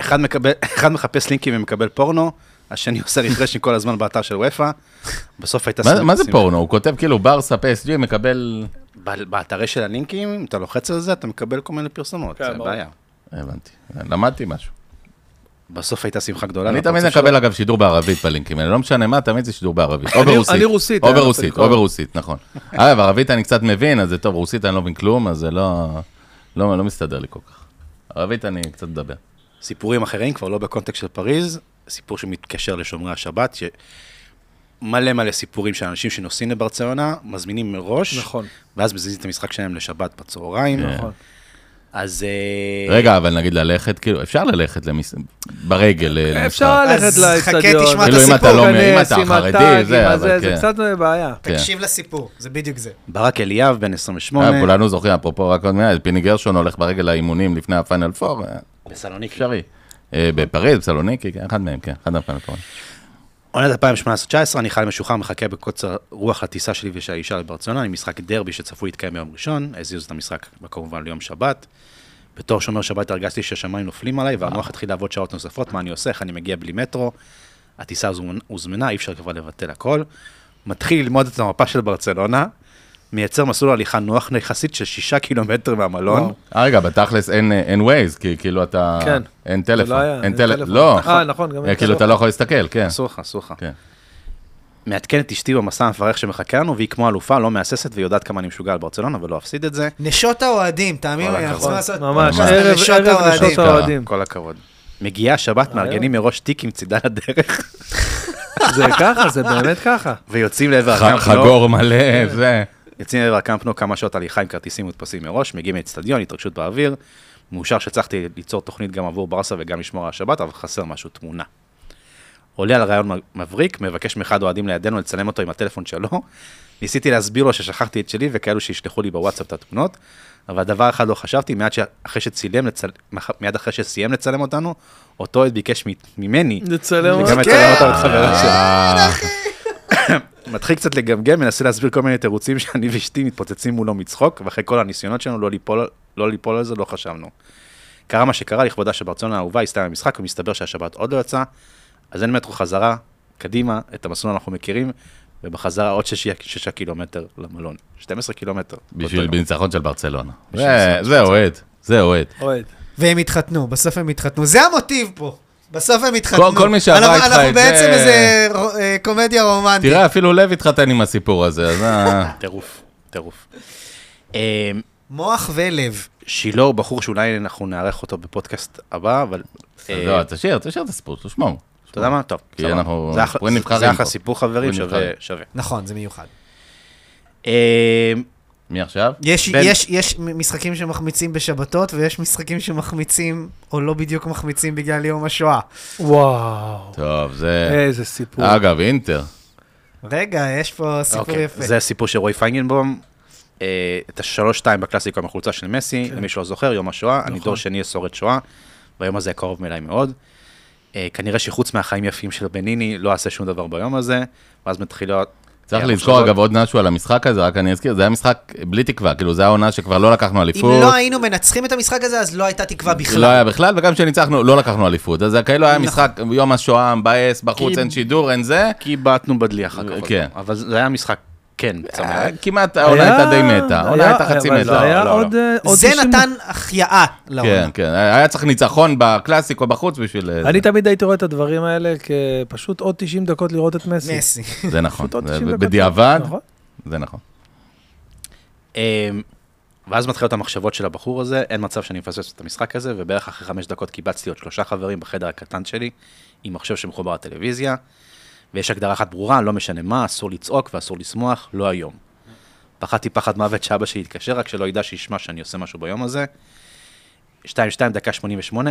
אחד מקבל- אחד מחפש לינקים ומקבל פורנו, השני עושה רפרשים כל הזמן באתר של וופא, בסוף הייתה...
מה-
סרט
מה זה
מקסימה.
פורנו? הוא כותב כאילו ברסה פסג'י מקבל...
ב- באתרי של הלינקים, אם אתה לוחץ על זה, אתה מקבל כל מיני פרסומות,
כן,
זה
ברור.
בעיה.
הבנתי, למדתי משהו.
בסוף הייתה שמחה גדולה.
אני
לפרצוף
תמיד
שלו.
מקבל אגב שידור בערבית בלינקים האלה, לא משנה מה, תמיד זה שידור בערבית. או
אני-
ברוסית.
אני רוסית,
או
היה רוצה
ברוסית,
לקרוא.
או ברוסית, נכון. אגב, ערבית אני קצת מבין, אז זה טוב, רוסית אני לא מבין כלום, אז זה לא... לא לא מסתדר לי כל כך. ערבית אני קצת מדבר.
סיפורים אחרים, כבר לא בקונטקסט של פריז, סיפור שמתקשר לשומרי השבת, שמלא מלא סיפורים של אנשים שנוסעים לברצלונה, מזמינים מראש,
נכון,
ואז מזיזים את המשחק שלהם לשבת בצהריים.
כן.
נכון.
אז... אה,
רגע, אבל נגיד ללכת, כאילו, אפשר ללכת למס... ברגל אה, למשחק.
אפשר ללכת
אז חכה,
לאצטדיון.
תשמע את
כאילו, אם אתה
הסיפור,
לא, אם
להיכנס,
אתה
עם
חרדי,
הטאג, עם
זה,
הזה,
אבל
זה
כן.
קצת אה, בעיה.
כן.
תקשיב לסיפור, זה בדיוק זה.
ברק אליאב, בן 28,
אה, כולנו זוכרים, אפרופו רק עוד מילה, פיני גרשון הולך ברגל לאימונים לפני הפיינל פור, אה,
בסלוניקי.
אפשרי. אה, בפריז, בסלוניקי, כן, אחד מהם, כן, אחד הפיינל פור.
עונת 2018-2019, אני חייל משוחרר, מחכה בקוצר רוח לטיסה שלי ושל האישה לברצלונה, למשחק דרבי שצפוי להתקיים ביום ראשון, הזיזו את המשחק כמובן ליום שבת. בתור שומר שבת הרגשתי שהשמיים נופלים עליי, והמוח התחיל לעבוד שעות נוספות, מה אני עושה, איך אני מגיע בלי מטרו. הטיסה הזו הוזמנה, אי אפשר כבר לבטל הכל. מתחיל ללמוד את המפה של ברצלונה, מייצר מסלול הליכה נוח יחסית של שישה קילומטר מהמלון.
וואו.
אה, רגע, בתכלס אין, אין ווייז, כי כאילו אתה...
נכון. כן.
אין
זה
טלפון.
לא היה,
אין טלפון. לא.
אה, נכון, גם
אה,
אין
כאילו אתה
טלפון.
לא יכול להסתכל, כן.
אסור לך, אסור לך.
כן.
מעדכן את אשתי במסע המפרך שמחכה לנו, והיא כמו אלופה, לא מהססת ויודעת כמה אני משוגע על ברצלונה ולא אפסיד את זה.
נשות האוהדים, תאמינו
כל
לי, אנחנו
הכבוד.
צריכים
נכון.
ממש,
לעשות... פודקאסט
ערב
לנשות
ערב
האוהדים.
נשות האוהדים.
כל הכבוד. מגיעה שבת, מארגנים מראש תיק עם צידה לדרך,
זה ככה, זה באמת ככה.
ויוצאים לעבר
נכון.
ח-
הקמפנו,
חגור
כן.
מלא, זה.
יוצאים לעבר הקמפנו כמה שעות הליכה עם כרטיסים מודפסים מראש, מגיעים לאצטדיון, התרגשות באוויר, מאושר שהצלחתי ליצור תוכנית גם עבור ברסה וגם לשמור על השבת, אבל חסר משהו, תמונה. עולה על רעיון מ- מבריק, מבקש מאחד האוהדים לידינו לצלם אותו עם הטלפון שלו. ניסיתי להסביר לו ששכחתי את שלי וכאלו שישלחו לי בוואטסאפ את התמונות, אבל דבר אחד לא חשבתי, מיד, ש... אחרי שצילם לצל... מח- מיד אחרי שסיים לצלם אותנו, אותו אוהד ביקש מ... ממני
נצלם
גם
כן.
אותך.
לצלם אותו את חברה אה. שלו. מתחיל קצת לגמגם, מנסה להסביר כל מיני תירוצים שאני ואשתי מתפוצצים מולו מצחוק, ואחרי כל הניסיונות שלנו לא ליפול, לא ליפול על זה, לא חשבנו. קרה מה שקרה, לכבודה של ברצלונה האהובה, הסתיים המשחק, ומסתבר שהשבת עוד לא יצאה, אז אין מטרו חזרה, קדימה, את המסלול אנחנו מכירים, ובחזרה עוד שש- שישה קילומטר למלון. 12 קילומטר.
בשביל
באותו יום.
ניצחון של ברצלונה.
בשביל
זה-
ניצחון של
זה אוהד, זה אוהד.
אוהד.
והם התחתנו, בסוף הם התחתנו. זה המוטיב פה. בסוף הם התחתנו.
כל מי שעבר
אנחנו-
איתך
אנחנו
את
בעצם
זה-
איזה רו- אה, קומדיה רומנטית.
תראה, אפילו לב התחתן עם הסיפור הזה, אז... אה,
טירוף, טירוף. אמ,
מוח ולב.
שילה הוא בחור שאולי אנחנו נארח אותו בפודקאסט הבא, אבל...
אז
אה,
לא, תשאיר, תשאיר את הסיפור, תשמעו.
אתה יודע מה? טוב,
כי
סבבה.
אנחנו
זה אחלה-
סיפורים
זה-
נבחרים
זה
פה.
אחלה סיפור חברים,
סיפורים
שווה-
נבחרים.
שווה.
נכון, זה מיוחד. אה,
אמ,
מי עכשיו?
יש,
בין-
יש, יש מ- משחקים שמחמיצים בשבתות, ויש משחקים שמחמיצים, או לא בדיוק מחמיצים בגלל יום השואה.
וואו.
טוב, זה...
איזה סיפור.
אגב, אינטר.
רגע, יש פה סיפור
אוקיי,
יפה.
זה הסיפור של רועי פיינגנבום. אה, את השלוש שתיים בקלאסיקו עם החולצה של מסי,
כן.
למי שלא זוכר, יום השואה,
נכון.
אני דור שני לשורד שואה, והיום הזה קרוב אליי מאוד. אה, כנראה שחוץ מהחיים יפים של בניני, לא אעשה שום דבר ביום הזה, ואז מתחילות...
צריך
אה,
לזכור,
המחשבות.
אגב, עוד משהו על המשחק הזה, רק אני אזכיר, זה היה משחק בלי תקווה, כאילו, זו הייתה העונה שכבר לא לקחנו
אם
אליפות.
לא היינו מנצחים את המשחק הזה, אז לא הייתה תקווה בכלל.
לא היה בכלל, וגם כשניצחנו, לא לקחנו אליפות. אז זה כאילו היה
נכון.
משחק, יום השואה, מבאס, בחוץ,
כי-
אין שידור, אין זה.
כי בעטנו בדלי אחר כך.
כן.
אבל זה היה משחק, כן,
אה,
צמא.
כמעט העונה
היה-
הייתה די מתה, העונה
היה-
הייתה חצי
אבל זה
מתה.
היה
לא, לא,
עוד... אה, עוד
זה
90.
נתן החייאה לעונה.
כן, כן, היה צריך ניצחון בקלאסיקו בחוץ בשביל...
אני תמיד הייתי רואה את הדברים האלה כפשוט עוד 90 דקות לראות את מסי.
מסי.
זה נכון,
פשוט עוד
זה
90 דקות.
בדיעבד,
נכון.
זה נכון.
אמ, ואז מתחילות המחשבות של הבחור הזה, אין מצב שאני מפספס את המשחק הזה, ובערך אחרי חמש דקות קיבצתי עוד שלושה חברים בחדר הקטן שלי, עם מחשב שמחובר לטלוויזיה, ויש הגדרה אחת ברורה, לא משנה מה, אסור לצעוק ואסור לשמוח, לא היום. פחדתי פחד מוות שאבא שלי יתקשר, רק שלא ידע שישמע שאני עושה משהו ביום הזה. 2-2, דקה 88,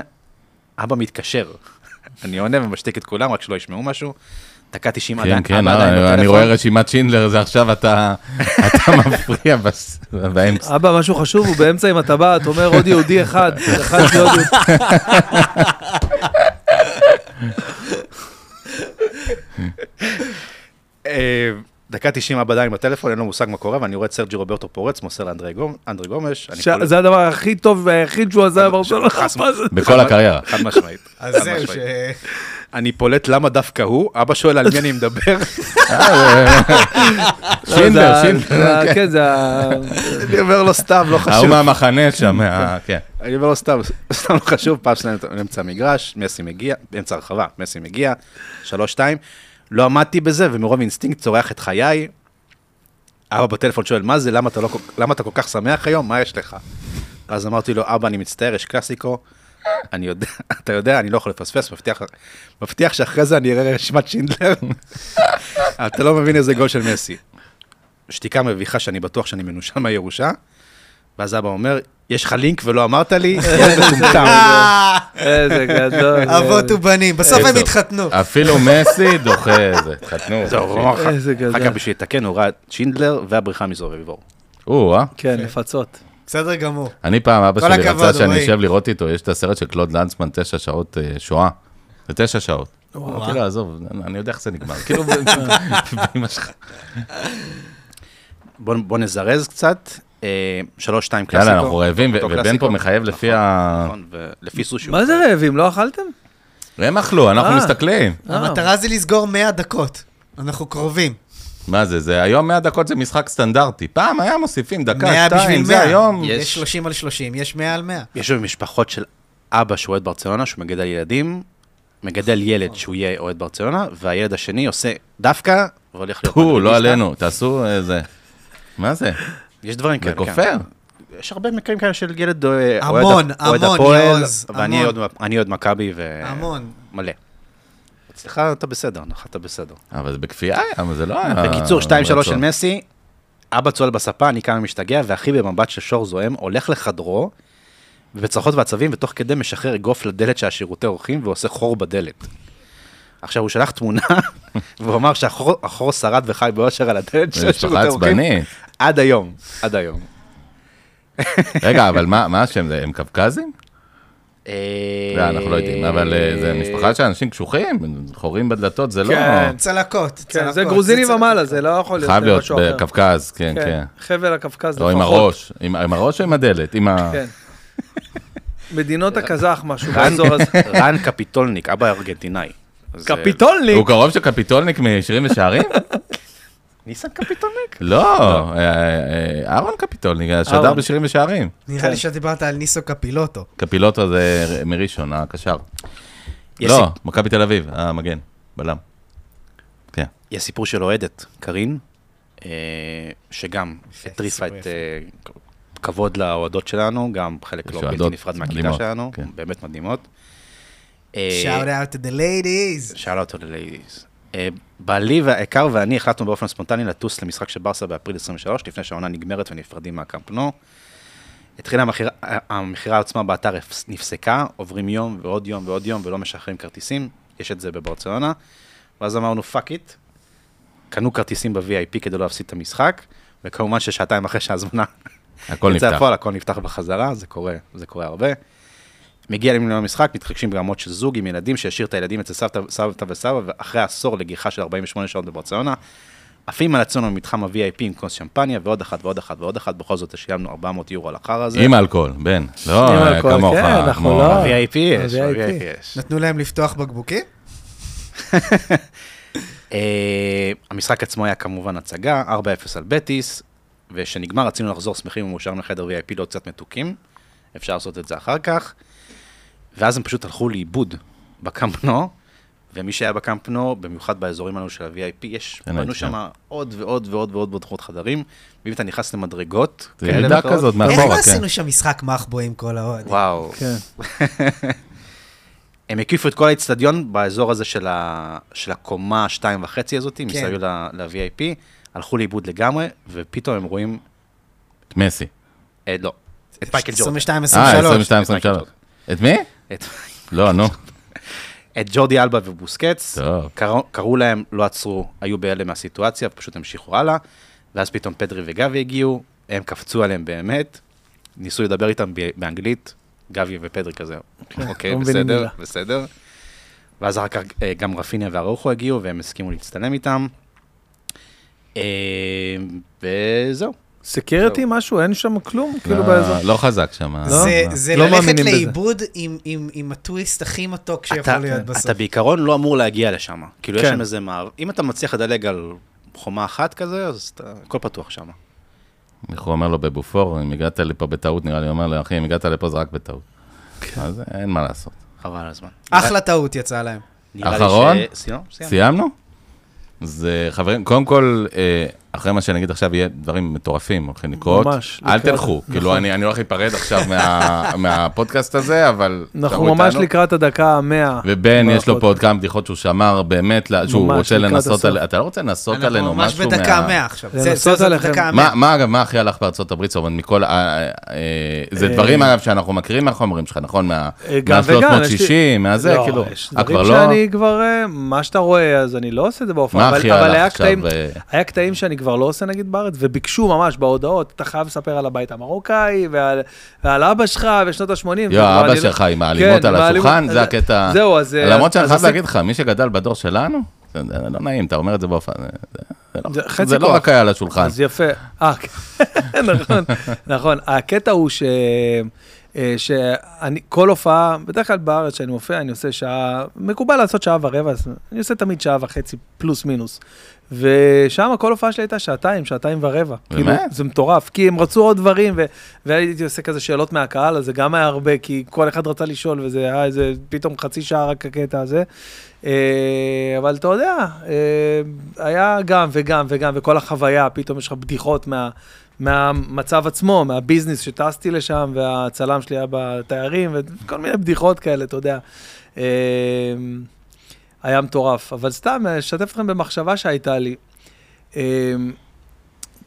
אבא מתקשר. אני עונה ומשתיק את כולם, רק שלא ישמעו משהו. דקה 90
כן,
עדיין,
כן,
אבא עדיין
אה, אני
בטלפון.
רואה רשימת שינדלר, זה עכשיו אתה אתה מפריע בס- באמצע.
אבא, משהו חשוב, הוא באמצע עם הטבעת, אומר עוד יהודי אחד, אחד שעוד יהודי.
אה, דקה 90 אבא עדיין בטלפון, אין לו מושג מה קורה, ואני רואה את סרג'י רוברטו פורץ, מוסר לאנדרי גומ- אנדרי גומש. אני
ש-
כולל-
זה הדבר הכי טוב והיחיד שהוא עשה ברשלונה.
חס-
מה לא, זה?
בכל הקריירה.
חד משמעית.
אז
חד
זהו, ש...
משמעית. אני פולט למה דווקא הוא, אבא שואל על מי אני מדבר.
זה ה-
שינדלר,
זה ה-
שינדלר.
כן, זה ה...
אני אומר לו סתם, לא
ההוא
חשוב.
מהמחנה שם, אה, כן.
אני אומר לו סתם, סתם לא חשוב, פעם שלהם באמצע המגרש, מסי מגיע, באמצע הרחבה, מסי מגיע, שלוש, שתיים. לא עמדתי בזה, ומרוב אינסטינקט צורח את חיי. אבא בטלפון שואל, מה זה, למה אתה, לא, כל- למה אתה כל כך שמח היום, מה יש לך? אז אמרתי לו, אבא, אני מצטער, יש קלאסיקו. אני יודע, אתה יודע, אני לא יכול לפספס, מבטיח, מבטיח שאחרי זה אני אראה רשימת שינדלר. אתה לא מבין איזה גול של מסי. שתיקה מביכה שאני בטוח שאני מנושל מהירושה. ואז אבא אומר, יש לך לינק ולא אמרת לי, איזה טומטם.
אה,
כן, איזה גדול.
אבות ובנים, בסוף הם
אה,
איזה-
התחתנו.
אה, אפילו מסי דוחה את זה, התחתנו.
זהו, הוא אמר,
איזה גדול.
אחר כך בשביל לתקן, הוא ראה את שינדלר והבריחה מסובביבור.
או, אה?
כן, לפצות.
בסדר גמור.
אה.
אני פעם, אבא
כל
שלי
הכבוד,
רצה שאני
רועי.
אשב לראות איתו, יש את הסרט של קלוד לנצמן, תשע שעות אה, שואה. זה תשע שעות. אמרתי לו, עזוב, אני יודע איך זה נגמר. כאילו, באמא שלך.
בואו נזרז קצת, אה, שלוש, שתיים קלאסיקו.
יאללה, אנחנו רעבים, ו-
אותו
ובן
קלאסיקו.
פה מחייב לפי
נכון,
ה...
נכון, ולפי סושי.
מה זה רעבים? לא אכלתם?
הם אכלו, אנחנו
אה.
מסתכלים.
המטרה זה לסגור 100 דקות. אנחנו קרובים.
מה זה, זה היום 100 דקות זה משחק סטנדרטי. פעם היה מוסיפים
100
דקה,
בשביל
שתיים,
100.
זה היום.
יש 30 על 30, יש 100 על 100.
יש לנו משפחות של אבא שהוא אוהד ברצלונה, שהוא מגדל ילדים, מגדל ילד שהוא יהיה אוהד ברצלונה, והילד השני עושה דווקא, והולך להיות...
הוא, לא
מדרידיסטה.
עלינו, תעשו איזה... מה זה?
יש דברים
זה
כאלה, כן.
כופר.
יש הרבה מקרים כאלה של ילד אה,
המון,
אוהד הפ- אוהד
המון,
הפועל,
יעוז,
ואני
המון.
עוד- אני עוד מכבי ו...
אה.
המון.
מלא. אצלך אתה בסדר, נכון, אתה בסדר.
אבל זה בכפייה היה, אבל זה לא היה...
בקיצור, 2-3 של
רצון.
מסי, אבא צועל בספה, אני קם ומשתגע, ואחי במבט של שור זועם, הולך לחדרו, ובצרחות ועצבים, ותוך כדי משחרר אגרוף לדלת של השירותי אורחים, ועושה חור בדלת. עכשיו, הוא שלח תמונה, והוא אמר שהחור החור שרד וחי באושר על הדלת
זה
של
אה, משפחה
השירותי אורחים.
עצבנית.
עד היום, עד היום.
רגע, אבל מה מה השם, זה- הם קווקזים?
אה,
לא, אנחנו לא יודעים, אבל אה, זה משפחה של אנשים קשוחים, חורים בדלתות, זה לא...
כן.
צלקות,
כן,
צלקות.
זה גרוזיני
צלקות.
ומעלה, זה לא יכול להיות.
חייב
זה
להיות
משהו אחר.
בקווקז, כן, כן.
כן, חבל הקווקז
או עם
לפחות.
הראש, עם עם הראש או עם הדלת? עם ה...
כן. מדינות הקזח, משהו
כן.
באזור הזה.
רן קפיטולניק, אבא ארגנטינאי. אז, אה,
קפיטולניק!
הוא קרוב של קפיטולניק משירים ושערים?
ניסן קפיטולניק?
לא, אה, אה, אהרון קפיטולניק, השדר
אהרון.
בשירים ושערים.
נראה
כן.
לי שדיברת על ניסו קפילוטו.
קפילוטו זה ר- מראשון, הקשר.
יש
לא,
סיפ-
מכבי תל אביב, המגן, בלם. כן,
יש סיפור של אוהדת, קארין, אה, שגם הטריפה
סיפור
את אה, כבוד לאוהדות שלנו, גם חלק
יש
לא בלתי
אוהדות
נפרד מהכיתה
מדהימות,
שלנו,
כן.
באמת מדהימות. אה.
שאוט אאוט to the ladies.
שאלה אותו ללייז. אה, בעלי והיקר ואני החלטנו באופן ספונטני לטוס למשחק של ברסה באפריל 23, לפני שהעונה נגמרת ונפרדים מהקמפנו. התחילה המכירה- המכירה עצמה באתר הפס- נפסקה, עוברים יום ועוד יום ועוד יום ולא משחררים כרטיסים, יש את זה בברצלונה. ואז אמרנו פאק איט, קנו כרטיסים ב-VIP כדי לא להפסיד את המשחק, וכמובן ששעתיים אחרי שההזמנה
הכל
יצא
נפתח.
לפועל, הכל נפתח בחזרה, זה קורה, זה קורה הרבה. מגיע למילון המשחק, מתחגשים ברמות של זוג עם ילדים, שהשאיר את הילדים אצל סבתא, סבתא וסבא, ואחרי עשור לגיחה של 48 שעות בברצלונה, עפים על עצמנו ממתחם ה-VIP עם כוס שמפניה, ועוד אחת ועוד אחת ועוד אחת, בכל זאת שילמנו 400 יורו על החרא הזה.
עם אלכוהול, בן. לא,
עם
אה,
אלכוהול,
כמוך.
כן, אנחנו
כמו-
לא-
ה-VIP יש,
ה- VIP.
ה-VIP יש.
נתנו להם לפתוח בקבוקים?
אה, המשחק עצמו היה כמובן הצגה, 4-0 על בטיס, וכשנגמר רצינו לחזור שמחים ומאושרים לחדר VIP להיות קצת מתוקים, אפשר לעשות את זה אחר כך, ואז הם פשוט הלכו לאיבוד בקמפנו, ומי שהיה בקמפנו, במיוחד באזורים האלו של ה-VIP, יש,
כן,
בנו
הייתי
שם עוד ועוד ועוד ועוד בודחות חדרים, ואם אתה נכנס למדרגות,
זה
כאלה
ירידה
ואחרות,
כזאת
איך
מאחורה,
לא
כן.
עשינו שם משחק מחבו עם כל האוהד?
וואו.
כן.
הם הקיפו את כל האיצטדיון באזור הזה של, ה... של הקומה שתיים וחצי הזאת, כן. מסביב ל- ל-VIP, הלכו לאיבוד לגמרי, ופתאום הם רואים,
מסי.
אה, לא, את מייקל ג'ורדן.
22,
אה,
23.
22, 23. את מי?
את,
לא, נו.
את ג'ורדי אלבה ובוסקץ,
טוב.
קראו, קראו להם, לא עצרו, היו בהלם מהסיטואציה, פשוט המשיכו הלאה, ואז פתאום פדרי וגבי הגיעו, הם קפצו עליהם באמת, ניסו לדבר איתם ב- באנגלית, גבי ופדרי כזה, אוקיי,
לא מבינים
בסדר,
מילה.
בסדר. ואז אחר כך אה, גם רפיניה והרוחו הגיעו, והם הסכימו להצטלם איתם. אה, וזהו.
סקיורטי
זהו.
משהו, אין שם כלום, כאילו
אוקיי. לא-
באזור.
לא חזק שם. ה-
זה,
ה-
זה
לא
ללכת
מאמינים בזה.
לאיבוד עם, עם, עם הטוויסט הכי מתוק שיכול
אתה,
להיות בסוף.
אתה בעיקרון לא אמור להגיע לשם. כאילו, יש
כן.
שם איזה מער... אם אתה מצליח לדלג על חומה אחת כזה, אז אתה... הכל פתוח שם.
איך הוא אומר לו בבופור, אם הגעת לפה בטעות, נראה לי, הוא אומר לו, אחי, אם הגעת לפה זה רק בטעות. אז אין מה לעשות.
חבל על הזמן.
אחלה טעות יצאה להם.
נראה לי
אחרון?
ש... סיימנו?
כן.
סיימנו.
סיימנו? אז אה, חברים, קודם כל, אה, אחרי מה שנגיד עכשיו, יהיה דברים מטורפים הולכים לקרות.
ממש, נכון.
אל
לקראת-
תלכו, כאילו, אני אני הולך להיפרד עכשיו מה- מהפודקאסט הזה, אבל...
אנחנו
תשארו
ממש
איתנו.
לקראת הדקה המאה.
ובן, יש לו
מערכות.
פה עוד כמה בדיחות שהוא שמר באמת, לה- שהוא
ממש,
רוצה
לקראת
לנסות
הסוף.
עלינו, אתה לא רוצה לנסות עלינו
אנחנו ממש
משהו מה...
בדקה המאה עכשיו. זה- זה-
לנסות
זאת
עליכם.
דקה
מה,
המאה.
מה, אגב, מה הכי הלך בארצות הברית? זאת אומרת, מכל... ה- ה- אה, זה
אה,
דברים, אגב, שאנחנו מכירים מהחומרים שלך, נכון? מה-
אה, גם וגם, יש
מה-360, מהזה,
לא,
כאילו.
יש
אה,
דברים
כבר לא?
שאני כבר, אה, מה שאתה רואה, אז אני לא עושה את זה בהופעה.
מה
אבל-
הכי
אבל
הלך
היה
עכשיו?
קטעים-
אה,
היה קטעים שאני כבר לא עושה נגיד בארץ, וביקשו ממש בהודעות, אתה חייב לספר על הבית המרוקאי, ועל, ועל אבא שלך בשנות ה-80.
יו,
לא-
אבא שלך
כן,
עם האלימות על השולחן, זה הקטע.
זהו, אז... אה,
למרות שאני
אז
חייב
עשיתי-
להגיד לך, מי שגדל בדור שלנו, זה זה לא נעים, אתה אומר את זה באופן... זה- זה לא-
זה חצי
זה לא
כוח.
רק היה על השולחן.
אז יפה. אה, כן, נכון, נכון. הקטע הוא ש... אה, שאני, כל הופעה, בדרך כלל בארץ שאני מופיע, אני עושה שעה, מקובל לעשות שעה ורבע, אז אני עושה תמיד שעה וחצי, פלוס מינוס. ושם כל הופעה שלי הייתה שעתיים, שעתיים ורבע.
באמת?
כאילו, זה מטורף, כי הם רצו עוד דברים, ו... והייתי עושה כזה שאלות מהקהל, אז זה גם היה הרבה, כי כל אחד רצה לשאול, וזה היה איזה, פתאום חצי שעה רק הקטע הזה. אה, אבל אתה יודע, אה, היה גם וגם וגם, וכל החוויה, פתאום יש לך בדיחות מה, מהמצב עצמו, מהביזנס שטסתי לשם, והצלם שלי היה בתיירים, וכל מיני בדיחות כאלה, אתה יודע. אה, היה מטורף. אבל סתם, אה, אשתף אתכם במחשבה שהייתה לי. אה,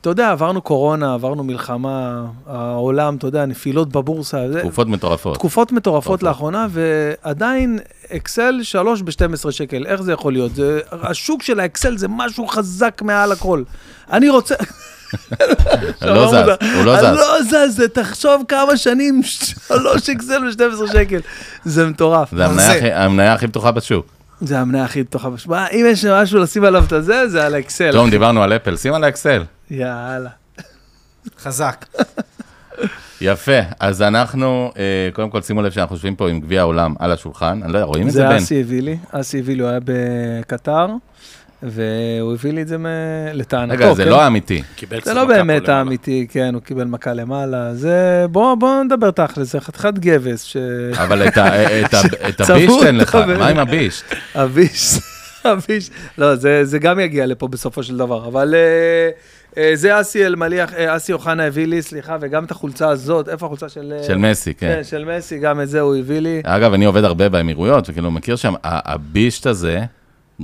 אתה יודע, עברנו קורונה, עברנו מלחמה, העולם, אתה יודע, נפילות בבורסה. זה-
תקופות מטורפות.
תקופות מטורפות
מטורפות.
לאחרונה, ועדיין אקסל 3 ב-12 שקל, איך זה יכול להיות? זה, השוק של האקסל זה משהו חזק מעל הכל. אני רוצה...
לא זז, הוא לא זז.
לא זז, זה תחשוב כמה שנים, 3 אקסל ב-12 שקל. זה מטורף.
זה המניה הכי- המניה הכי פתוחה בשוק.
זה המנה הכי פתוחה בשבועה. אם יש משהו לשים עליו את הזה, זה על האקסל.
טוב, דיברנו על אפל, שים על האקסל.
יאללה.
חזק.
יפה, אז אנחנו, אה, קודם כל שימו לב שאנחנו יושבים פה עם גביע העולם על השולחן, אני לא יודע, רואים את זה
זה
בן?
אסי הביא לי, אסי הביא לי, הוא היה בקטר, והוא הביא לי את זה מ- לטענתו.
רגע, זה
כן?
לא אמיתי.
קיבל
זה
קצת
לא
מכה פה
באמת
למעלה.
האמיתי, כן, הוא קיבל מכה למעלה, זה... בוא, בוא נדבר תכל'ס, זה חתיכת גבס, ש...
אבל את ה- את ה- את
צבעו
הבישט
אותו
אין לך,
ב-
מה עם הבישט?
אביש, אביש, לא, זה, זה גם יגיע לפה בסופו של דבר, אבל אה, אה, זה אסי אלמליח, אה, אסי אוחנה הביא לי, סליחה, וגם את החולצה הזאת, איפה החולצה של... אה,
של מסי, כן.
כן, של מסי, גם את זה הוא הביא לי.
אגב, אני עובד הרבה באמירויות, וכאילו מכיר שם, ה- הבישט הזה,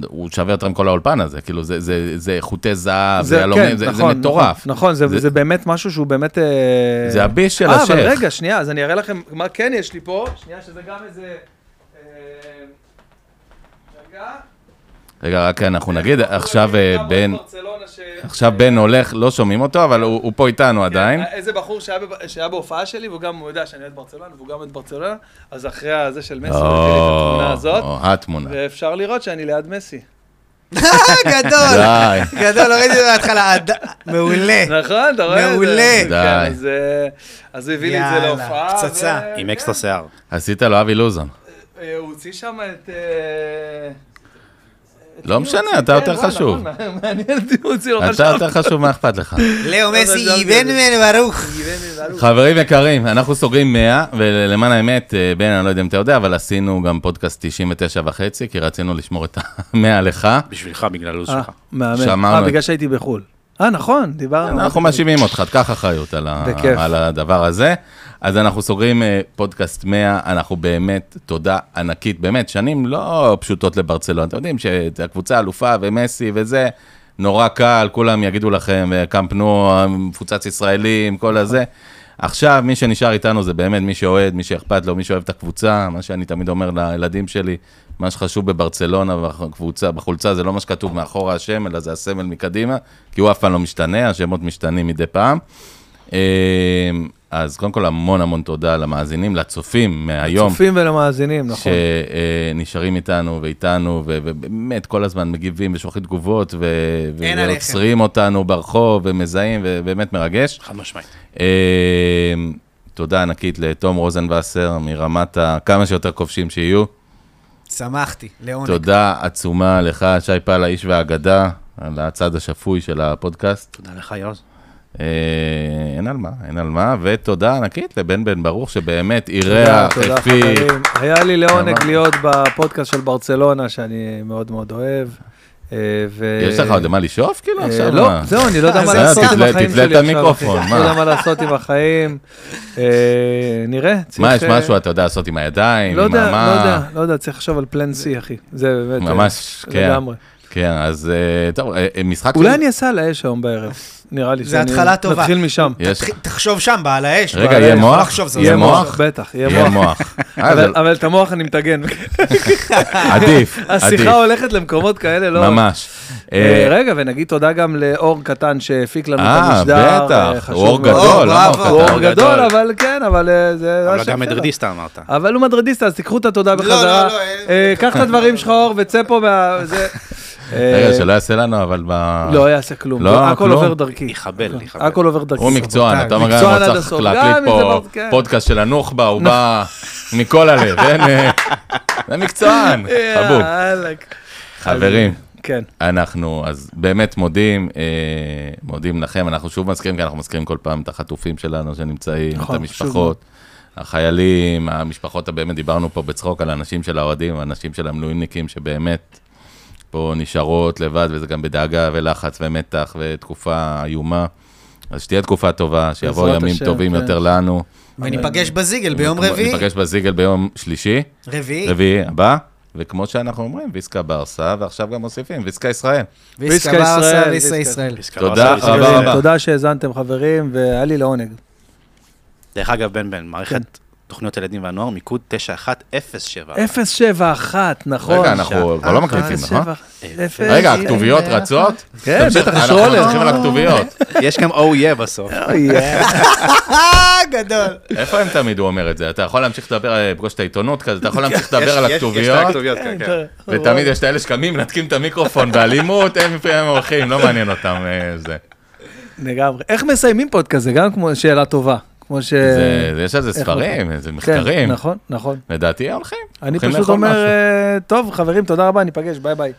הוא שווה יותר מכל האולפן הזה, כאילו זה- זה זה חוטי זהב, זה יהלומים, זה זה
נכון,
מטורף.
נכון, נכון, זה,
זה-
זה... באמת משהו שהוא באמת... אה,
זה הביש של
אה, אבל
השייח.
רגע, שנייה, אז אני אראה לכם מה כן יש לי פה. שנייה, שזה גם איזה... אה, רגע.
רגע, רק אנחנו נגיד,
בחור
עכשיו
רגיל,
אה,
גם
בן,
בברצלונה ש-
עכשיו בן הולך, לא שומעים אותו, אבל הוא הוא פה איתנו
כן,
עדיין.
איזה בחור שהיה בב- שהיה בהופעה שלי, והוא גם, הוא יודע שאני אוהד ברצלונה, והוא גם אוהד ברצלונה, אז אחרי הזה של מסי, הוא הביא לי את התמונה
או,
הזאת,
או, התמונה.
ואפשר לראות שאני ליד מסי.
גדול,
די.
גדול, לא ראיתי את זה בהתחלה. עד- מעולה.
נכון, אתה רואה? את זה?
מעולה.
כן,
די.
אז, אה, אז הוא הביא לי את זה
יאללה,
להופעה.
פצצה.
ו-
עם
כן.
אקסטרה שיער.
עשית לו אבי לוזון.
אה, הוא הוציא שם את... אה, את
לא
מי
משנה,
הוא הוציא?
אתה
כן,
יותר
וואלה,
חשוב.
נכון, מעניין אותי, הוא הוציא לו
אתה
חשוב.
יותר חשוב, מה אכפת לך?
לאו מסי,
גדול,
אבן
גדול.
מן ברוך.
חברים יקרים, אנחנו סוגרים 100, ולמען האמת, אה, בן, אני לא יודע אם אתה יודע, אבל עשינו גם פודקאסט 99 וחצי, כי רצינו לשמור את ה-100 לך.
בשבילך, בגלל הלו"ז
אה,
שלך.
מהמם.
שמרנו
אה,
את- כן,
בגלל שהייתי בחו"ל. אה, נכון, דיברנו.
אנחנו מאשימים אותך, תקח אחריות על, ה-
בכיף.
על הדבר הזה. אז אנחנו סוגרים אה, פודקאסט 100, אנחנו באמת, תודה ענקית, באמת, שנים לא פשוטות לברצלונה. אתם יודעים שהקבוצה אלופה ומסי וזה, נורא קל, כולם יגידו לכם, אה, קאמפ נו, מפוצץ ישראלים, כל הזה. עכשיו, מי שנשאר איתנו זה באמת מי שאוהד, מי שאכפת לו, מי שאוהב את הקבוצה, מה שאני תמיד אומר לילדים שלי, מה שחשוב בברצלונה ובקבוצה, בחולצה, זה לא מה שכתוב מאחורה השם, אלא זה הסמל מקדימה, כי הוא אף פעם לא משתנה, השמות משתנים מדי פעם. אה, אז קודם כל, המון המון תודה למאזינים, לצופים מהיום,
צופים ולמאזינים, נכון.
שנשארים איתנו ואיתנו, ו- ובאמת כל הזמן מגיבים ושולחים תגובות, ו-
אין עליכם.
ועוצרים אותנו ברחוב, ומזהים, ובאמת מרגש.
חד משמעית.
אה, תודה ענקית לתום רוזנבסר, מרמת ה- כמה שיותר כובשים שיהיו.
שמחתי, לעונג.
תודה עצומה לך, שי פעל, האיש והאגדה, על הצד השפוי של הפודקאסט.
תודה לך, יוז.
אה, אין על מה, אין על מה, ותודה ענקית לבן בן ברוך, שבאמת
תודה,
אירח,
תודה,
הפיק,
חברים. היה לי לעונג
אמרנו.
להיות בפודקאסט של ברצלונה, שאני מאוד מאוד אוהב. אה, ו-
יש לך עוד למה לשאוף כאילו
אה,
עכשיו?
לא,
מה?
זהו, אני לא יודע מה
זה
לעשות עם
תתלה-
החיים שלי
תתלה את
עכשיו, אחי.
המיקרופון,
לא יודע
מה?
מה לעשות עם החיים. אה, נראה.
מה,
צריך,
יש
אה,
משהו אתה יודע לעשות עם הידיים?
לא
עם
יודע,
המה?
לא יודע, לא יודע, צריך לחשוב על פלן C, אחי. זה באמת... אה,
ממש, כן.
לגמרי.
כן, אז אה, טוב, אה, אה, משחק...
אולי
של-
אני אעשה על האש היום בערב, נראה לי.
זה
שאני-
התחלה טובה.
נתחיל משם.
יש-
תתחיל- תחשוב שם, בעל האש.
רגע,
בעל
יהיה
האש.
מוח?
לא לחשוב, זה
יהיה
עוזר.
מוח?
בטח, יהיה
יהיה
מוח.
מוח. אה, זה-
אבל אבל את המוח אני מטגן.
עדיף, עדיף,
השיחה הולכת למקומות כאלה, לא...
ממש.
אה,
אה,
רגע, ונגיד תודה גם לאור קטן שהפיק לנו את
אה,
המשדר. אה,
בטח,
חשוב
הוא אור
מאוד.
גדול,
אור,
למה
בראבו.
הוא
הוא
אור
קטן?
גדול, אבל כן, אבל אה, זה...
אבל
היה
גם
שם בסדר.
מדרדיסטה אמרת.
אבל הוא מדרדיסט, אז תיקחו את התודה
לא,
בחזרה.
לא, לא, אין-
אה, קח את הדברים שלך, אור, וצא פה מה... זה-
רגע,
אה,
שלא יעשה לנו, אבל ב...
לא יעשה כלום.
לא,
הכל
כלום?
עובר דרכי.
יחבל, יחבל.
הכל עובר דרכי.
הוא מקצוען, אתה אומר, גם
מקצוען עד
אם הוא צריך
הסוף, גם אם
להקליט
זה
פה
מאוד- כן.
פודקאסט של הנוח'בה, הוא בא מכל הלב, אין... אה, זה מקצוען,
אה,
חבוב.
יאללה.
חברים,
כן.
אנחנו אז באמת מודים, אה, מודים לכם, אנחנו שוב מזכירים, כי אנחנו מזכירים כל פעם את החטופים שלנו שנמצאים, את
נכון,
המשפחות, החיילים, המשפחות, באמת דיברנו פה בצחוק על האנשים של האוהדים, האנשים של המילואימניקים, שבאמת פה נשארות לבד, וזה גם בדאגה ולחץ ומתח ותקופה איומה. אז שתהיה תקופה טובה, שיבואו
בעזרת
ימים
השם,
טובים
כן.
יותר לנו.
וניפגש בזיגל ביום
אנחנו
רביעי.
ניפגש בזיגל ביום שלישי.
רביעי.
רביעי הבא, וכמו שאנחנו אומרים, ויסקה ברסה, ועכשיו גם מוסיפים, ויסקה ישראל.
ויסקה
ויסקה
ברסה,
ישראל,
ויסקה
ויסקה.
ישראל.
פסקה
תודה
בסוף,
רבה
בסדר.
רבה.
אה, תודה שהאזנתם, חברים, והיה לי לעונג.
דרך אגב, בן בן, מערכת
כן.
תוכניות הילדים והנוער, מיקוד 9107.
071, נכון.
רגע, אנחנו כבר לא מקליטים, נכון?
071.
רגע, הכתוביות רצות?
כן,
תמשיך,
בטח, יש
אנחנו הולכים
רולר.
על הכתוביות.
יש גם אויה E בסוף.
אה, גדול.
איפה הם תמיד, הוא אומר את זה? אתה יכול להמשיך לדבר, אה, פגוש את העיתונות כזה, אתה יכול להמשיך לדבר על
כן, יש- יש- יש את
הכתוביות,
הכתוביות, כן, כן.
ותמיד יש את האלה שקמים, נתקים את המיקרופון באלימות, הם הם הולכים, לא מעניין אותם אה, זה.
לגמרי. איך מסיימים פודקאסט? זה גם כמו שאלה טובה. כמו ש...
זה- זה- יש על זה
אה, איך
ספרים,
נכון?
זה
כן,
מחקרים.
נכון, נכון.
לדעתי הולכים.
אני
הולכים
פשוט
לאכול
אומר,
משהו.
אה, טוב, חברים, תודה רבה, ניפגש, ביי ביי.